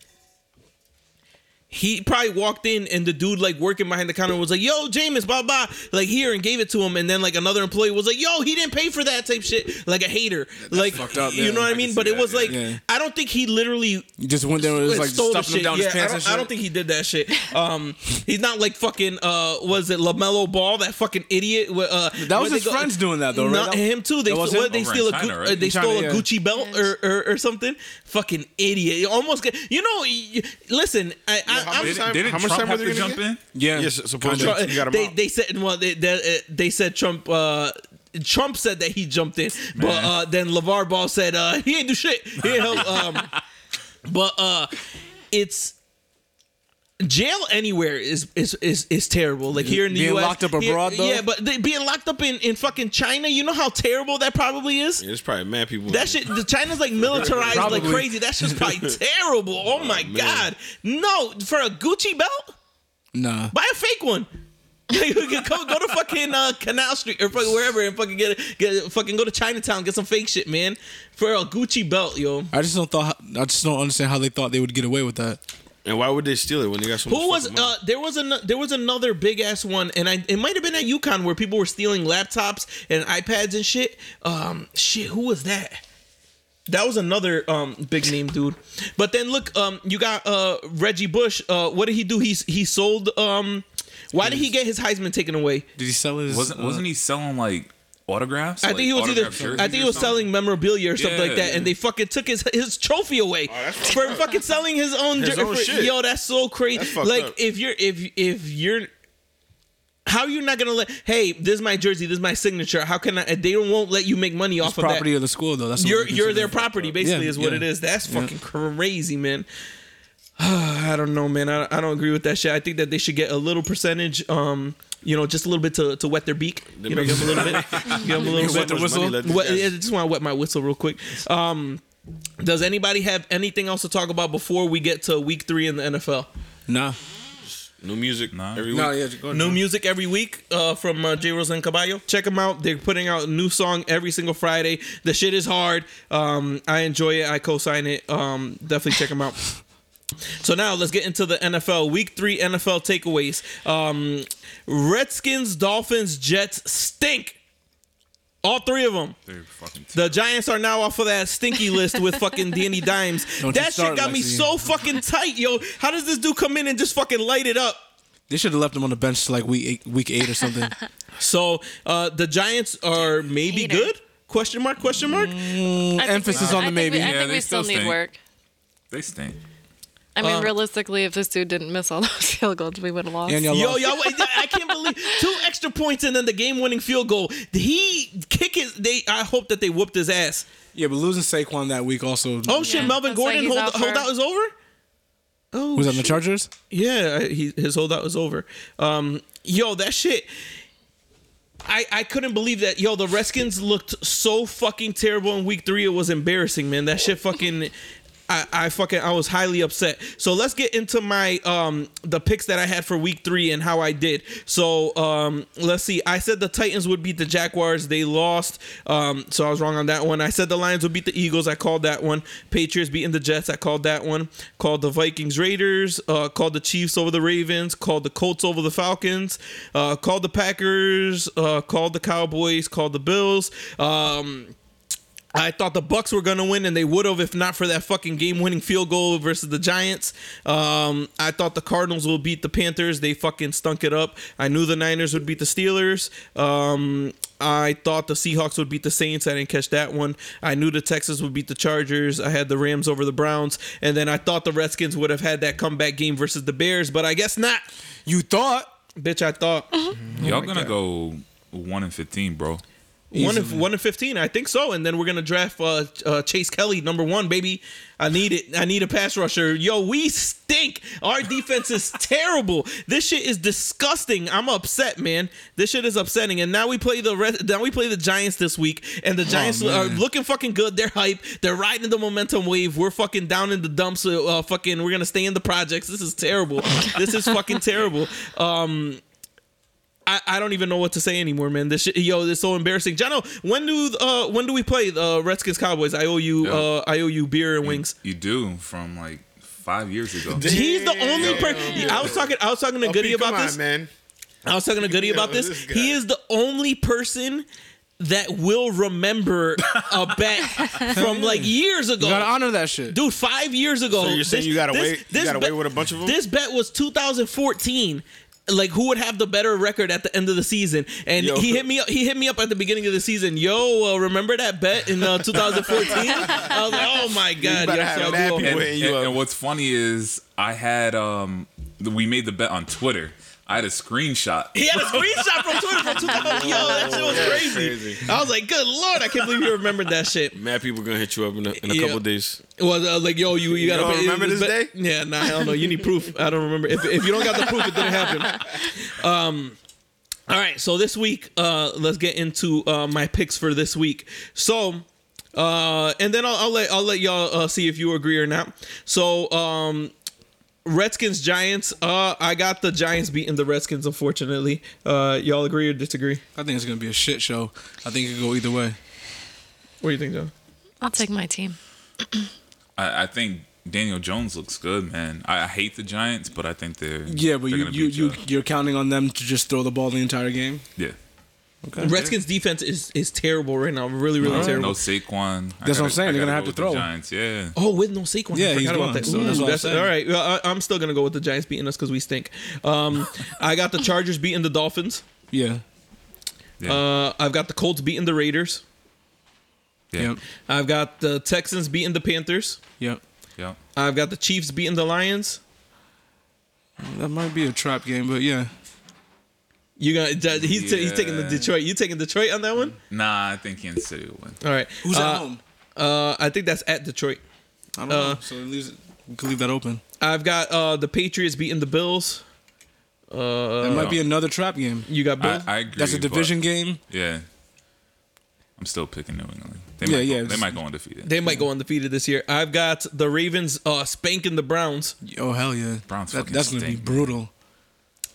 Speaker 1: He probably walked in and the dude like working behind the counter was like, "Yo, Jameis, blah blah," like here and gave it to him, and then like another employee was like, "Yo, he didn't pay for that type shit," like a hater, like
Speaker 4: fucked up,
Speaker 1: you
Speaker 4: yeah.
Speaker 1: know what I
Speaker 4: I
Speaker 1: mean?
Speaker 2: see
Speaker 1: But it
Speaker 2: that,
Speaker 1: was
Speaker 2: yeah.
Speaker 1: like
Speaker 4: Yeah.
Speaker 1: I don't think he literally
Speaker 4: You just went there and was like
Speaker 1: stole the
Speaker 4: stuffing him
Speaker 1: shit.
Speaker 4: down
Speaker 1: yeah,
Speaker 4: his pants
Speaker 1: I,
Speaker 4: and
Speaker 1: don't,
Speaker 4: shit.
Speaker 1: I don't think he did that shit. Um, he's not like fucking uh, was it Lamelo Ball, that fucking idiot? wh- Uh,
Speaker 4: That was
Speaker 1: where they
Speaker 4: his friends doing that, though, right?
Speaker 1: Not
Speaker 4: That-
Speaker 1: him too. They
Speaker 4: that was
Speaker 1: what,
Speaker 4: him?
Speaker 1: they
Speaker 2: Over in
Speaker 1: steal a
Speaker 2: China,
Speaker 1: Gu-
Speaker 2: right?
Speaker 1: uh, they
Speaker 4: In China,
Speaker 1: stole a
Speaker 4: yeah.
Speaker 1: Gucci belt or, or or something. Fucking idiot! You almost get you know. y- listen, I, I, I'm
Speaker 5: much
Speaker 2: Didn't,
Speaker 5: time-
Speaker 2: didn't
Speaker 5: how much
Speaker 2: Trump
Speaker 5: time were
Speaker 2: have
Speaker 5: they
Speaker 2: to
Speaker 5: gonna
Speaker 2: jump
Speaker 5: get?
Speaker 2: in?
Speaker 4: Yeah.
Speaker 5: Yes, supposedly
Speaker 1: Trump-
Speaker 5: you got him
Speaker 1: they,
Speaker 5: out.
Speaker 1: they said well they, they, uh, they said Trump uh, Trump said that he jumped in, but uh, then Levar Ball said uh, he ain't do shit. He ain't help. Um, but uh, it's jail anywhere is is is, is terrible. Like here in the
Speaker 4: Being
Speaker 1: U.S.,
Speaker 4: locked up
Speaker 1: here-
Speaker 4: abroad, though?
Speaker 1: Yeah, but they, being locked up in in fucking China, you know how terrible that probably is.
Speaker 5: There's probably mad people.
Speaker 1: That shit, the China's like militarized like
Speaker 4: Probably.
Speaker 1: crazy. That shit's probably terrible. Oh my god, no! For a Gucci belt,
Speaker 4: Nah.
Speaker 1: Buy a fake one. You can go, go to fucking uh, Canal Street or fucking wherever and fucking get, a- get a- fucking go to Chinatown get some fake shit, man, for a Gucci belt, yo.
Speaker 4: I just don't thought. I just don't understand how they thought they would get away with that.
Speaker 5: And why would they steal it when they got so much?
Speaker 1: Who was
Speaker 5: fucking money?
Speaker 1: uh, there was an, there was another big ass one, and I it might have been at UConn where people were stealing laptops and iPads and shit. Um, shit, who was that? That was another um big name dude. But then look, um, you got uh Reggie Bush. Uh, what did he do? He's he sold um. Why did he get his Heisman taken away?
Speaker 4: Did he sell his? uh,
Speaker 2: Wasn't wasn't he selling like autographs?
Speaker 1: uh, I think he was either I think he was selling memorabilia or something
Speaker 2: Yeah.
Speaker 1: like that, and they fucking took his his trophy
Speaker 5: Oh,
Speaker 1: away for fucking selling his own.
Speaker 5: His
Speaker 1: jer-
Speaker 5: own
Speaker 1: for-
Speaker 5: shit.
Speaker 1: Yo, that's so crazy.
Speaker 5: That's fucked
Speaker 1: like
Speaker 5: up.
Speaker 1: if you're if if you're how you not gonna let? Hey, this is my jersey. This is my signature. How can I? They won't let you make money off of
Speaker 4: property
Speaker 1: that.
Speaker 4: of the school though. That's what
Speaker 1: You're
Speaker 4: we
Speaker 1: you're
Speaker 4: consider
Speaker 1: their
Speaker 4: fucked up.
Speaker 1: property. Basically,
Speaker 4: Yeah,
Speaker 1: is what
Speaker 4: yeah.
Speaker 1: it is. That's fucking crazy, man. I don't know, man. I, I don't agree with that shit. I think that they should get a little percentage, um, you know, just a little bit to, to wet their beak. You know, give them a little bit, give them a little
Speaker 5: So
Speaker 1: bit.
Speaker 5: much money
Speaker 4: whistle?
Speaker 5: let these
Speaker 1: What,
Speaker 5: guys-
Speaker 1: I just want to wet my whistle real quick. Um, does anybody have anything else to talk about before we get to week three in the NFL?
Speaker 4: Nah.
Speaker 5: New music.
Speaker 2: Nah.
Speaker 5: Every week.
Speaker 4: Nah. Yeah. Go ahead.
Speaker 1: New music every week uh, from uh, J. Rose and Caballo. Check them out. They're putting out a new song every single Friday. The shit is hard. Um, I enjoy it. I co-sign it. Um, definitely check them out. So now let's get into the NFL Week Three NFL takeaways. Um, Redskins, Dolphins, Jets stink. All three of them. The Giants are now off of that stinky list with fucking Danny Dimes.
Speaker 4: Don't you
Speaker 1: that shit
Speaker 4: start,
Speaker 1: got me
Speaker 4: Lexi.
Speaker 1: so fucking tight, yo. How does this dude come in and just fucking light it up?
Speaker 4: They should have left him on the bench till like week eight, week eight or something.
Speaker 1: So uh, the Giants are maybe
Speaker 3: Hater.
Speaker 1: good. Question mark? Question mark?
Speaker 3: I think we-
Speaker 4: emphasis on
Speaker 3: I
Speaker 4: the
Speaker 3: think
Speaker 4: maybe.
Speaker 3: We, I
Speaker 2: Yeah,
Speaker 3: think
Speaker 2: they
Speaker 3: we still
Speaker 2: still
Speaker 3: need
Speaker 2: stink.
Speaker 3: work.
Speaker 2: They stink.
Speaker 1: Oh
Speaker 3: I mean, realistically, if this dude didn't miss all those field goals, we would have lost.
Speaker 4: And y'all
Speaker 1: Yo,
Speaker 4: lost.
Speaker 1: yo, I can't believe two extra points and then the game-winning field goal. Did He kick his. They. I hope that they whooped his ass.
Speaker 4: yeah, but losing Saquon that week also
Speaker 1: Oh shit,
Speaker 3: Yeah,
Speaker 1: Melvin
Speaker 3: that's why
Speaker 1: Gordon
Speaker 3: he's
Speaker 1: hold,
Speaker 3: out for-
Speaker 1: holdout is over. Oh,
Speaker 4: was that the
Speaker 1: shit.
Speaker 4: Chargers.
Speaker 1: Yeah, I- he, his holdout was over. Um, yo, that shit. I, I couldn't believe that yo the Redskins looked so fucking terrible in week three it was embarrassing man that shit fucking I, I fucking I was highly upset so let's get into my um the picks that I had for week three and how I did so um let's see I said the Titans would beat the Jaguars they lost um so I was wrong on that one I said the Lions would beat the Eagles I called that one Patriots beating the Jets I called that one called the Vikings Raiders uh called the Chiefs over the Ravens called the Colts over the Falcons uh called the Packers uh called the Cowboys called the Bills um I thought the Bucks were gonna win, and they would have if not for that fucking game-winning field goal versus the Giants. Um, I thought the Cardinals will beat the Panthers. They fucking stunk it up. I knew the Niners would beat the Steelers. Um, I thought the Seahawks would beat the Saints. I didn't catch that one. I knew the Texans would beat the Chargers. I had the Rams over the Browns, and then I thought the Redskins would have had that comeback game versus the Bears, but I guess not.
Speaker 4: You thought
Speaker 1: Bitch, I thought
Speaker 2: Y'all gonna go one and fifteen, bro.
Speaker 1: one of one of fifteen, I think so. And then we're gonna draft uh, uh, Chase Kelly, number one, baby. I need it. I need a pass rusher. Yo, we stink. Our defense is terrible. This shit is disgusting. I'm upset, man. This shit is upsetting. And now we play the rest, now we play the Giants this week, and the Giants are looking fucking good. They're hype. They're riding the momentum wave. We're fucking down in the dumps. Uh, fucking, we're gonna stay in the projects. This is terrible. this is fucking terrible. I, I don't even know what to say anymore, man. This shit, yo, this is so embarrassing. Jono, when do uh when do we play the uh, Redskins Cowboys? I owe you uh I owe you beer and wings.
Speaker 2: You do from like five years ago.
Speaker 1: He's the only person. I was talking. I was talking to Goody
Speaker 5: Uppy, Oh, come
Speaker 1: about
Speaker 5: on,
Speaker 1: this.
Speaker 5: man.
Speaker 1: I was talking to Goody
Speaker 5: Yo,
Speaker 1: about this.
Speaker 5: this guy.
Speaker 1: he is the only person that will remember a bet from like years ago.
Speaker 4: you gotta honor that shit.
Speaker 1: Dude, five years ago.
Speaker 5: So you're saying you gotta wait- you gotta wait with a bunch of 'em?
Speaker 1: This bet was 2014. Like who would have the better record at the end of the season? And
Speaker 5: Yo.
Speaker 1: he hit me up. He hit me up at the beginning of the season. Yo, uh, remember that bet in uh, 2014? I was like, oh my god,
Speaker 5: better
Speaker 1: yo,
Speaker 5: have
Speaker 1: so
Speaker 5: mad
Speaker 1: cool.
Speaker 5: people
Speaker 2: and,
Speaker 5: Wait, you
Speaker 2: and-
Speaker 5: up.
Speaker 2: and what's funny is I had um we made the bet on Twitter. I had a screenshot.
Speaker 1: He had a screenshot from Twitter from 2000. Yo, that shit was crazy.
Speaker 5: crazy.
Speaker 1: I was like, good lord, I can't believe you remembered that shit.
Speaker 5: Mad people gonna hit you up in a, in a
Speaker 1: Yeah.
Speaker 5: couple days.
Speaker 1: It was uh, like, yo, you, you gotta
Speaker 5: don't
Speaker 1: pay-
Speaker 5: remember
Speaker 1: it was
Speaker 5: this
Speaker 1: ba-
Speaker 5: day?
Speaker 1: Yeah, nah, I don't know. You need proof. I don't remember. If, if you don't got the proof, it didn't happen. Um, all right, so this week, uh, let's get into uh, my picks for this week. So, uh, and then I'll, I'll let I'll let y'all uh, see if you agree or not. So, um, Redskins Giants. Uh, I got the Giants beating the Redskins. Unfortunately, uh, y'all agree or disagree?
Speaker 4: I think it's gonna be a shit show. I think it could go either way.
Speaker 1: What do you think, John?
Speaker 3: I'll take my team.
Speaker 2: I, I think Daniel Jones looks good, man. I, I hate the Giants, but I think they're
Speaker 4: Yeah, but
Speaker 2: they're
Speaker 4: you
Speaker 2: gonna
Speaker 4: you,
Speaker 2: beat
Speaker 4: you
Speaker 2: y'all.
Speaker 4: you're counting on them to just throw the ball the entire game.
Speaker 2: yeah.
Speaker 1: Redskins defense is is terrible right now. Really, really terrible.
Speaker 2: No Saquon. I
Speaker 4: That's what I'm
Speaker 2: gotta-
Speaker 4: saying.
Speaker 2: I gotta
Speaker 4: They're gonna
Speaker 2: go
Speaker 4: have to
Speaker 2: with the
Speaker 4: throw.
Speaker 2: Giants, yeah.
Speaker 1: Oh, with no Saquon.
Speaker 4: Yeah,
Speaker 1: I forgot
Speaker 4: he's
Speaker 1: about
Speaker 4: gone,
Speaker 1: that.
Speaker 4: so that's
Speaker 1: Ooh,
Speaker 4: what I'm saying.
Speaker 1: all right. Well, I, I'm still gonna go with the Giants beating us because we stink. Um, I got the Chargers beating the Dolphins.
Speaker 4: Yeah.
Speaker 2: Yeah.
Speaker 1: Uh, I've got the Colts beating the Raiders.
Speaker 2: yeah.
Speaker 4: Yep.
Speaker 1: I've got the Texans beating the Panthers.
Speaker 4: Yep.
Speaker 2: Yep.
Speaker 1: I've got the Chiefs beating the Lions.
Speaker 4: That might be a trap game, but yeah.
Speaker 1: You gonna? that- He's, ta- he's taking the
Speaker 2: Yeah.
Speaker 1: Detroit. You taking Detroit on that one?
Speaker 2: Nah, I think Kansas City will win.
Speaker 1: All right.
Speaker 4: Who's
Speaker 1: uh,
Speaker 4: at home?
Speaker 1: Uh, I think that's at Detroit.
Speaker 4: I don't know. So it leaves it, we could leave that open.
Speaker 1: I've got uh, the Patriots beating the Bills.
Speaker 4: that might be another trap game.
Speaker 1: You got Bills.
Speaker 2: I, I agree.
Speaker 4: That's a
Speaker 2: but-
Speaker 4: division game.
Speaker 2: Yeah. I'm still picking New England. They
Speaker 4: Yeah,
Speaker 2: might
Speaker 4: yeah,
Speaker 2: Go, they
Speaker 4: it's-
Speaker 2: might go undefeated.
Speaker 1: they might go undefeated this year. I've got the Ravens uh, spanking the Browns.
Speaker 4: Oh hell yeah.
Speaker 2: Browns
Speaker 4: That-
Speaker 2: fucking
Speaker 4: that's gonna be
Speaker 2: stink.
Speaker 4: brutal.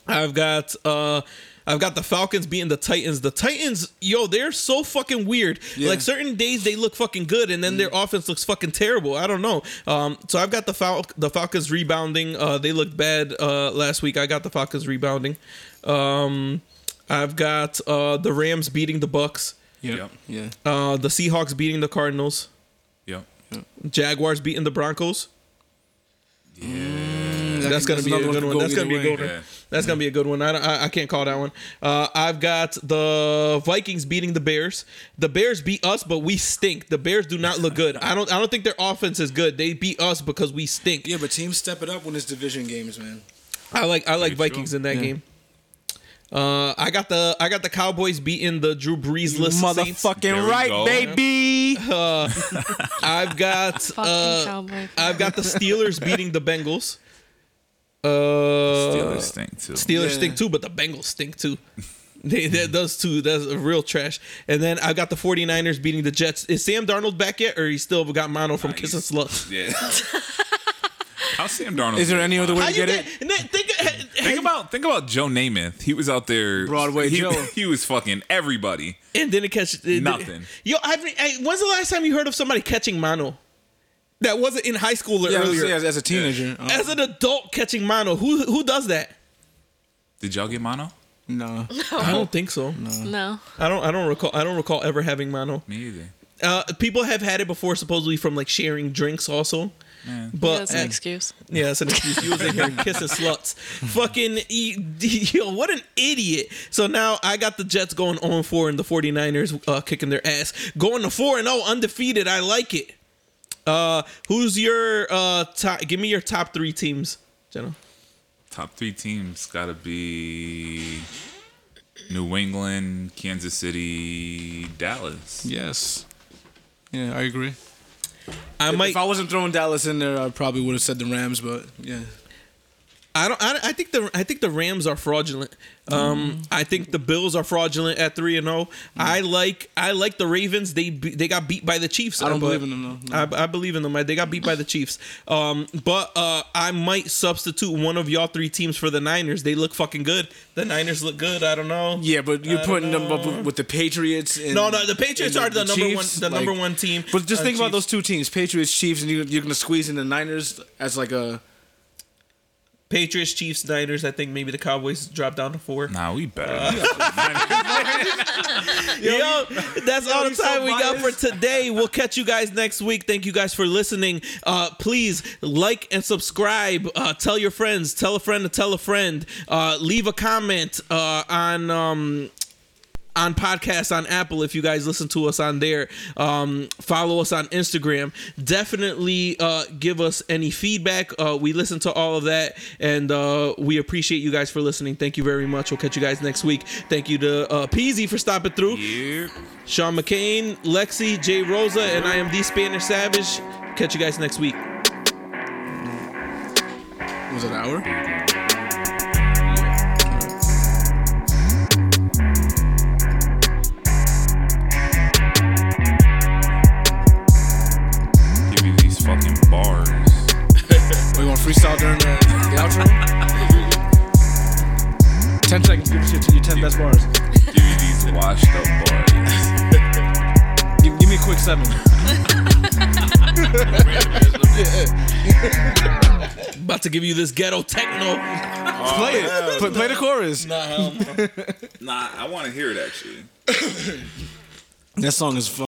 Speaker 1: I've got uh I've got the Falcons beating the Titans. The Titans, yo, they're so fucking weird.
Speaker 4: Yeah.
Speaker 1: Like certain days they look fucking good, and then their offense looks fucking terrible. I don't know. Um, so I've got the Fal- the Falcons rebounding. Uh, they looked bad uh last week. I got the Falcons rebounding. Um, I've got uh the Rams beating the Bucks.
Speaker 4: Yep.
Speaker 2: Yep.
Speaker 4: Yeah.
Speaker 1: Uh, the Seahawks beating the Cardinals.
Speaker 2: Yep.
Speaker 1: Jaguars beating the Broncos.
Speaker 2: Yeah.
Speaker 4: I
Speaker 1: That's
Speaker 4: think
Speaker 1: gonna
Speaker 4: there's
Speaker 1: be a
Speaker 4: another
Speaker 1: good
Speaker 4: Mm, could
Speaker 1: one. That's
Speaker 4: either
Speaker 1: gonna be a
Speaker 4: way.
Speaker 1: good one.
Speaker 2: Yeah.
Speaker 1: That's gonna be a good one. I, don't- I, I can't call that one. Uh, I've got the Vikings beating the Bears. The Bears beat us, but we stink. The Bears do not look good. I don't. I don't think their offense is good. They beat us because we stink.
Speaker 4: Yeah, but teams step it up when it's division games, man.
Speaker 1: I like. I like
Speaker 2: Pretty
Speaker 1: Vikings
Speaker 2: true.
Speaker 1: in that game. Uh, I got the. I got the Cowboys beating the Drew Breesless Saints.
Speaker 2: There we right, go.
Speaker 4: baby.
Speaker 1: I've got.
Speaker 3: Fucking
Speaker 1: Uh,
Speaker 3: cowboy.
Speaker 1: I've got the Steelers beting the Bengals. Uh,
Speaker 2: Steelers stink too.
Speaker 1: Steelers
Speaker 4: Yeah.
Speaker 1: stink too, but the Bengals stink too. They, they, those two, that's a real trash. And then I got the 49ers beating the Jets. Is Sam Darnold back yet, or he still got mono from kissing sluts?
Speaker 2: yeah. How Sam Darnold?
Speaker 4: Is there any other way
Speaker 1: How
Speaker 4: to
Speaker 1: you
Speaker 4: get
Speaker 1: get?
Speaker 4: it?
Speaker 1: and then Think, uh,
Speaker 2: Think about think about Joe Namath. He was out there
Speaker 4: Broadway
Speaker 2: he,
Speaker 4: Joe.
Speaker 2: He was fucking everybody.
Speaker 1: and then it catch it-
Speaker 2: Nothing.
Speaker 1: Yo, I've, I, when's the last time you heard of somebody catching mono? That wasn't in high school or
Speaker 4: Yeah, I was
Speaker 1: earlier.
Speaker 4: gonna say, as, as a teenager. Oh,
Speaker 1: As an adult catching mono, who who does that?
Speaker 2: Did y'all get mono?
Speaker 4: Oh, no.
Speaker 1: I don't think so.
Speaker 3: No.
Speaker 1: I don't. I don't recall. I don't recall ever having mono.
Speaker 2: Me either.
Speaker 1: Uh, people have had it before, supposedly from like sharing drinks, also. But
Speaker 3: That's an
Speaker 1: and-
Speaker 3: excuse.
Speaker 1: Yeah, that's an excuse. You was in here kissing sluts. Fucking, e- yo, what an idiot. So now I got the Jets going 0 4 and the 49ers uh, kicking their ass. Going to 4 and 0 undefeated. I like it. Uh, who's your uh top, give me your top 3 teams, Jenna.
Speaker 2: Top three teams gotta be New England, Kansas City, Dallas.
Speaker 4: Yes. Yeah, I agree.
Speaker 1: I might
Speaker 4: if I wasn't throwing Dallas in there, I probably would have said the Rams, but yeah.
Speaker 1: I don't I, I think the I think the Rams are fraudulent. Um I think the Bills are fraudulent at 3 and 0. I like I like the Ravens. They be, they got beat by the Chiefs.
Speaker 4: I don't
Speaker 1: but-
Speaker 4: believe in them, though. No.
Speaker 1: I, I believe in them. I- They got beat by the Chiefs. Um, but uh, I might substitute one of y'all three teams for the Niners. They look fucking good. The Niners look good. I don't know.
Speaker 4: Yeah, but you're
Speaker 1: I
Speaker 4: putting
Speaker 1: don't
Speaker 4: them up
Speaker 1: know.
Speaker 4: with, with the Patriots. And,
Speaker 1: Uh, No, no, the Patriots
Speaker 4: and
Speaker 1: are the number one- the number one team.
Speaker 4: But just
Speaker 1: Uh,
Speaker 4: think
Speaker 1: Chiefs.
Speaker 4: about those two teams, Patriots, Chiefs, and you, you're gonna squeeze in the Niners as like a.
Speaker 1: Patriots, Chiefs, Niners. I think maybe the Cowboys drop down to four.
Speaker 2: Nah, we better. than that.
Speaker 1: Yo, that's all the
Speaker 4: you so
Speaker 1: time we got for
Speaker 4: biased.
Speaker 1: today. We'll catch you guys next week. Thank you guys for listening. Uh, please like and subscribe. Uh, tell your friends. Tell a friend to tell a friend. Uh, leave a comment uh, on. Um, on podcasts on Apple if you guys listen to us on there. Um, follow us on Instagram. Definitely uh, give us any feedback. Uh, we listen to all of that, and uh, we appreciate you guys for listening. Thank you very much. We'll catch you guys next week. Thank you to uh, Peasy for stopping through.
Speaker 2: Yeah.
Speaker 1: Sean McCain, Lexi, Jay Rosa, and I am the Spanish Savage. Catch you guys next week.
Speaker 4: Was it an hour?
Speaker 2: Give me these fucking bars.
Speaker 4: We going freestyle during the, the outro? ten seconds. Give us your, your ten best bars.
Speaker 2: Give me these washed up bars.
Speaker 4: Give, give me a quick seven.
Speaker 1: About to give you this ghetto techno.
Speaker 4: play
Speaker 2: Oh,
Speaker 4: it. Play, play the chorus.
Speaker 2: Nah, I want to hear it actually.
Speaker 4: That song is. Fun.